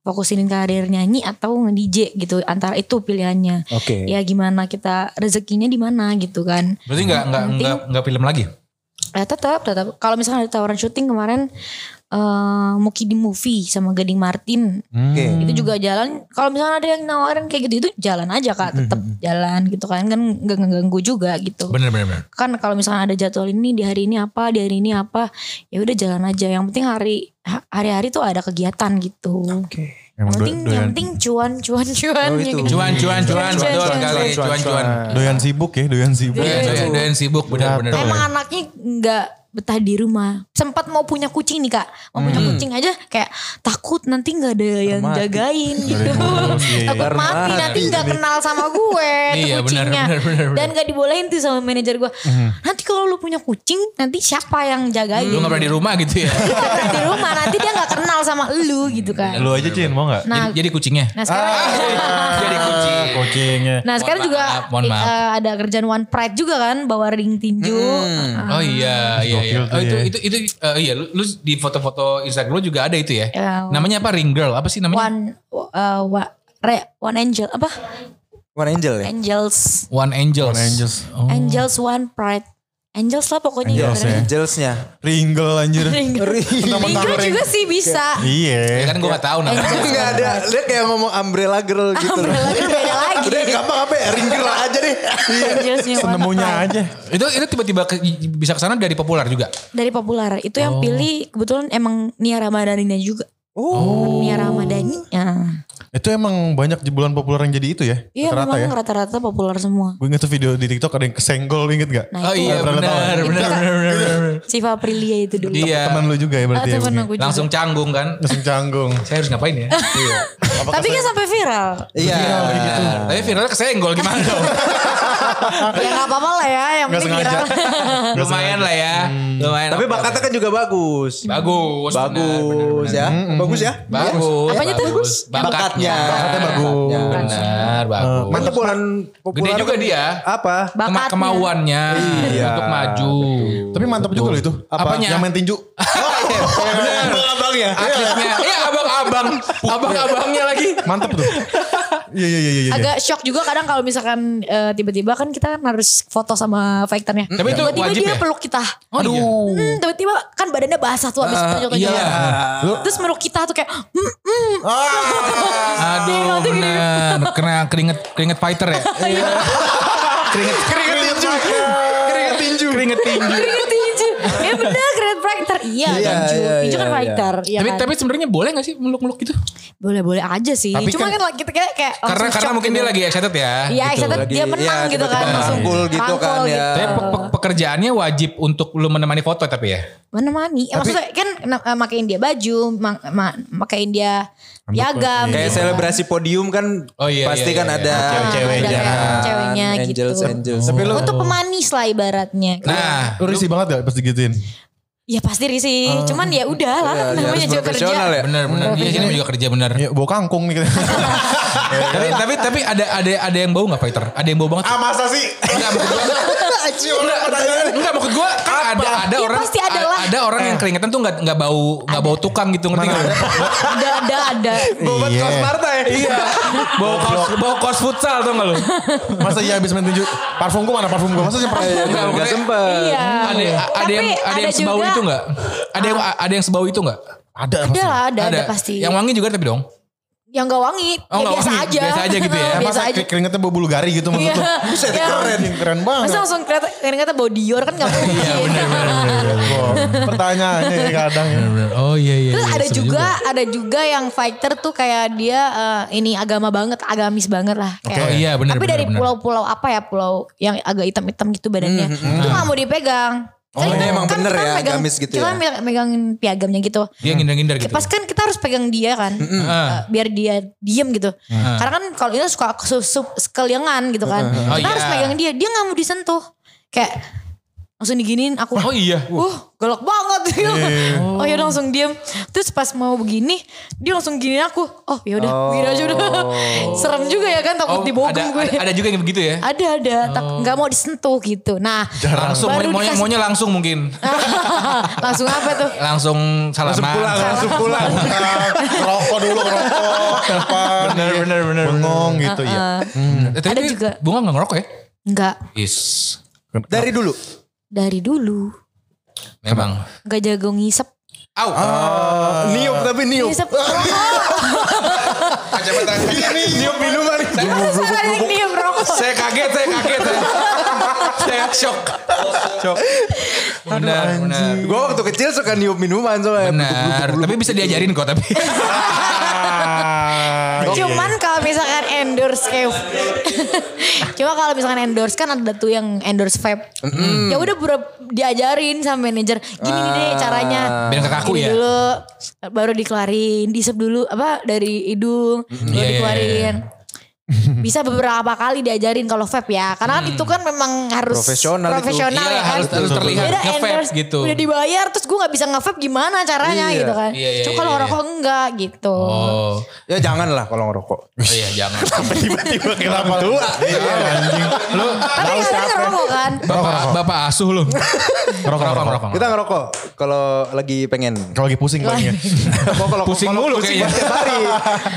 Speaker 4: fokusin karir nyanyi atau nge-DJ gitu. Antara itu pilihannya.
Speaker 3: Oke.
Speaker 4: Ya gimana kita rezekinya di mana gitu kan.
Speaker 2: Berarti nggak nggak
Speaker 4: Penting.
Speaker 2: nggak nggak film lagi?
Speaker 4: Ya tetap, tetap. Kalau misalnya ada tawaran syuting kemarin eh Muki di movie sama Gading Martin
Speaker 3: Oke.
Speaker 4: itu juga jalan. Kalau misalnya ada yang nawarin kayak gitu itu jalan aja kak, tetap jalan gitu kan kan nggak ngeganggu juga gitu.
Speaker 2: Bener bener bener.
Speaker 4: Kan kalau misalnya ada jadwal ini di hari ini apa, di hari ini apa, ya udah jalan aja. Yang penting hari ha- hari-hari tuh ada kegiatan gitu. Yang
Speaker 1: Emang
Speaker 4: penting
Speaker 1: do- doyan, gitu.
Speaker 4: yang penting cuan cuan cuan.
Speaker 3: Oh,
Speaker 4: ya
Speaker 3: itu.
Speaker 4: gitu.
Speaker 2: Cuan cuan cuan
Speaker 4: Cuan, cuan,
Speaker 2: betul
Speaker 4: cuan,
Speaker 2: kali
Speaker 3: cuan,
Speaker 2: cuan cuan.
Speaker 1: doyan sibuk ya, doyan sibuk.
Speaker 4: Iya,
Speaker 2: Doyan doyan- doyan sibuk bener bener.
Speaker 1: Betul.
Speaker 4: Emang anaknya nggak betah di rumah. Sempat mau punya kucing nih kak, mau
Speaker 1: Hmm.
Speaker 4: punya kucing aja kayak takut nanti nggak ada yang
Speaker 3: mati.
Speaker 4: jagain gitu.
Speaker 1: diurus, iya, iya.
Speaker 4: takut
Speaker 3: Ntar
Speaker 4: mati
Speaker 3: mati.
Speaker 4: nanti nggak kenal sama gue tuh
Speaker 2: (laughs) Iya, benar,
Speaker 4: kucingnya.
Speaker 2: benar, benar, benar.
Speaker 4: Dan nggak dibolehin tuh sama manajer gue.
Speaker 1: Hmm.
Speaker 4: Nanti kalau lu punya kucing, nanti siapa yang jagain?
Speaker 2: Lu nggak pernah di rumah gitu ya?
Speaker 4: Lu nggak pernah di rumah, nanti dia nggak kenal sama lu gitu
Speaker 2: Hmm.
Speaker 4: kan.
Speaker 1: Lu aja Cin mau gak?
Speaker 4: Nah,
Speaker 2: jadi, jadi kucingnya.
Speaker 4: (laughs) nah sekarang.
Speaker 2: Jadi kucing.
Speaker 1: Kucingnya.
Speaker 2: Ah, iya.
Speaker 4: Nah
Speaker 2: Mohon
Speaker 4: sekarang juga
Speaker 2: maaf, mohon maaf.
Speaker 4: eh, ada kerjaan One Pride juga kan bawa ring tinju.
Speaker 1: Hmm.
Speaker 2: Oh iya iya iya.
Speaker 1: Gokil tuh
Speaker 2: Oh, itu
Speaker 1: ya.
Speaker 2: itu itu eh, iya lu, lu di foto-foto Instagram lu juga ada itu ya.
Speaker 4: Ya.
Speaker 2: Namanya apa ring girl? Apa sih namanya?
Speaker 4: One eh, wa- re- One Angel apa?
Speaker 3: One Angel ya.
Speaker 4: Angels
Speaker 2: One, Angels.
Speaker 1: One Angels.
Speaker 2: Oh.
Speaker 4: Angels One Pride. Angels lah pokoknya
Speaker 1: Angels
Speaker 4: gitu.
Speaker 1: ya.
Speaker 3: Angelsnya.
Speaker 1: Ringgel
Speaker 4: (laughs)
Speaker 1: anjir.
Speaker 4: Angel
Speaker 1: Mentang-mentang ring.
Speaker 4: juga sih bisa.
Speaker 2: Ya
Speaker 1: Iya.
Speaker 2: kan gue gak tahu namanya.
Speaker 4: Angels
Speaker 3: Enggak ada. Dia kayak ngomong umbrella girl gitu. loh.
Speaker 4: Umbrella Girl
Speaker 1: Iya.
Speaker 4: beda lagi.
Speaker 3: Udah gampang apa ya? Ring girl aja deh.
Speaker 4: Angels
Speaker 1: Iya.
Speaker 4: yang One
Speaker 1: Senemunya
Speaker 4: Pride.
Speaker 1: aja.
Speaker 2: itu itu tiba-tiba ke- bisa kesana dari populer juga.
Speaker 4: Dari populer. Itu
Speaker 2: Oh.
Speaker 4: yang pilih kebetulan emang Nia Ramadhaninya juga. Oh. Nia Ramadhani. Ya.
Speaker 1: Itu emang banyak jebolan populer yang jadi itu ya?
Speaker 4: Iya
Speaker 1: Rata-rata
Speaker 4: memang
Speaker 1: ya?
Speaker 4: rata-rata populer semua.
Speaker 1: Gue inget tuh video di TikTok ada yang kesenggol inget gak?
Speaker 2: Oh
Speaker 4: Nah itu
Speaker 2: iya
Speaker 1: pernah tahu.
Speaker 2: benar benar
Speaker 4: Itu kan-
Speaker 2: benar benar. benar.
Speaker 4: Siva Aprilia itu dulu.
Speaker 2: Iya.
Speaker 1: Teman lu juga ya
Speaker 4: Ah,
Speaker 1: berarti ya?
Speaker 4: temen
Speaker 1: mungkin?
Speaker 4: aku juga.
Speaker 2: Langsung canggung kan.
Speaker 1: Langsung canggung.
Speaker 2: Saya harus ngapain ya? Iya.
Speaker 4: (laughs) Tapi kan sampai viral.
Speaker 3: Iya.
Speaker 2: Tapi viralnya kesenggol gimana dong?
Speaker 4: ya gak apa-apa lah ya. Yang
Speaker 1: Gak
Speaker 4: penting
Speaker 2: (laughs)
Speaker 1: sengaja.
Speaker 4: viral.
Speaker 2: Lumayan lah ya. Lumayan.
Speaker 3: Tapi
Speaker 2: Oke,
Speaker 3: bakatnya kan juga bagus.
Speaker 2: oke. bagus. benar, benar,
Speaker 3: Bagus
Speaker 2: benar.
Speaker 3: ya. Bagus ya. Iya.
Speaker 2: Bagus.
Speaker 4: Apanya tuh?
Speaker 2: bagus.
Speaker 3: Bakatnya.
Speaker 2: Bakatnya.
Speaker 1: Bakatnya bagus.
Speaker 2: Benar, bagus.
Speaker 3: Mantep bolan
Speaker 2: Gede
Speaker 3: populer.
Speaker 2: juga
Speaker 3: kan
Speaker 2: dia.
Speaker 3: Apa?
Speaker 2: Kema-
Speaker 4: Bakatnya.
Speaker 2: kemauannya
Speaker 3: Iya.
Speaker 2: untuk maju.
Speaker 1: Tapi mantap juga loh itu.
Speaker 2: Apanya? Oh, iya.
Speaker 1: Yang main
Speaker 2: (laughs)
Speaker 1: tinju. (laughs) Iya,
Speaker 3: Abang-abang ya.
Speaker 2: Akhirnya, iya abang-abang, abang-abangnya lagi.
Speaker 1: Mantap tuh. Iya iya iya iya.
Speaker 4: agak shock juga kadang kalau misalkan eh, tiba-tiba kan kita kan harus foto sama fighternya.
Speaker 2: Tapi itu
Speaker 4: tiba-tiba
Speaker 2: wajib
Speaker 4: dia
Speaker 2: ya?
Speaker 4: peluk kita.
Speaker 2: Aduh.
Speaker 4: Hmm, tiba-tiba kan badannya basah tuh abis itu
Speaker 2: iya.
Speaker 4: Terus meluk kita tuh kayak hmm, hmm.
Speaker 2: Ah! Aduh, benar. Kena keringet keringet fighter (laughs) ya. keringet keringet tinju. Keringet tinju. Keringet tinju.
Speaker 4: Keringet tinju. Ya bener keren fighter. Iya,
Speaker 3: Iya,
Speaker 4: tinju.
Speaker 3: iya,
Speaker 4: tinju kan
Speaker 3: iya,
Speaker 4: fighter. Iya
Speaker 2: Tapi
Speaker 4: kan? Oh,
Speaker 2: tapi sebenarnya boleh gak sih meluk-meluk gitu?
Speaker 4: boleh-boleh aja sih.
Speaker 1: Tapi
Speaker 4: Cuma
Speaker 1: kan-
Speaker 4: kan, kita kayak, kayak
Speaker 2: Karena
Speaker 4: langsung
Speaker 2: karena
Speaker 4: shock
Speaker 2: mungkin
Speaker 4: gitu.
Speaker 2: dia lagi excited ya.
Speaker 4: Iya,
Speaker 2: gitu.
Speaker 4: excited dia
Speaker 3: Lagi-
Speaker 4: menang
Speaker 3: iya,
Speaker 4: gitu kan.
Speaker 3: tiba-tiba
Speaker 4: Langsung
Speaker 3: rangkul gitu kan,
Speaker 4: rangkul
Speaker 3: ya.
Speaker 2: Tapi
Speaker 4: gitu.
Speaker 2: pe- pe- pekerjaannya wajib untuk lu menemani foto tapi ya.
Speaker 4: Menemani. Ya, maksudnya kan eh, makain dia baju, ma- ma- makain dia piagam.
Speaker 1: Iya.
Speaker 3: Kayak
Speaker 4: gitu.
Speaker 3: selebrasi podium kan
Speaker 2: Oh, iya,
Speaker 3: pasti
Speaker 2: iya,
Speaker 3: kan
Speaker 2: iya. Oh.
Speaker 3: ada
Speaker 1: Cewek-ceweknya.
Speaker 4: Ada kayak ceweknya gitu.
Speaker 3: Angels, angels.
Speaker 1: Tapi lu
Speaker 4: Untuk pemanis lah ibaratnya.
Speaker 2: Nah,
Speaker 1: lu risih banget gak pas digituin?
Speaker 4: Ya pasti risih, cuman ya udah lah
Speaker 2: Iya,
Speaker 3: Ya, ya,
Speaker 4: namanya
Speaker 3: harus
Speaker 4: juga kerja.
Speaker 3: profesional ya.
Speaker 2: benar benar. Iya, sini juga kerja benar.
Speaker 1: Ya bawa kangkung nih.
Speaker 4: (laughs)
Speaker 2: tapi tapi tapi ada ada ada yang bau nggak fighter? Ada yang bau
Speaker 4: Ah,
Speaker 2: banget?
Speaker 1: masa sih?
Speaker 2: Enggak maksud gue.
Speaker 4: (laughs)
Speaker 2: Enggak maksud gue kan ada ada
Speaker 4: Ya,
Speaker 2: orang
Speaker 4: pasti ada
Speaker 2: a-
Speaker 4: lah. Eh.
Speaker 2: ada orang yang keringetan tuh nggak nggak bau nggak bau tukang gitu ngerti nggak?
Speaker 4: Ada ada ada.
Speaker 3: Bobat
Speaker 1: Iya.
Speaker 3: kaos Marta ya.
Speaker 2: (laughs) Iya. Bau kos bau kos futsal tuh nggak lu?
Speaker 1: Masa iya abis main tinju? Parfum gue mana parfum gue? Masa sih parfum gua?
Speaker 2: Enggak,
Speaker 3: Gak
Speaker 2: maksudnya-
Speaker 3: sempet.
Speaker 4: Iya.
Speaker 2: Ada ada
Speaker 4: Tapi
Speaker 2: yang ada yang sebau
Speaker 4: juga- Ah.
Speaker 2: itu nggak? Ada yang ada yang sebau itu nggak?
Speaker 1: Ada
Speaker 4: Ada
Speaker 1: pasti.
Speaker 4: lah, ada, ada, pasti.
Speaker 2: Yang wangi juga tapi dong.
Speaker 4: yang gak wangi,
Speaker 2: Oh,
Speaker 4: ya
Speaker 2: nggak
Speaker 4: biasa
Speaker 2: wangi.
Speaker 4: aja.
Speaker 2: Biasa aja gitu ya.
Speaker 4: biasa
Speaker 1: Masa
Speaker 4: aja.
Speaker 1: keringetnya bau bulu gari gitu maksud lu?
Speaker 4: Iya.
Speaker 1: Buset,
Speaker 4: Iya.
Speaker 1: keren, keren banget.
Speaker 4: Masa langsung kata kata bau Dior kan gak mungkin.
Speaker 2: Iya,
Speaker 4: (laughs)
Speaker 1: Wah, Pertanyaannya ini kadang. ya.
Speaker 2: Oh iya iya.
Speaker 4: Terus
Speaker 2: iya,
Speaker 4: ada
Speaker 2: seru
Speaker 4: juga, ada juga yang fighter tuh kayak dia eh, ini agama banget, agamis banget lah.
Speaker 2: Oke,
Speaker 4: Kayak.
Speaker 2: oh iya benar.
Speaker 4: Tapi
Speaker 2: benar,
Speaker 4: dari
Speaker 2: benar.
Speaker 4: pulau-pulau apa ya, pulau yang agak hitam-hitam gitu badannya.
Speaker 2: Hmm,
Speaker 4: Itu gak mau dipegang. Kan
Speaker 3: Oh, ini emang bener ya,
Speaker 4: megang-
Speaker 3: agamis gitu
Speaker 4: kita kan
Speaker 3: ya.
Speaker 4: me- megangin piagamnya gitu.
Speaker 2: dia ngindar-ngindar gitu. Ah.
Speaker 4: Pas kan kita harus pegang dia kan.
Speaker 2: Heeh.
Speaker 4: Eh, biar dia diem gitu. Karena kan kalau itu suka su- su- sekeliangan gitu kan.
Speaker 2: Ah. Oh,
Speaker 4: kita
Speaker 2: iya.
Speaker 4: harus pegang dia, dia nggak mau disentuh. Kayak langsung diginiin aku.
Speaker 2: Oh iya.
Speaker 4: Wah, galak banget. (laughs) oh ya langsung diem. Terus pas mau begini, dia langsung giniin aku. Oh ya udah, begini aja udah. (laughs) Serem juga ya kan
Speaker 2: Oh,
Speaker 4: takut dibogem
Speaker 2: ada,
Speaker 4: gue.
Speaker 2: ada, ada juga yang begitu ya.
Speaker 4: Ada ada, tak nggak mau disentuh gitu. Nah,
Speaker 2: Langsung
Speaker 4: Baru
Speaker 2: maunya,
Speaker 4: dikasih-
Speaker 2: maunya langsung mungkin.
Speaker 4: (laughs) langsung apa tuh?
Speaker 2: Langsung salaman.
Speaker 3: Langsung pulang, langsung pulang.
Speaker 1: Rokok dulu, rokok. Telepon.
Speaker 2: Bener,
Speaker 1: iya.
Speaker 2: bener, bener,
Speaker 1: Bengong gitu ya.
Speaker 2: Eh, tapi
Speaker 4: Ada juga.
Speaker 2: Bunga gak ngerokok ya?
Speaker 4: Nggak
Speaker 2: Is.
Speaker 3: Dari dulu.
Speaker 4: dari dulu.
Speaker 2: Memang.
Speaker 4: Nggak jago ngisep.
Speaker 2: Au. Eh.
Speaker 3: niup tapi niup.
Speaker 4: Ngisep. Rokok.
Speaker 2: Kacamata.
Speaker 3: (laughs) Niup minuman.
Speaker 2: Ah,
Speaker 4: Suara yang diem rokok.
Speaker 2: saya kaget, saya kaget. saya, (laughs) saya shock. Shock. Benar, benar.
Speaker 3: Gue waktu kecil suka niup minuman soalnya.
Speaker 2: Benar. Tapi bisa diajarin kok tapi.
Speaker 1: Ah,
Speaker 2: iya,
Speaker 4: Cuman kalau misalkan endorse kayak (laughs) Cuma kalau misalkan endorse kan ada tuh yang endorse vape. Ya udah pura- diajarin sama manajer. Gini nih deh caranya.
Speaker 2: Ah. Biar nggak kaku
Speaker 4: Gini
Speaker 2: ya?
Speaker 4: Dulu baru dikeluarin, disep dulu apa dari hidung, baru
Speaker 2: Iya, iya,
Speaker 4: dikeluarin.
Speaker 2: iya.
Speaker 4: Bisa beberapa kali diajarin kalau vape ya. Karena kan itu kan memang harus
Speaker 3: Profesional itu.
Speaker 4: profesional
Speaker 2: Iya,
Speaker 4: ya kan.
Speaker 2: harus- harus
Speaker 4: Ya
Speaker 2: terlihat
Speaker 4: udah
Speaker 2: nge-vape
Speaker 4: endorse,
Speaker 2: gitu.
Speaker 4: Udah dibayar terus gue nggak bisa nge-vape gimana caranya
Speaker 3: Iya.
Speaker 4: gitu kan.
Speaker 2: Iya, iya,
Speaker 4: Cuma kalau
Speaker 2: iya, iya.
Speaker 4: rokok enggak gitu.
Speaker 2: (laughs) Oh.
Speaker 3: Ya jangan lah kalau ngerokok.
Speaker 2: Oh iya, (laughs) jangan.
Speaker 1: Tiba-tiba kenapa tua. Iya, anjing.
Speaker 2: Lu
Speaker 4: Tapi kadang ngerokok kan.
Speaker 2: Bapak, bapak asuh lu.
Speaker 1: Ngerokok, ngerokok.
Speaker 3: Kita ngerokok kalau lagi pengen.
Speaker 1: Kalau lagi pusing ya. palingnya.
Speaker 3: Kalau kalau
Speaker 2: Pusing
Speaker 3: kalau
Speaker 2: mulu
Speaker 3: pusing
Speaker 2: kayaknya.
Speaker 3: tiap hari.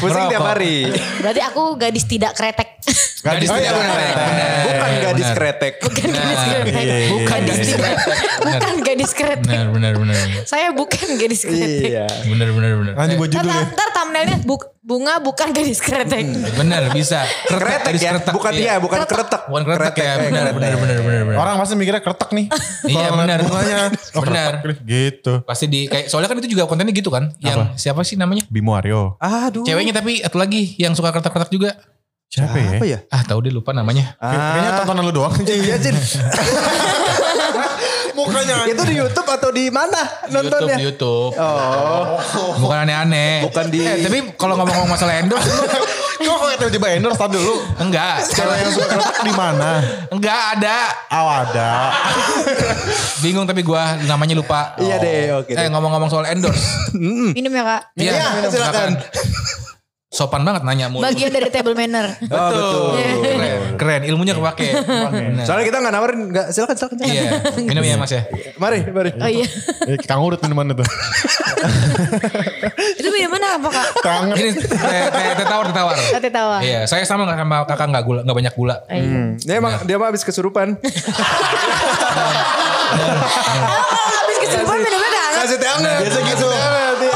Speaker 3: Pusing tiap
Speaker 2: Ngerokok.
Speaker 3: hari.
Speaker 4: Berarti aku gadis tidak kretek. (laughs)
Speaker 2: Gadis
Speaker 1: Oh,
Speaker 2: tidak
Speaker 1: iya,
Speaker 2: kretek. Benar.
Speaker 3: Bukan gadis
Speaker 2: Benar.
Speaker 3: kretek.
Speaker 4: Bukan
Speaker 2: Nah,
Speaker 4: gadis
Speaker 2: iya,
Speaker 4: kretek.
Speaker 2: Bukan gadis kretek.
Speaker 4: Bukan gadis kretek.
Speaker 2: Benar, benar, benar.
Speaker 4: Saya bukan gadis kretek.
Speaker 3: Iya.
Speaker 2: Benar, benar, benar.
Speaker 1: Anjing buat
Speaker 4: Ntar,
Speaker 1: judul ya.
Speaker 4: ntar thumbnailnya bu- bunga bukan gadis kretek.
Speaker 2: Benar, bisa.
Speaker 3: Kretek
Speaker 2: gadis
Speaker 3: ya,
Speaker 2: kretek,
Speaker 3: bukan
Speaker 2: iya.
Speaker 3: iya, bukan kretek.
Speaker 2: Bukan kretek ya,
Speaker 3: eh,
Speaker 2: benar,
Speaker 3: kretek.
Speaker 2: benar, benar, benar, benar.
Speaker 1: Orang pasti mikirnya kretek (laughs) nih.
Speaker 2: Iya,
Speaker 1: Kalau
Speaker 2: benar.
Speaker 1: ngeliat (laughs) Bunganya. Oh,
Speaker 2: Benar.
Speaker 1: kretek nih. Gitu.
Speaker 2: Pasti di kayak soalnya kan itu juga kontennya gitu kan. Yang siapa sih namanya?
Speaker 1: Bimo Aryo.
Speaker 3: Aduh.
Speaker 2: Ceweknya tapi satu lagi yang suka kretek-kretek juga.
Speaker 1: Siapa ya? Ah.
Speaker 3: Apa ya?
Speaker 2: Ah, tahu deh lupa namanya.
Speaker 1: Kayaknya tontonan lu (laughs) doang.
Speaker 3: Iya
Speaker 2: (laughs)
Speaker 3: Jin.
Speaker 1: Mukanya
Speaker 3: Itu di YouTube atau di mana
Speaker 2: YouTube, di
Speaker 3: nontonnya?
Speaker 2: YouTube. ya? Oh. Bukan aneh-aneh.
Speaker 3: Bukan di-
Speaker 2: Eh, tapi kalau ngomong-ngomong masalah (laughs) endorse
Speaker 1: Kok kayak tiba-tiba endorse tadi dulu.
Speaker 2: enggak.
Speaker 1: Cewek yang suka kretek di mana?
Speaker 2: Enggak ada.
Speaker 1: Oh ada.
Speaker 2: Bingung tapi gua namanya lupa.
Speaker 3: Iya deh, oke
Speaker 2: Eh,
Speaker 3: deh.
Speaker 2: ngomong-ngomong soal endorse.
Speaker 3: Hmm.
Speaker 4: Minum ya kak.
Speaker 2: Iya,
Speaker 3: (laughs) Iya, silakan.
Speaker 2: Sopan banget nanya mulu.
Speaker 4: Bagian dari table manner. Iya.
Speaker 3: Oh, betul.
Speaker 2: Keren, keren. Ilmunya
Speaker 3: (laughs)
Speaker 2: kepake. Bener.
Speaker 3: Soalnya kita nggak nawarin, nggak silakan silakan. silakan.
Speaker 2: Iya, minum ya Mas
Speaker 3: (laughs)
Speaker 2: ya.
Speaker 3: Mari, mari.
Speaker 4: Oh iya.
Speaker 1: Eh, Kang urut minuman itu.
Speaker 4: Itu minuman apa kak?
Speaker 1: Kang
Speaker 2: Ini eh, teh teh teh tawar teh tawar.
Speaker 4: Sate tawa.
Speaker 2: Iya, saya sama nggak sama kakak nggak gula nggak banyak gula.
Speaker 3: Hmm, Dia emang dia mah habis
Speaker 2: (laughs)
Speaker 3: kesurupan.
Speaker 4: Habis kesurupan minumnya gak hangat.
Speaker 3: Kasih teh hangat.
Speaker 1: Biasa gitu.
Speaker 3: Oh,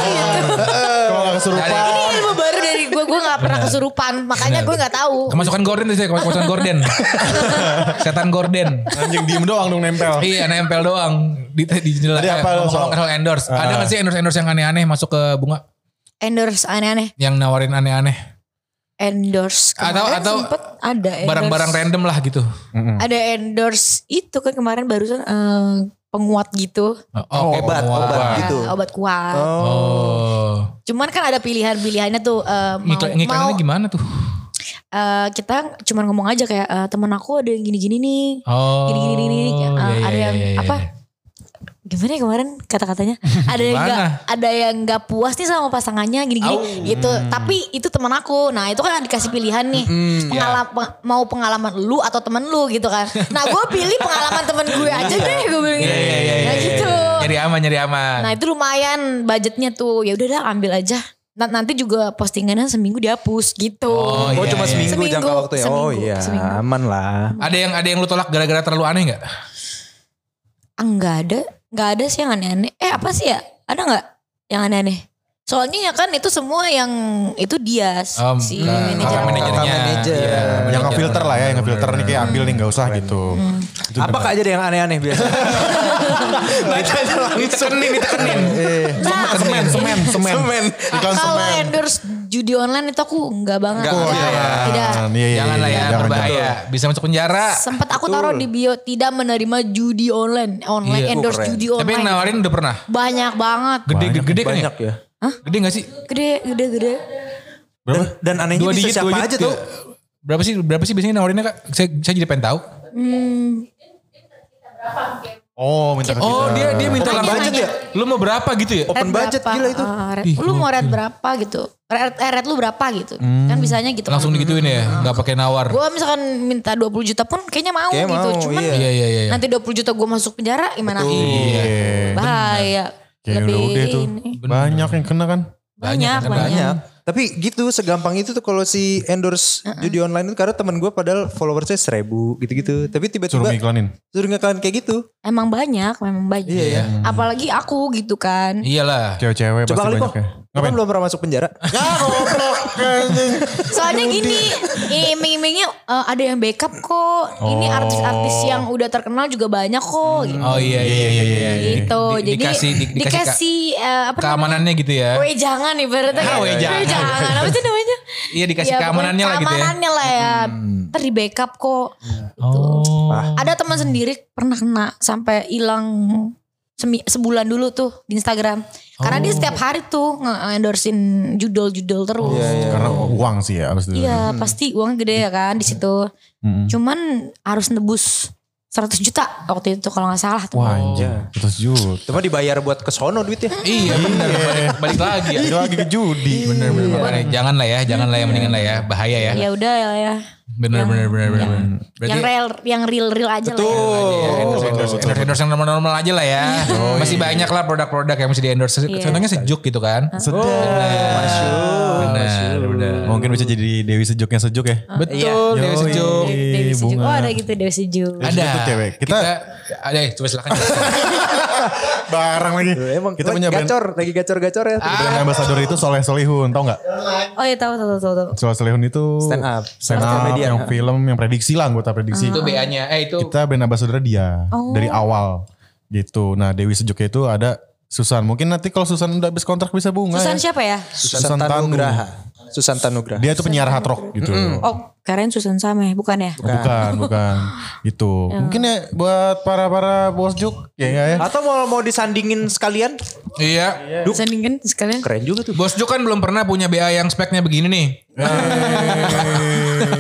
Speaker 3: iya.
Speaker 2: Oh,
Speaker 1: Kalau nggak kesurupan.
Speaker 4: Ini ilmu Iya, baru dari gue. Gue gak pernah kesurupan. Makanya gue gak Iya, tahu.
Speaker 2: Kemasukan gorden tuh saya kemasukan gorden. Setan gorden.
Speaker 1: Anjing diem doang dong nempel.
Speaker 2: Iya nempel doang di di jendela.
Speaker 1: Tadi
Speaker 2: Eh,
Speaker 1: apa
Speaker 2: ngomong-
Speaker 1: soal-
Speaker 2: ngomong soal endorse.
Speaker 3: Ah.
Speaker 2: Ada nggak sih endorse endorse yang aneh-aneh masuk ke bunga
Speaker 4: Endorse aneh-aneh.
Speaker 2: yang nawarin aneh-aneh?
Speaker 4: Endorse.
Speaker 2: Atau-
Speaker 4: Kemarin
Speaker 2: atau
Speaker 4: sempet ada endorse.
Speaker 2: Barang-barang random lah gitu.
Speaker 4: ada endorse itu kan kemarin barusan eh, penguat gitu
Speaker 2: Oh, oke,
Speaker 3: obat,
Speaker 2: penguat.
Speaker 3: obat.
Speaker 4: Eh,
Speaker 3: Gitu.
Speaker 4: obat kuat.
Speaker 2: Oh.
Speaker 4: Cuman kan ada pilihan-pilihannya tuh eh, mau
Speaker 2: Ngiklan, ngiklannya
Speaker 4: mau
Speaker 2: gimana tuh?
Speaker 4: eh, kita cuman ngomong aja kayak eh, teman aku ada yang gini-gini nih,
Speaker 2: Oh.
Speaker 4: gini-gini nih, eh,
Speaker 2: iya, iya,
Speaker 4: ada yang
Speaker 2: iya, iya.
Speaker 4: apa? Gimana ya kemarin
Speaker 2: (laughs)
Speaker 4: kata-katanya? Ada yang
Speaker 2: Gimana?
Speaker 4: gak, ada yang nggak puas nih sama pasangannya gini-gini gitu.
Speaker 2: Hmm.
Speaker 4: Tapi itu teman aku. Nah, itu kan dikasih pilihan nih.
Speaker 2: iya.
Speaker 4: Pengala- peng- mau pengalaman lu atau temen lu gitu kan. Nah, gue pilih pengalaman temen
Speaker 2: (laughs)
Speaker 4: gue aja deh gue bilang
Speaker 2: Iya,
Speaker 4: gitu.
Speaker 2: iya, iya,
Speaker 4: Nah,
Speaker 2: iya, iya.
Speaker 4: gitu.
Speaker 2: Nyari aman, nyari aman.
Speaker 4: Nah itu lumayan budgetnya tuh. Ya udahlah ambil aja. Na- Nanti juga postingannya seminggu dihapus gitu.
Speaker 2: Oh,
Speaker 3: Oh
Speaker 2: Iya,
Speaker 3: cuma
Speaker 2: iya.
Speaker 3: seminggu,
Speaker 4: Seminggu,
Speaker 3: jangka waktunya. oh
Speaker 4: seminggu,
Speaker 3: iya
Speaker 4: seminggu.
Speaker 3: aman lah.
Speaker 2: Ada yang ada yang lu tolak gara-gara terlalu aneh nggak?
Speaker 4: Ah, nggak ada, nggak ada sih yang aneh-aneh. Eh apa sih ya? Ada nggak yang aneh-aneh? Soalnya ya kan itu semua yang itu dia
Speaker 2: Em,
Speaker 4: si
Speaker 2: eh,
Speaker 4: manajer. Nah,
Speaker 2: kata manajernya.
Speaker 3: Kata manajer.
Speaker 2: Iya,
Speaker 1: yang ngefilter lah ya, yang ngefilter nih kayak ambil nih nggak usah gitu. Itu
Speaker 3: Apa aja deh yang aneh-aneh (laughs) biasa?
Speaker 2: Ditekenin,
Speaker 3: Iya,
Speaker 2: ditekenin.
Speaker 1: bener. semen, semen, semen, semen.
Speaker 3: kan
Speaker 1: Iklan
Speaker 4: Kalau
Speaker 1: semen.
Speaker 4: endorse judi online itu aku nggak banget.
Speaker 2: Nggak,
Speaker 4: Tidak,
Speaker 2: iya, iya.
Speaker 4: Tidak.
Speaker 1: Iya, iya,
Speaker 2: Jangan lah
Speaker 1: iya,
Speaker 2: ya,
Speaker 1: jangan,
Speaker 2: berbahaya. Bisa masuk penjara.
Speaker 4: Sempat aku taruh di bio tidak menerima judi online, Eh, online
Speaker 2: Iya.
Speaker 4: endorse
Speaker 3: Keren.
Speaker 4: judi
Speaker 2: Tapi yang
Speaker 4: online.
Speaker 2: nawarin udah pernah.
Speaker 4: Banyak banget.
Speaker 2: Gede-gede gede kan ya?
Speaker 3: Banyak ya.
Speaker 2: Gede gak sih?
Speaker 4: Gede, gede, gede.
Speaker 3: Dan, dan anehnya
Speaker 2: Dua
Speaker 3: bisa
Speaker 2: digit,
Speaker 3: siapa
Speaker 2: dua
Speaker 3: aja
Speaker 2: digit. ya?
Speaker 3: tuh.
Speaker 2: tuh. Berapa sih berapa sih biasanya nawarinnya Kak? Saya, saya jadi pengen tahu.
Speaker 1: Oh, minta ke
Speaker 2: Oh,
Speaker 1: kita.
Speaker 2: dia dia minta
Speaker 4: Open
Speaker 2: langsung.
Speaker 4: budget ya?
Speaker 2: Lu mau berapa gitu ya?
Speaker 3: Open budget
Speaker 4: berapa?
Speaker 3: gila itu.
Speaker 4: Ah, red.
Speaker 2: Ih,
Speaker 4: lu mau red berapa gitu? Red, eh, red lu berapa gitu? Kan bisanya gitu.
Speaker 2: Hmm, Langsung digituin ya, nggak pakai nawar.
Speaker 4: Gue misalkan minta 20 juta pun kayaknya mau
Speaker 3: Kayaknya
Speaker 4: gitu.
Speaker 3: mau,
Speaker 4: Cuman
Speaker 3: iya.
Speaker 2: Iya iya iya. iya.
Speaker 4: nanti 20 juta gue masuk penjara
Speaker 2: Nah,
Speaker 4: gimana?
Speaker 1: Iya.
Speaker 4: Bahaya.
Speaker 1: Kayak
Speaker 4: Lebih
Speaker 1: udah tuh.
Speaker 4: ini.
Speaker 1: Banyak yang kena kan.
Speaker 4: Banyak,
Speaker 2: kan,
Speaker 4: banyak.
Speaker 3: Banyak. Tapi gitu segampang itu tuh kalau si endorse judi online itu karena teman gue padahal followersnya seribu gitu-gitu. Tapi
Speaker 1: Suruh
Speaker 3: tiba-tiba
Speaker 1: ngiklanin.
Speaker 3: suruh ngeklan kayak gitu.
Speaker 4: Emang banyak, memang banyak.
Speaker 3: Iya.
Speaker 4: Apalagi aku gitu kan.
Speaker 2: Iyalah.
Speaker 1: Cewek-cewek pasti
Speaker 3: Coba kali kok.
Speaker 1: banyak ya.
Speaker 3: Lu kan belum pernah masuk penjara.
Speaker 4: Soalnya
Speaker 2: Iya.
Speaker 4: gini, iming-imingnya eh, ada yang backup kok. Ini
Speaker 1: Oh.
Speaker 4: artis-artis yang udah terkenal juga banyak kok.
Speaker 1: Hmm.
Speaker 4: Gitu.
Speaker 2: Oh iya iya iya iya. iya.
Speaker 4: Gitu.
Speaker 2: Di-
Speaker 4: Jadi
Speaker 2: dikasih di- dikasih,
Speaker 4: dikasih, eh, apa namanya?
Speaker 2: keamanannya gitu ya.
Speaker 4: Weh jangan ibaratnya
Speaker 2: Ah,
Speaker 4: kan.
Speaker 2: weh jangan.
Speaker 4: jangan. Apa sih namanya?
Speaker 2: Iya dikasih
Speaker 4: Ya,
Speaker 2: keamanannya lah gitu ya. Hmm.
Speaker 4: Keamanannya lah ya. Ntar di backup kok. Gitu.
Speaker 2: Oh.
Speaker 3: Ah,
Speaker 4: Ada teman sendiri pernah kena sampai hilang semi- sebulan dulu tuh di Instagram. Karena
Speaker 1: Oh.
Speaker 4: dia setiap hari tuh nge-endorsein judul-judul terus.
Speaker 1: Karena uang sih ya abis itu.
Speaker 4: Iya pasti uangnya gede ya kan
Speaker 1: Hmm.
Speaker 4: di situ. Cuman harus nebus 100 juta waktu itu kalau nggak salah. tuh.
Speaker 1: Wah anjir. Terus jut.
Speaker 3: Cuma dibayar buat ke sono duitnya.
Speaker 2: Iya benar. Balik lagi ya.
Speaker 1: Itu lagi Iya. ke judi.
Speaker 2: Iya.
Speaker 1: Bener bener.
Speaker 2: Makanya Jangan lah ya, jangan lah ya mendingan lah ya, bahaya ya.
Speaker 4: Ya udah ya, ya.
Speaker 2: Bener bener bener bener. Berarti ya,
Speaker 4: yang real yang real real aja lah. ya.
Speaker 1: Oh,
Speaker 2: endorse endorse yang normal-normal aja lah
Speaker 4: Iya.
Speaker 2: ya.
Speaker 1: iya,
Speaker 2: Masih banyak lah produk-produk yang mesti di endorse. Contohnya sejuk gitu kan. Bener, bener.
Speaker 1: Mungkin bisa jadi Dewi sejuknya sejuk ya.
Speaker 4: Iya.
Speaker 2: Ah. Betul, Dewi
Speaker 1: Yoi.
Speaker 2: sejuk.
Speaker 4: Dewi Sejuk.
Speaker 1: Bunga.
Speaker 4: Oh ada gitu Dewi Sejuk.
Speaker 1: Dewi Sejuk tuh cewek.
Speaker 2: Kita,
Speaker 1: Kita-
Speaker 2: ada ya, coba silakan.
Speaker 1: Barang lagi.
Speaker 3: Emang
Speaker 1: kita punya brand,
Speaker 3: gacor, lagi gacor-gacor ya.
Speaker 1: brand ambassador itu Soleh Solihun, tau nggak?
Speaker 4: Oh iya tahu tahu tahu tahu.
Speaker 1: Soleh Solihun itu
Speaker 3: Stand up.
Speaker 1: stand
Speaker 3: Stand up
Speaker 1: up,
Speaker 3: comedian.
Speaker 1: yang film, yang prediksi lah, anggota prediksi.
Speaker 2: itu BA-nya. Eh itu
Speaker 1: Kita brand ambassador dia dari awal gitu. Nah Dewi Sejuknya itu ada Susan. Mungkin nanti kalau Susan udah habis kontrak bisa bunga.
Speaker 4: Susan
Speaker 1: ya.
Speaker 4: siapa ya?
Speaker 1: Susan
Speaker 3: Susan
Speaker 1: Tanu.
Speaker 3: Tanugraha. Susan Tanugraha.
Speaker 1: Dia tuh penyiar hard rock gitu.
Speaker 4: Oh keren Susan Sameh bukan ya?
Speaker 1: Bukan, bukan. Itu. Mungkin ya buat para-para bos juk ya nggak ya.
Speaker 3: Atau mau mau disandingin sekalian?
Speaker 2: iya.
Speaker 4: Sandingin sekalian.
Speaker 3: Keren juga tuh.
Speaker 2: Bos Jo kan belum pernah punya BA yang speknya begini nih.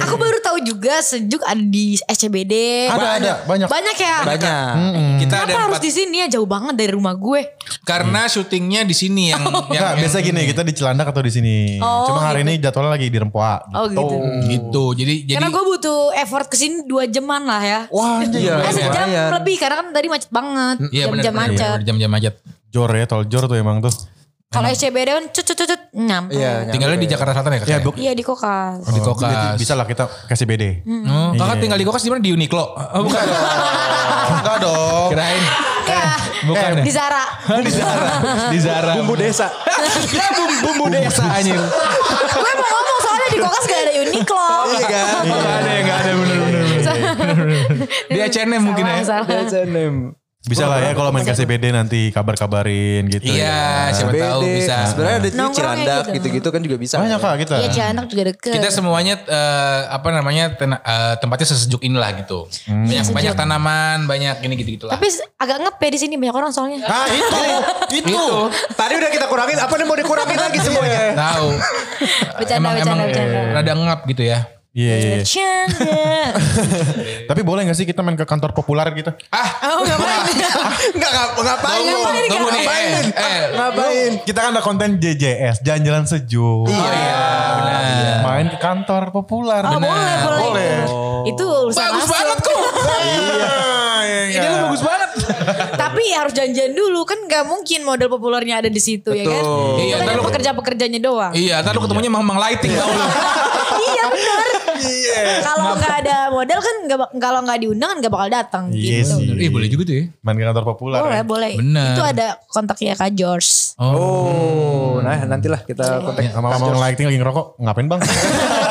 Speaker 4: Aku baru tahu juga Sejuk ada di SCBD.
Speaker 1: Ada, ada, banyak.
Speaker 4: Banyak ya.
Speaker 1: Hmm,
Speaker 3: Banyak.
Speaker 2: Kita ada
Speaker 4: Kenapa harus
Speaker 2: empat
Speaker 4: di sini ya jauh banget dari rumah gue?
Speaker 2: karena syutingnya di sini yang
Speaker 4: Oh.
Speaker 2: yang,
Speaker 1: Enggak,
Speaker 2: yang-
Speaker 1: biasa gini kita di Cilandak atau di sini. Cuma hari ini jadwalnya lagi di Rempoa.
Speaker 4: Oh gitu.
Speaker 2: gitu. Jadi jadi
Speaker 4: Karena gue butuh effort kesini dua jaman lah ya.
Speaker 1: Wah, anjing.
Speaker 3: Iya,
Speaker 4: Eh sejam
Speaker 3: lumayan.
Speaker 4: lebih karena kan tadi macet banget.
Speaker 2: Iya benar
Speaker 4: Jam-jam macet.
Speaker 2: jam-jam macet.
Speaker 1: Jor ya, tol Jor tuh emang tuh.
Speaker 4: Kalau SCBD kan cut cut cut cut, nyampe.
Speaker 3: Iya,
Speaker 2: Tinggalnya di Jakarta Selatan ya kakak?
Speaker 1: Ya, bu-
Speaker 4: Iya di kokas.
Speaker 2: di
Speaker 1: Jadi
Speaker 2: Kokas.
Speaker 1: Bisa lah kita kasih BD.
Speaker 2: Oh, kakak tinggal di Kokas di mana? Di Uniqlo. Oh, (laughs) bukan.
Speaker 1: Enggak dong.
Speaker 2: Kirain. Bukan
Speaker 4: Iya. Di
Speaker 2: ya?
Speaker 4: Zara.
Speaker 2: Di Zara. Di Zara.
Speaker 3: Bumbu desa.
Speaker 2: Ya, bumbu, bumbu desa anjir.
Speaker 4: gue mau ngomong soalnya di kokas gak ada Uniqlo.
Speaker 3: Iya kan?
Speaker 1: Enggak ada, enggak ada bener-bener.
Speaker 2: Di H&M mungkin ya.
Speaker 4: Salah, salah.
Speaker 3: H&M.
Speaker 1: Bisa lah ya kalau main kasih BD nanti kabar-kabarin gitu.
Speaker 2: Iya, siapa
Speaker 3: BD.
Speaker 2: tahu bisa.
Speaker 3: Sebenarnya ada di
Speaker 4: Nongkrongnya
Speaker 3: Cilandak
Speaker 4: gitu.
Speaker 3: gitu-gitu kan juga bisa.
Speaker 1: Banyak kak kita.
Speaker 4: Iya Cilandak juga deket.
Speaker 2: Kita semuanya eh, apa namanya tena- eh, tempatnya sesejuk inilah gitu. Banyak banyak tanaman, banyak ini gitu gitulah.
Speaker 4: Tapi agak ngepe di sini banyak orang
Speaker 2: Ah,
Speaker 4: soalnya.
Speaker 3: Ah,
Speaker 1: Nah itu, itu.
Speaker 3: Tadi udah kita kurangin, apa nih mau dikurangin lagi semuanya?
Speaker 2: tahu.
Speaker 4: (laughs) Bercanda, bercanda, bercanda.
Speaker 2: Rada ngap gitu ya.
Speaker 1: Iya, iya. iya.
Speaker 4: Ciandak.
Speaker 1: Tapi boleh gak sih kita main ke kantor populer gitu?
Speaker 2: Ah,
Speaker 4: Oh ngapain?
Speaker 3: Enggak, ngapain?
Speaker 2: tunggu, tunggu nih. Eh, eh,
Speaker 3: Ngapain?
Speaker 1: Kita kan ada konten JJS, jalan-jalan sejuk.
Speaker 2: iya, benar.
Speaker 1: Main ke kantor populer.
Speaker 4: Oh boleh, boleh.
Speaker 1: Boleh.
Speaker 4: Itu urusan
Speaker 2: Bagus
Speaker 4: langsung.
Speaker 2: banget kok.
Speaker 1: Iya.
Speaker 2: Ide lu bagus banget.
Speaker 4: (laughs) Tapi Tapi ya harus janjian dulu kan nggak mungkin model populernya ada di situ ya kan?
Speaker 3: Betul.
Speaker 4: Itu
Speaker 2: Iya,
Speaker 4: kan
Speaker 2: ntar
Speaker 4: yang
Speaker 2: lu-
Speaker 4: pekerja-pekerjanya doang.
Speaker 2: Iya, ntar lu ketemunya mang mang lighting tau lu.
Speaker 4: (laughs) iya benar. Kalau nggak ada model kan nggak bak- kalau nggak diundang kan nggak bakal datang.
Speaker 1: Iya
Speaker 4: gitu.
Speaker 1: sih.
Speaker 2: Ih boleh juga tuh ya.
Speaker 1: Main ke kantor populer.
Speaker 4: Boleh
Speaker 1: ya.
Speaker 4: boleh.
Speaker 2: Benar.
Speaker 4: Itu ada kontaknya Kak George.
Speaker 2: Oh.
Speaker 3: Oh, nah nantilah
Speaker 4: Iya.
Speaker 3: kita kontak.
Speaker 1: Sama mama lighting lagi ngerokok, ngapain bang?
Speaker 2: (laughs)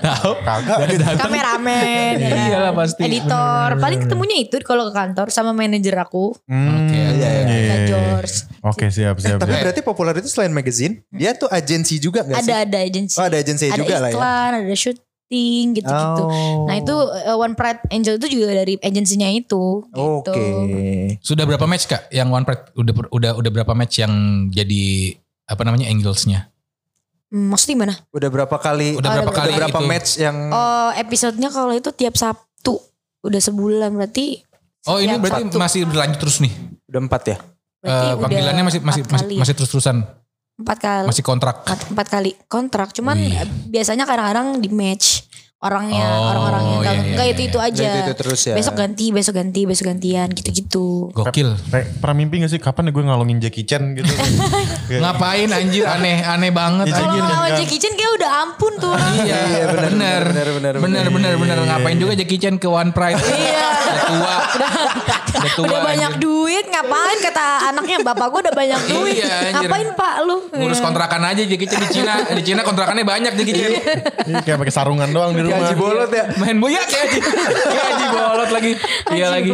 Speaker 2: Tahu.
Speaker 1: Kagak.
Speaker 4: Kameramen, ya kan?
Speaker 2: Iyalah, pasti.
Speaker 4: editor. Paling ketemunya itu kalau ke kantor sama manajer aku,
Speaker 1: Hmm,
Speaker 2: Oke, oke.
Speaker 1: iya.
Speaker 4: Kak George.
Speaker 1: Oke siap
Speaker 2: Eh,
Speaker 1: siap
Speaker 3: Tapi
Speaker 1: siap.
Speaker 3: berarti populer itu selain magazine, dia tuh agensi juga gak sih?
Speaker 4: Ada ada agensi.
Speaker 3: Oh, ada agensi
Speaker 4: ada
Speaker 3: juga lah ya.
Speaker 4: iklan, ada syuting gitu-gitu.
Speaker 3: Oh.
Speaker 4: Nah itu uh, One Pride Angel itu juga dari agensinya itu.
Speaker 2: Oh.
Speaker 3: Oke.
Speaker 4: Gitu.
Speaker 2: Sudah berapa match kak yang One Pride? Udah udah udah berapa match yang jadi apa namanya anglesnya?
Speaker 4: Hmm, maksudnya gimana?
Speaker 3: Udah berapa kali?
Speaker 2: Udah berapa kali gitu.
Speaker 3: berapa
Speaker 2: itu?
Speaker 3: match yang
Speaker 4: Oh episodenya kalau itu tiap Sabtu udah sebulan berarti.
Speaker 2: Oh ini
Speaker 4: setiap
Speaker 2: berarti
Speaker 4: Sabtu.
Speaker 2: masih berlanjut terus nih.
Speaker 3: udah empat ya?
Speaker 4: Berarti
Speaker 2: Eh,
Speaker 4: udah
Speaker 2: panggilannya masih masih
Speaker 4: empat
Speaker 2: masih,
Speaker 4: kali.
Speaker 2: masih terus-terusan,
Speaker 4: empat kali.
Speaker 2: masih kontrak.
Speaker 4: empat, empat kali kontrak. Cuman
Speaker 2: Wih.
Speaker 4: eh, biasanya kadang-kadang di match orangnya,
Speaker 2: Oh,
Speaker 4: orang-orangnya
Speaker 2: iya,
Speaker 4: Kalau
Speaker 2: iya,
Speaker 4: enggak
Speaker 2: iya,
Speaker 4: itu
Speaker 2: iya.
Speaker 4: itu aja.
Speaker 3: Itu, itu terus ya.
Speaker 4: Besok ganti, besok ganti, besok gantian gitu-gitu.
Speaker 2: Gokil.
Speaker 1: Kayak Eh, pernah mimpi gak sih kapan ya gue ngalungin Jackie Chan
Speaker 4: (laughs)
Speaker 1: gitu. Kayak-
Speaker 2: Ngapain anjir aneh aneh banget.
Speaker 1: Iya,
Speaker 4: Kalau
Speaker 1: Jackie Chan
Speaker 4: lawan
Speaker 1: kan.
Speaker 4: Jackie Chan kayak udah ampun tuh orang.
Speaker 2: Iya,
Speaker 3: Iya, benar,
Speaker 2: benar
Speaker 3: benar,
Speaker 2: benar
Speaker 3: benar, Iya.
Speaker 2: benar
Speaker 3: benar.
Speaker 2: benar benar ngapain juga Jackie Chan ke One Pride? Iya. tua. Udah tua.
Speaker 4: udah banyak
Speaker 2: anjir.
Speaker 4: duit ngapain kata anaknya bapak gue udah banyak duit
Speaker 2: Iya, anjir.
Speaker 4: ngapain pak lu
Speaker 2: Ngurus kontrakan aja Jackie Chan di Cina. Di Cina kontrakannya banyak Jackie Chan.
Speaker 1: Iya, kayak pakai sarungan doang di rumah.
Speaker 3: Gaji bolot ya.
Speaker 2: Main boya kayak Haji. Kayak Haji bolot lagi.
Speaker 4: (laughs)
Speaker 2: Iya lagi.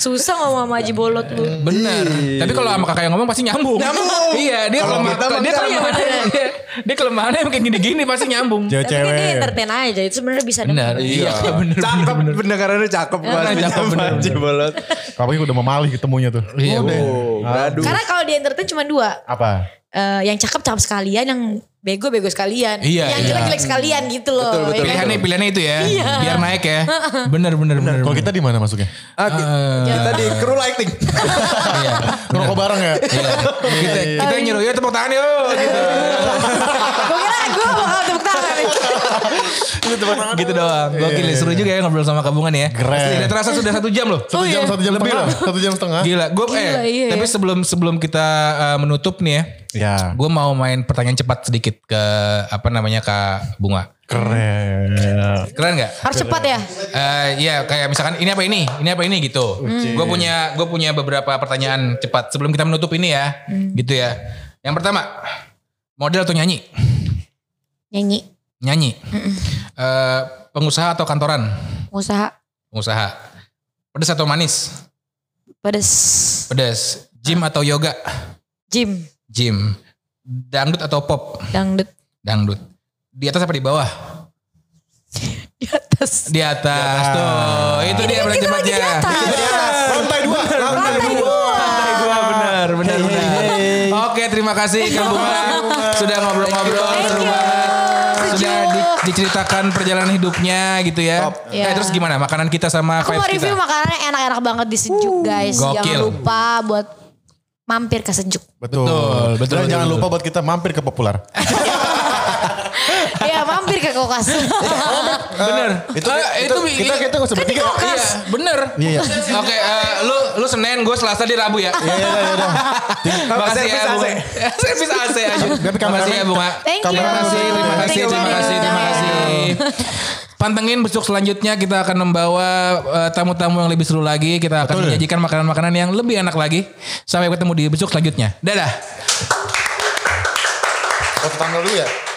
Speaker 4: susah ngomong sama Haji Bolot lu
Speaker 2: Bener. Tapi kalau sama kakak yang ngomong pasti nyambung. Nyambung. Iya, dia
Speaker 3: Iya. Kalau
Speaker 2: kelemah,
Speaker 3: kita mah
Speaker 2: dia
Speaker 3: enggak.
Speaker 2: kelemahannya. (laughs) Dia, dia kelemahannya kayak gini-gini pasti nyambung.
Speaker 1: Iya,
Speaker 4: tapi kan dia
Speaker 1: Cewek-cewek.
Speaker 4: entertain aja itu sebenarnya bisa
Speaker 2: Bener. Iya, (laughs) bener.
Speaker 3: Cakep pendengarannya cakep banget.
Speaker 2: cakep, bener,
Speaker 3: Gaji bolot.
Speaker 1: Apalagi udah memalih ketemunya tuh.
Speaker 2: Iya,
Speaker 1: Oh,
Speaker 2: bener.
Speaker 3: Oh, aduh.
Speaker 4: karena kalau di entertain cuma dua
Speaker 1: Apa?
Speaker 4: Eh, yang cakep cakep sekalian yang bego bego sekalian
Speaker 2: Iya,
Speaker 4: yang
Speaker 2: iya.
Speaker 4: jelek jelek sekalian gitu loh
Speaker 3: Betul, betul,
Speaker 4: ya kan?
Speaker 2: Pilihannya, pilihannya itu ya. Biar naik ya. Bener, bener, bener.
Speaker 1: Kalau kita di mana masuknya?
Speaker 3: Ah, ki- kita di kru lighting.
Speaker 2: (laughs) Iya.
Speaker 1: Ngerokok bareng ya?
Speaker 2: Kita, kita yang nyuruh, ya tepuk tangan yuk. Gitu.
Speaker 4: gue kira gue bakal tepuk tangan
Speaker 2: gitu doang. Gokil, ya. seru juga ya ngobrol sama kabungan ya.
Speaker 1: Keren.
Speaker 2: Pasti Tidak terasa sudah satu jam loh.
Speaker 1: Satu jam, satu jam
Speaker 2: Lebih
Speaker 1: setengah.
Speaker 2: loh.
Speaker 1: Satu jam setengah.
Speaker 2: iya. Gila, gue eh,
Speaker 4: Gila, iya
Speaker 2: tapi
Speaker 4: ya.
Speaker 2: sebelum sebelum kita eh, menutup nih ya,
Speaker 1: Ya.
Speaker 2: gue mau main pertanyaan cepat sedikit ke apa namanya kak Bunga.
Speaker 1: Keren.
Speaker 2: Keren nggak?
Speaker 4: harus cepat ya
Speaker 2: Eh ya kayak misalkan ini apa ini, ini apa ini gitu. Gue punya gue punya beberapa pertanyaan cepat sebelum kita menutup ini ya,
Speaker 4: Hmm.
Speaker 2: gitu ya. Yang pertama model atau nyanyi,
Speaker 4: nyanyi
Speaker 2: nyanyi. Eh, pengusaha atau kantoran,
Speaker 4: usaha
Speaker 2: pengusaha. Pedes atau manis,
Speaker 4: pedes
Speaker 2: pedes. Gym atau yoga,
Speaker 4: gym
Speaker 2: gym. Dangdut atau pop,
Speaker 4: dangdut
Speaker 2: dangdut. Di atas apa di bawah?
Speaker 4: di atas
Speaker 2: Di atas tuh. Itu dia
Speaker 4: kita lagi di
Speaker 2: perdebatannya.
Speaker 4: atas
Speaker 1: Lantai dua. Lantai
Speaker 4: lantai dua
Speaker 2: Gua benar, benar,
Speaker 3: Iya,
Speaker 2: benar. Oke, terima kasih Kang (laughs) Bunga sudah ngobrol-ngobrol seru banget. Sudah di- diceritakan perjalanan hidupnya gitu ya.
Speaker 4: Iya.
Speaker 2: Eh, terus gimana makanan kita sama
Speaker 4: Aku mau
Speaker 2: vibes
Speaker 4: review
Speaker 2: kita?
Speaker 4: makanannya enak-enak banget di Sejuk guys. Jangan
Speaker 2: Gokil.
Speaker 4: lupa buat mampir ke Sejuk.
Speaker 1: Betul.
Speaker 2: Betul, betul,
Speaker 1: Dan
Speaker 2: betul,
Speaker 1: jangan
Speaker 2: betul.
Speaker 1: lupa buat kita mampir ke populer.
Speaker 4: Iya mampir ke Kokas.
Speaker 2: Bener.
Speaker 1: itu-
Speaker 2: Eh,
Speaker 1: itu- kita- kita nggak usah
Speaker 2: Kan di
Speaker 1: bertiga.
Speaker 2: kulkas. Iya, bener.
Speaker 1: Iya, iya.
Speaker 2: Oke, eh, lu lu Senin, gue Selasa di Rabu ya.
Speaker 1: Iya, iya, iya.
Speaker 2: (laughs) Makasih
Speaker 3: Servis
Speaker 2: ya, Bunga. (laughs)
Speaker 3: AC.
Speaker 2: Servis AC aja.
Speaker 1: Tapi kameramen-
Speaker 2: Makasih ya, Bunga.
Speaker 4: Thank you.
Speaker 1: Terima
Speaker 2: Terima kasih, terima kasih,
Speaker 4: Thank you,
Speaker 2: terima kasih, terima
Speaker 4: Bang.
Speaker 2: kasih. Pantengin besok selanjutnya kita akan membawa eh, tamu-tamu yang lebih seru lagi. Kita akan menyajikan makanan-makanan yang lebih enak lagi. Sampai ketemu di besok selanjutnya. Dadah.
Speaker 1: Foto tanggal dulu ya.